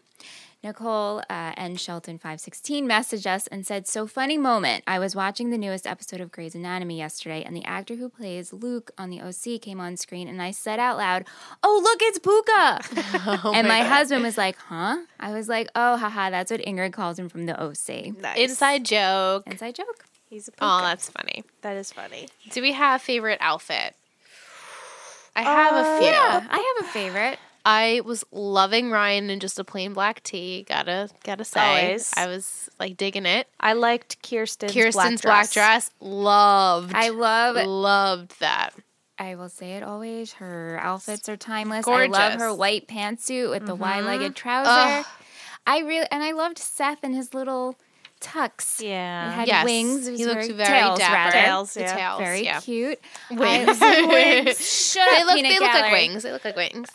[SPEAKER 1] Nicole uh, and Shelton five sixteen messaged us and said, "So funny moment. I was watching the newest episode of Grey's Anatomy yesterday, and the actor who plays Luke on the OC came on screen, and I said out loud, "Oh look, it's Puka!" *laughs* and Oh my husband was like, "Huh?" I was like, "Oh, haha, that's what Ingrid calls him from the OC."
[SPEAKER 3] Inside joke.
[SPEAKER 1] Inside joke.
[SPEAKER 2] He's a puka.
[SPEAKER 3] Oh, that's funny.
[SPEAKER 2] that is funny.
[SPEAKER 3] Do we have favorite outfit? I have a
[SPEAKER 2] Uh,
[SPEAKER 3] few.
[SPEAKER 1] Yeah, I have a favorite.
[SPEAKER 3] I was loving Ryan in just a plain black tee. Gotta gotta say,
[SPEAKER 2] Always.
[SPEAKER 3] I was like digging it.
[SPEAKER 2] I liked Kirsten's,
[SPEAKER 3] Kirsten's black dress, loved.
[SPEAKER 1] I love
[SPEAKER 3] loved that.
[SPEAKER 1] I will say it always. Her outfits are timeless. I love
[SPEAKER 3] Gorgeous. Mm-hmm.
[SPEAKER 1] her white pantsuit with the wide-legged trouser.
[SPEAKER 3] Ugh.
[SPEAKER 1] I really and I loved Seth and his little tux.
[SPEAKER 2] Yeah.
[SPEAKER 1] It had
[SPEAKER 3] Yes.
[SPEAKER 1] wings. It was
[SPEAKER 3] He looked very
[SPEAKER 1] tails,
[SPEAKER 3] dapper.
[SPEAKER 1] rather.
[SPEAKER 2] Tails,
[SPEAKER 3] The
[SPEAKER 2] yeah.
[SPEAKER 3] tails,
[SPEAKER 1] Very
[SPEAKER 3] yeah. *laughs*
[SPEAKER 1] cute. I-
[SPEAKER 3] Wings. *laughs*
[SPEAKER 1] wings. Shut
[SPEAKER 3] They
[SPEAKER 1] up,
[SPEAKER 3] look.
[SPEAKER 1] peanut
[SPEAKER 3] They look like
[SPEAKER 1] gallery.
[SPEAKER 3] wings. They look like wings.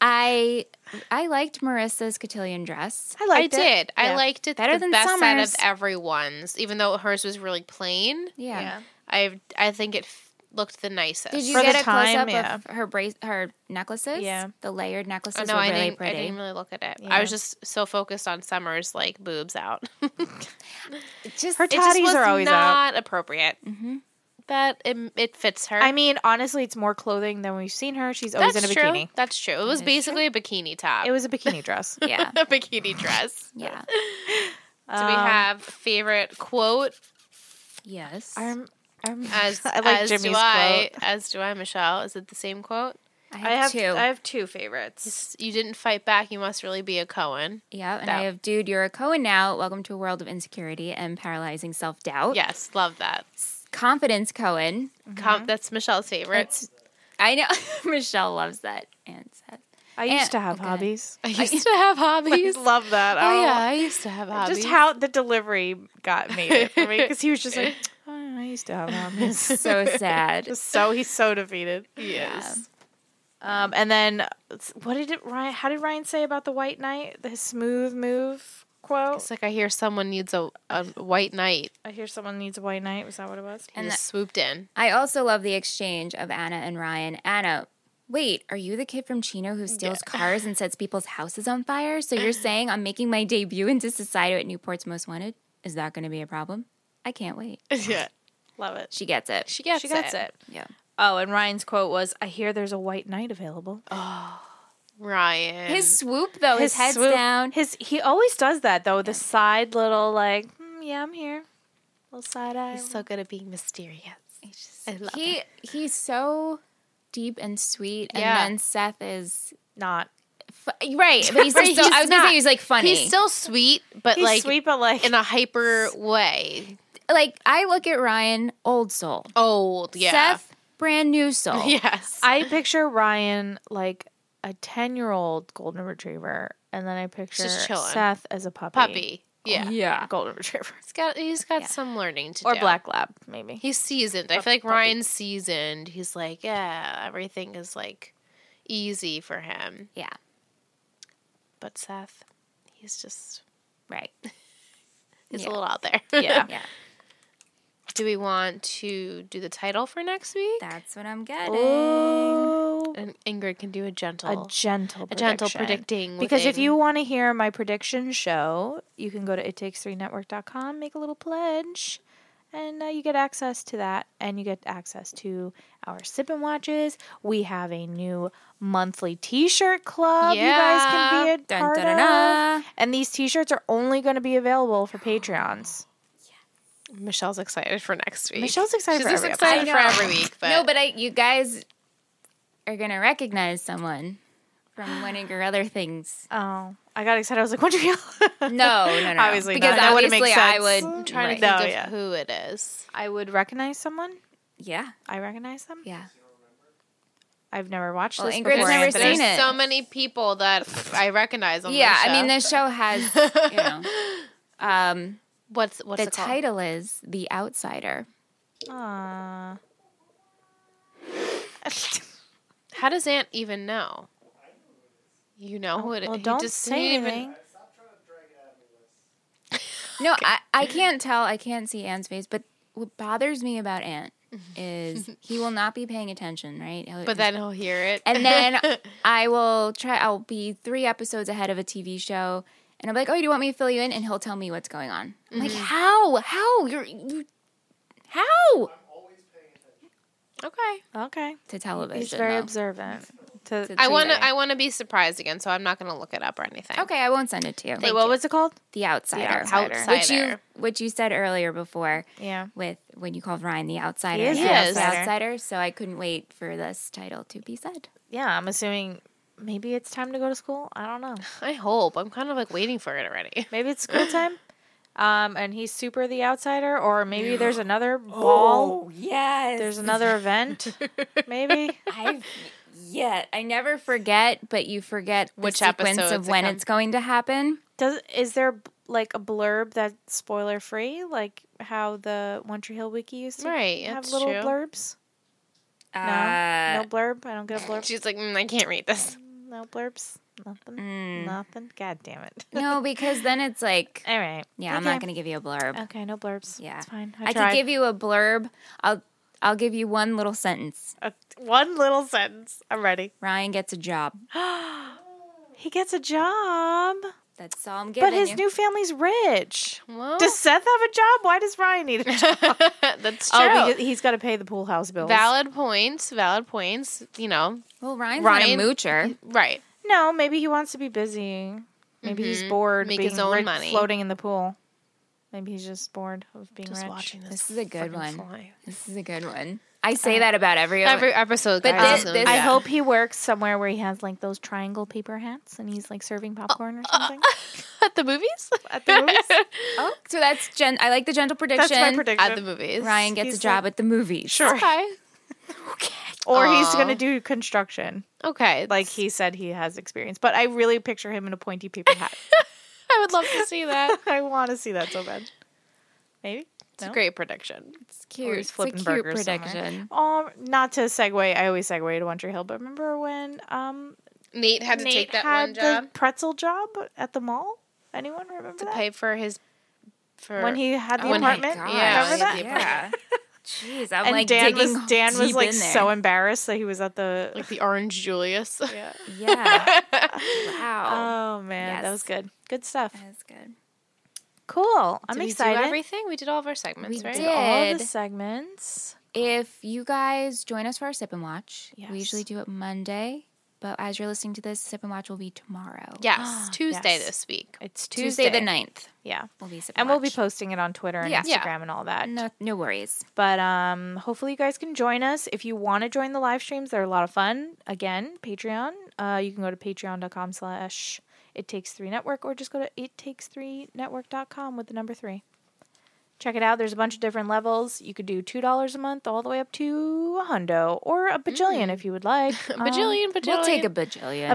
[SPEAKER 1] I I liked Marissa's cotillion dress.
[SPEAKER 2] I
[SPEAKER 3] I
[SPEAKER 2] liked it.
[SPEAKER 3] did. I
[SPEAKER 2] Yeah.
[SPEAKER 3] liked it
[SPEAKER 1] Better
[SPEAKER 3] the
[SPEAKER 1] than
[SPEAKER 3] best out of
[SPEAKER 1] Summer's.
[SPEAKER 3] everyone's, even though hers was really plain.
[SPEAKER 1] Yeah.
[SPEAKER 2] Yeah.
[SPEAKER 3] I I think it f- looked the nicest.
[SPEAKER 1] Did you
[SPEAKER 2] For the
[SPEAKER 1] get a
[SPEAKER 2] time,
[SPEAKER 1] close up
[SPEAKER 2] yeah.
[SPEAKER 1] of her brace, her necklaces?
[SPEAKER 2] Yeah.
[SPEAKER 1] the layered necklaces
[SPEAKER 3] Oh, no,
[SPEAKER 1] were
[SPEAKER 3] I
[SPEAKER 1] really
[SPEAKER 3] didn't.
[SPEAKER 1] pretty.
[SPEAKER 3] I didn't really look at it.
[SPEAKER 2] Yeah.
[SPEAKER 3] I was just so focused on Summer's like boobs out. *laughs* it
[SPEAKER 1] Just
[SPEAKER 2] Her
[SPEAKER 3] just
[SPEAKER 2] toddies
[SPEAKER 3] was
[SPEAKER 2] are always Mm-hmm. out.
[SPEAKER 3] not appropriate,
[SPEAKER 1] hmm
[SPEAKER 3] but it, it fits her.
[SPEAKER 2] I mean, honestly, it's more clothing than we've seen her. She's always
[SPEAKER 3] that's
[SPEAKER 2] in a
[SPEAKER 3] true.
[SPEAKER 2] bikini.
[SPEAKER 3] That's true. It was
[SPEAKER 1] is true.
[SPEAKER 3] basically a bikini top.
[SPEAKER 2] It was a bikini dress. Do
[SPEAKER 1] yeah,
[SPEAKER 3] *laughs* a bikini dress.
[SPEAKER 1] yeah,
[SPEAKER 2] we
[SPEAKER 3] Do we have favorite quote?
[SPEAKER 1] yes.
[SPEAKER 2] I, rem- I, rem-
[SPEAKER 3] As
[SPEAKER 2] *laughs* I like
[SPEAKER 3] as
[SPEAKER 2] Jimmy's
[SPEAKER 3] do
[SPEAKER 2] quote.
[SPEAKER 3] I, as do I, Michelle. Is it the same quote?
[SPEAKER 1] I have,
[SPEAKER 2] I have
[SPEAKER 1] two.
[SPEAKER 2] I have two favorites.
[SPEAKER 3] You didn't fight back. You must really be a Cohen.
[SPEAKER 1] Yeah, and
[SPEAKER 3] That-
[SPEAKER 1] I have dude, you're a Cohen now. Welcome to a world of insecurity and paralyzing self
[SPEAKER 2] Oh.
[SPEAKER 1] doubt.
[SPEAKER 3] Yes, love that.
[SPEAKER 1] Confidence Cohen.
[SPEAKER 2] Mm-hmm.
[SPEAKER 3] Com- that's Michelle's favorite.
[SPEAKER 1] It's I know *laughs* Michelle loves that and says
[SPEAKER 2] I used
[SPEAKER 1] And-
[SPEAKER 2] to have
[SPEAKER 1] okay.
[SPEAKER 2] hobbies.
[SPEAKER 3] *laughs*
[SPEAKER 2] *laughs*
[SPEAKER 3] I used to
[SPEAKER 1] *laughs*
[SPEAKER 3] have hobbies.
[SPEAKER 2] I love that.
[SPEAKER 3] Oh
[SPEAKER 2] don't-
[SPEAKER 3] yeah, I used to have hobbies.
[SPEAKER 2] Just how the delivery got made it for me because he was just
[SPEAKER 3] *laughs*
[SPEAKER 2] like, "Oh, I used to have hobbies.
[SPEAKER 1] so sad.
[SPEAKER 2] Just *laughs* so he's so defeated.
[SPEAKER 3] Yes.
[SPEAKER 2] Um, and then what did it Ryan? How did Ryan say about the white knight? The smooth move quote.
[SPEAKER 3] It's like I hear someone needs a, a white knight
[SPEAKER 2] I hear someone needs a white knight. Was that what it was?
[SPEAKER 3] and
[SPEAKER 1] And
[SPEAKER 3] just swooped in.
[SPEAKER 1] I also love the exchange of Anna and Ryan. Anna, wait, are you the kid from Chino who steals cars and sets people's houses on fire? So
[SPEAKER 3] *laughs*
[SPEAKER 1] you're saying I'm making my debut into society at Newport's Most Wanted? Is that gonna be a problem? I can't wait.
[SPEAKER 3] *laughs* yeah,
[SPEAKER 2] Love it.
[SPEAKER 1] She gets it.
[SPEAKER 3] she gets
[SPEAKER 2] she gets it.
[SPEAKER 1] Yeah.
[SPEAKER 2] Oh, and Ryan's quote was, "I hear there's a white knight available."
[SPEAKER 3] Ryan.
[SPEAKER 1] His swoop though, his, head's
[SPEAKER 2] swoop-
[SPEAKER 1] down.
[SPEAKER 2] His he always does that though. The side little like, "Hmm, yeah, I'm here. Little side eye.
[SPEAKER 3] He's so good at being mysterious. I love
[SPEAKER 1] he he's so deep and sweet, and
[SPEAKER 3] Yeah.
[SPEAKER 1] then Seth is
[SPEAKER 2] Not.
[SPEAKER 1] fu- *laughs* right, but he's,
[SPEAKER 3] Right,
[SPEAKER 1] still,
[SPEAKER 3] he's
[SPEAKER 1] I was gonna
[SPEAKER 3] not.
[SPEAKER 1] say he's like funny.
[SPEAKER 3] He's still sweet, but
[SPEAKER 2] He's
[SPEAKER 3] like
[SPEAKER 2] sweet, but like *laughs*
[SPEAKER 3] in a hyper way.
[SPEAKER 1] like I look at Ryan, old soul.
[SPEAKER 3] Old, yeah.
[SPEAKER 1] Seth, brand new *laughs* soul.
[SPEAKER 3] *laughs* Yes.
[SPEAKER 2] I picture Ryan like a 10 year old golden retriever, and then I picture
[SPEAKER 3] Just chilling.
[SPEAKER 2] Seth as a puppy.
[SPEAKER 3] Puppy. Yeah.
[SPEAKER 1] Oh, yeah.
[SPEAKER 2] Golden retriever.
[SPEAKER 3] He's got he's got
[SPEAKER 1] Yeah.
[SPEAKER 3] some learning to
[SPEAKER 2] Or
[SPEAKER 3] do.
[SPEAKER 2] black lab, maybe.
[SPEAKER 3] He's seasoned. I feel like Ryan's seasoned. He's like, yeah, everything is like easy for him.
[SPEAKER 1] Yeah,
[SPEAKER 3] But Seth, he's just
[SPEAKER 1] right.
[SPEAKER 3] he's
[SPEAKER 1] Yeah.
[SPEAKER 3] a little out there.
[SPEAKER 2] Yeah.
[SPEAKER 1] Yeah,
[SPEAKER 3] do we want to do the title for next week?
[SPEAKER 1] that's what I'm getting.
[SPEAKER 2] Ooh.
[SPEAKER 3] And Ingrid can do a gentle.
[SPEAKER 2] A gentle prediction.
[SPEAKER 3] Oh. A gentle predicting
[SPEAKER 2] Because if
[SPEAKER 3] within-
[SPEAKER 2] you want to hear my prediction show, you can go to ittakes3network.com, make a little pledge, And uh, you get access to that, and you get access to our sip and watches. We have a new monthly T-shirt club. You guys can be a
[SPEAKER 1] Dun,
[SPEAKER 2] part
[SPEAKER 1] dun, dun, dun.
[SPEAKER 2] of. And these T-shirts are only going to be available for Patreons.
[SPEAKER 3] Michelle's excited for next week.
[SPEAKER 2] Michelle's excited
[SPEAKER 3] She's
[SPEAKER 2] for every
[SPEAKER 3] excited
[SPEAKER 1] episode.
[SPEAKER 3] for
[SPEAKER 1] I know.
[SPEAKER 3] every week. But
[SPEAKER 1] No, but I, you guys are going to recognize someone from one of *gasps* your other things.
[SPEAKER 2] Oh, I got excited. I was like, "What do *laughs* you?"
[SPEAKER 1] No, no, no.
[SPEAKER 2] Obviously
[SPEAKER 1] because
[SPEAKER 2] not. That wouldn't make
[SPEAKER 1] obviously I
[SPEAKER 2] sense.
[SPEAKER 1] would.
[SPEAKER 3] I'm trying to
[SPEAKER 2] Right.
[SPEAKER 3] think
[SPEAKER 2] No,
[SPEAKER 3] of
[SPEAKER 2] Oh, yeah.
[SPEAKER 3] who it is.
[SPEAKER 2] I would recognize someone.
[SPEAKER 1] Yeah,
[SPEAKER 2] I recognize them.
[SPEAKER 1] yeah.
[SPEAKER 2] I've never watched
[SPEAKER 1] Well,
[SPEAKER 2] this
[SPEAKER 1] Ingrid's
[SPEAKER 2] before.
[SPEAKER 1] never
[SPEAKER 2] Anthony.
[SPEAKER 1] seen
[SPEAKER 3] There's
[SPEAKER 1] it.
[SPEAKER 3] so many people that I recognize on
[SPEAKER 1] Yeah,
[SPEAKER 3] this
[SPEAKER 1] I mean,
[SPEAKER 3] show.
[SPEAKER 1] the show has, you know. *laughs* Um,
[SPEAKER 3] what's what's
[SPEAKER 1] the
[SPEAKER 3] it called?
[SPEAKER 1] title is The Outsider.
[SPEAKER 2] Aw.
[SPEAKER 3] How does Aunt even know? You know who it is.
[SPEAKER 2] well,
[SPEAKER 3] You
[SPEAKER 2] don't
[SPEAKER 3] just- you
[SPEAKER 2] say
[SPEAKER 3] didn't even-
[SPEAKER 2] anything.
[SPEAKER 1] No, I, I can't tell. I can't see Anne's face. But what bothers me about *laughs* Ant is he will not be paying attention, right? He'll-
[SPEAKER 3] But then he'll hear it.
[SPEAKER 1] and *laughs* then I will try. I'll be three episodes ahead of a TV show, and I'm like, "Oh, do you want me to fill you in?" And he'll tell me what's going on. I'm Like how? How you're you? How
[SPEAKER 3] *laughs* okay.
[SPEAKER 2] Okay.
[SPEAKER 1] to
[SPEAKER 2] He's
[SPEAKER 1] television?
[SPEAKER 2] very
[SPEAKER 1] though.
[SPEAKER 2] observant. To,
[SPEAKER 1] To
[SPEAKER 2] to
[SPEAKER 1] the
[SPEAKER 3] I want
[SPEAKER 1] TV.
[SPEAKER 3] to. I want to be surprised again, so I'm not going to look it up or anything.
[SPEAKER 1] okay, I won't send it to you.
[SPEAKER 2] Wait, what was it called?
[SPEAKER 1] the outsider?
[SPEAKER 2] Outsider.
[SPEAKER 1] Which you
[SPEAKER 3] Outsider.
[SPEAKER 1] which you said earlier before.
[SPEAKER 2] Yeah.
[SPEAKER 1] with when you called Ryan the outsider.
[SPEAKER 2] He is
[SPEAKER 1] and
[SPEAKER 3] the
[SPEAKER 1] I was
[SPEAKER 2] outsider.
[SPEAKER 1] outsider, so I couldn't wait for this title to be said.
[SPEAKER 2] Yeah, I'm assuming maybe it's time to go to school. I don't know.
[SPEAKER 3] I hope. I'm kind of like waiting for it already. *laughs*
[SPEAKER 2] Maybe it's
[SPEAKER 1] *laughs*
[SPEAKER 2] school time. Um, and he's super the outsider, or maybe there's
[SPEAKER 1] Oh.
[SPEAKER 2] another ball.
[SPEAKER 1] yes.
[SPEAKER 2] There's another event, maybe.
[SPEAKER 1] *laughs* I've yet I never forget, but you forget the
[SPEAKER 3] Which
[SPEAKER 1] sequence
[SPEAKER 3] episodes
[SPEAKER 1] of
[SPEAKER 3] it
[SPEAKER 1] when
[SPEAKER 3] comes-
[SPEAKER 1] it's going to happen.
[SPEAKER 2] Does is there like a blurb that's spoiler free, like how the One Tree Hill Wiki used to
[SPEAKER 3] Right,
[SPEAKER 2] have
[SPEAKER 3] that's
[SPEAKER 2] little
[SPEAKER 3] true.
[SPEAKER 2] blurbs? No,
[SPEAKER 1] Uh,
[SPEAKER 2] no blurb. I don't get a blurb.
[SPEAKER 3] She's like, mm, I can't read this.
[SPEAKER 2] No blurbs. Nothing.
[SPEAKER 1] Mm.
[SPEAKER 2] Nothing. God damn it.
[SPEAKER 1] *laughs*
[SPEAKER 2] *laughs*
[SPEAKER 1] no, because then it's like
[SPEAKER 2] All right.
[SPEAKER 1] yeah, I'm not going to give you a blurb.
[SPEAKER 2] to. Okay, no blurbs.
[SPEAKER 1] Yeah.
[SPEAKER 2] it's fine. Uh, I,
[SPEAKER 1] I
[SPEAKER 2] tried.
[SPEAKER 1] could give you a blurb. I'll I'll give you one little sentence.
[SPEAKER 2] A- one little sentence. I'm ready. *gasps*
[SPEAKER 1] Ryan gets a job.
[SPEAKER 2] He gets a job,
[SPEAKER 1] That's all I'm giving
[SPEAKER 2] but his
[SPEAKER 1] you.
[SPEAKER 2] new family's rich.
[SPEAKER 3] Well,
[SPEAKER 2] Does
[SPEAKER 3] *laughs*
[SPEAKER 2] Seth have a job? Why does Ryan need a *laughs* job?
[SPEAKER 3] that's true.
[SPEAKER 2] Oh, because he's got to pay the pool house bills.
[SPEAKER 3] valid points. Valid points. You know,
[SPEAKER 1] well, Ryan's
[SPEAKER 3] Ryan-
[SPEAKER 1] not a moocher.
[SPEAKER 3] right?
[SPEAKER 2] No, maybe he wants to be busy. Maybe he's
[SPEAKER 3] Mhm.
[SPEAKER 2] bored
[SPEAKER 3] Make
[SPEAKER 2] being
[SPEAKER 3] his own
[SPEAKER 2] rich-
[SPEAKER 3] money.
[SPEAKER 2] floating in the pool. Maybe he's just bored of being
[SPEAKER 3] Just
[SPEAKER 2] rich.
[SPEAKER 3] watching this.
[SPEAKER 1] This is a good
[SPEAKER 3] freaking
[SPEAKER 1] one.
[SPEAKER 3] fly.
[SPEAKER 1] This is a good one. I say
[SPEAKER 2] Uh,
[SPEAKER 1] that about every other
[SPEAKER 3] Every episode,
[SPEAKER 1] But
[SPEAKER 3] guys,
[SPEAKER 1] thi-
[SPEAKER 3] is gonna be
[SPEAKER 1] this-
[SPEAKER 2] I
[SPEAKER 1] Yeah.
[SPEAKER 3] bad.
[SPEAKER 2] hope he works somewhere where he has like those triangle paper hats and he's like serving popcorn
[SPEAKER 3] Uh,
[SPEAKER 2] or something
[SPEAKER 3] at the *laughs* movies.
[SPEAKER 2] at the movies.
[SPEAKER 1] Oh, so that's gen. I like the gentle prediction.
[SPEAKER 2] That's my prediction.
[SPEAKER 3] at the movies.
[SPEAKER 1] Ryan gets
[SPEAKER 2] He's
[SPEAKER 1] a job at the movies.
[SPEAKER 2] Sure.
[SPEAKER 3] Okay.
[SPEAKER 2] *laughs* Or he's
[SPEAKER 3] uh, Aw.
[SPEAKER 2] going to do construction.
[SPEAKER 3] Okay.
[SPEAKER 2] Like he said he has experience. But I really picture him in a pointy paper
[SPEAKER 3] *laughs*
[SPEAKER 2] hat.
[SPEAKER 3] *laughs* I would love to see *laughs* that.
[SPEAKER 2] I want to see that so bad. Maybe.
[SPEAKER 3] It's a great prediction.
[SPEAKER 1] It's cute.
[SPEAKER 2] he's
[SPEAKER 1] It's a
[SPEAKER 2] flipping
[SPEAKER 1] cute
[SPEAKER 2] burgers somewhere.
[SPEAKER 1] prediction.
[SPEAKER 2] Um, not to segue. I always segue to One Tree Hill, but remember when um
[SPEAKER 3] Nate had
[SPEAKER 2] Nate
[SPEAKER 3] to take that
[SPEAKER 2] had
[SPEAKER 3] one job
[SPEAKER 2] the
[SPEAKER 3] *laughs*
[SPEAKER 2] pretzel job at the mall? Anyone remember
[SPEAKER 3] to
[SPEAKER 2] that?
[SPEAKER 3] pay for his for
[SPEAKER 2] when he had the
[SPEAKER 3] Oh my
[SPEAKER 2] apartment.
[SPEAKER 3] God.
[SPEAKER 2] Yeah, remember
[SPEAKER 3] Yeah.
[SPEAKER 2] that?
[SPEAKER 1] Yeah. Jeez, I'm
[SPEAKER 2] And
[SPEAKER 1] like
[SPEAKER 2] Dan was
[SPEAKER 1] digging
[SPEAKER 2] Dan was
[SPEAKER 1] deep
[SPEAKER 2] like
[SPEAKER 1] in there.
[SPEAKER 2] so embarrassed that he was at the.
[SPEAKER 3] like the orange *laughs* Julius.
[SPEAKER 2] Yeah. *laughs*
[SPEAKER 1] Yeah. wow.
[SPEAKER 2] Oh man, that
[SPEAKER 1] Yes.
[SPEAKER 2] was good. Good stuff.
[SPEAKER 1] That's good.
[SPEAKER 2] Cool. I'm
[SPEAKER 3] Did
[SPEAKER 2] excited.
[SPEAKER 3] We do everything. We did all of our segments,
[SPEAKER 1] We
[SPEAKER 3] right?
[SPEAKER 1] did.
[SPEAKER 2] All of the
[SPEAKER 1] Did.
[SPEAKER 2] segments.
[SPEAKER 1] If you guys join us for our sip and watch, we usually
[SPEAKER 2] Yes.
[SPEAKER 1] do it Monday, but as you're listening to this, sip and watch will be tomorrow.
[SPEAKER 3] Yes, Tuesday
[SPEAKER 2] Ah, Yes.
[SPEAKER 3] this week.
[SPEAKER 2] It's Tuesday,
[SPEAKER 1] Tuesday, the 9th
[SPEAKER 2] Yeah,
[SPEAKER 1] will be sip
[SPEAKER 2] and
[SPEAKER 1] and,
[SPEAKER 2] we'll be
[SPEAKER 1] Watch.
[SPEAKER 2] posting it on Twitter and
[SPEAKER 1] Yeah.
[SPEAKER 2] Instagram
[SPEAKER 3] Yeah.
[SPEAKER 2] and all that.
[SPEAKER 1] no, no worries.
[SPEAKER 2] But um, hopefully you guys can join us. If you want to join the live streams, they're a lot of fun. Again, Patreon. Uh, you can go to patreon.com slash it takes three network or just go to it takes three network.com with the number three. Check it out. There's a bunch of different levels. You could do two dollars a month all the way up to a hundo or a bajillion if you would like.
[SPEAKER 3] Mm. *laughs* A bajillion, bajillion.
[SPEAKER 1] We'll take a
[SPEAKER 2] Um, A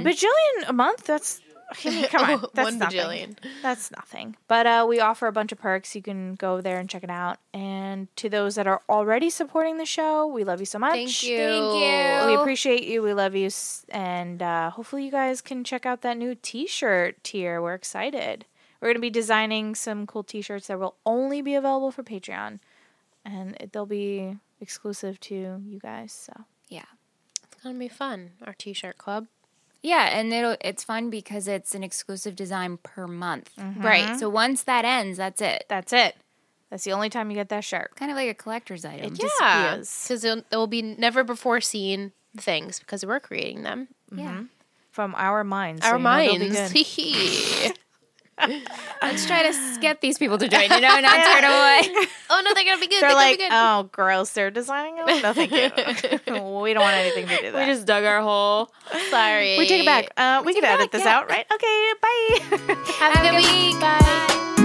[SPEAKER 1] bajillion.
[SPEAKER 2] bajillion a month? That's I mean, come on.
[SPEAKER 3] Oh,
[SPEAKER 2] That's
[SPEAKER 3] *laughs* one
[SPEAKER 2] nothing.
[SPEAKER 3] bajillion.
[SPEAKER 2] That's nothing. But uh, we offer a bunch of perks. You can go there and check it out. And to those that are already supporting the show, we love you so much.
[SPEAKER 3] Thank you.
[SPEAKER 1] Thank
[SPEAKER 2] We
[SPEAKER 1] you.
[SPEAKER 2] appreciate you. We love you. S- And uh, hopefully, you guys can check out that new t shirt tier. We're excited. We're going to be designing some cool t shirts that will only be available for Patreon. And it- they'll be exclusive to you guys. So,
[SPEAKER 1] yeah.
[SPEAKER 3] It's gonna be fun. Our T-shirt club.
[SPEAKER 1] Yeah, and it'll it's fun because it's an exclusive design per month.
[SPEAKER 3] Right.
[SPEAKER 1] So once that ends, that's it.
[SPEAKER 2] that's it. That's the only time you get that shark.
[SPEAKER 1] Kind of like a collector's item.
[SPEAKER 2] It
[SPEAKER 3] Yeah,
[SPEAKER 2] disappears.
[SPEAKER 3] because there will be never before seen things because we're creating them.
[SPEAKER 1] yeah.
[SPEAKER 3] Mm-hmm.
[SPEAKER 2] from our minds. so
[SPEAKER 3] Our
[SPEAKER 2] you know they'll be
[SPEAKER 3] minds. *laughs*
[SPEAKER 2] good.
[SPEAKER 1] Let's try to s- get these people to join. You
[SPEAKER 3] *laughs*
[SPEAKER 1] know,
[SPEAKER 2] *laughs*
[SPEAKER 1] not turn away.
[SPEAKER 3] oh no, they're gonna be good.
[SPEAKER 2] They're
[SPEAKER 3] gonna
[SPEAKER 2] like,
[SPEAKER 3] be good.
[SPEAKER 2] oh, gross. They're designing it. No, thank you. *laughs* we don't want anything to do that.
[SPEAKER 3] we just dug our hole.
[SPEAKER 2] oh,
[SPEAKER 3] Sorry.
[SPEAKER 2] We take it back. Uh, we, could
[SPEAKER 1] it back,
[SPEAKER 2] edit this
[SPEAKER 1] yeah.
[SPEAKER 2] out, right? Okay, bye.
[SPEAKER 3] Have, a good week. Bye.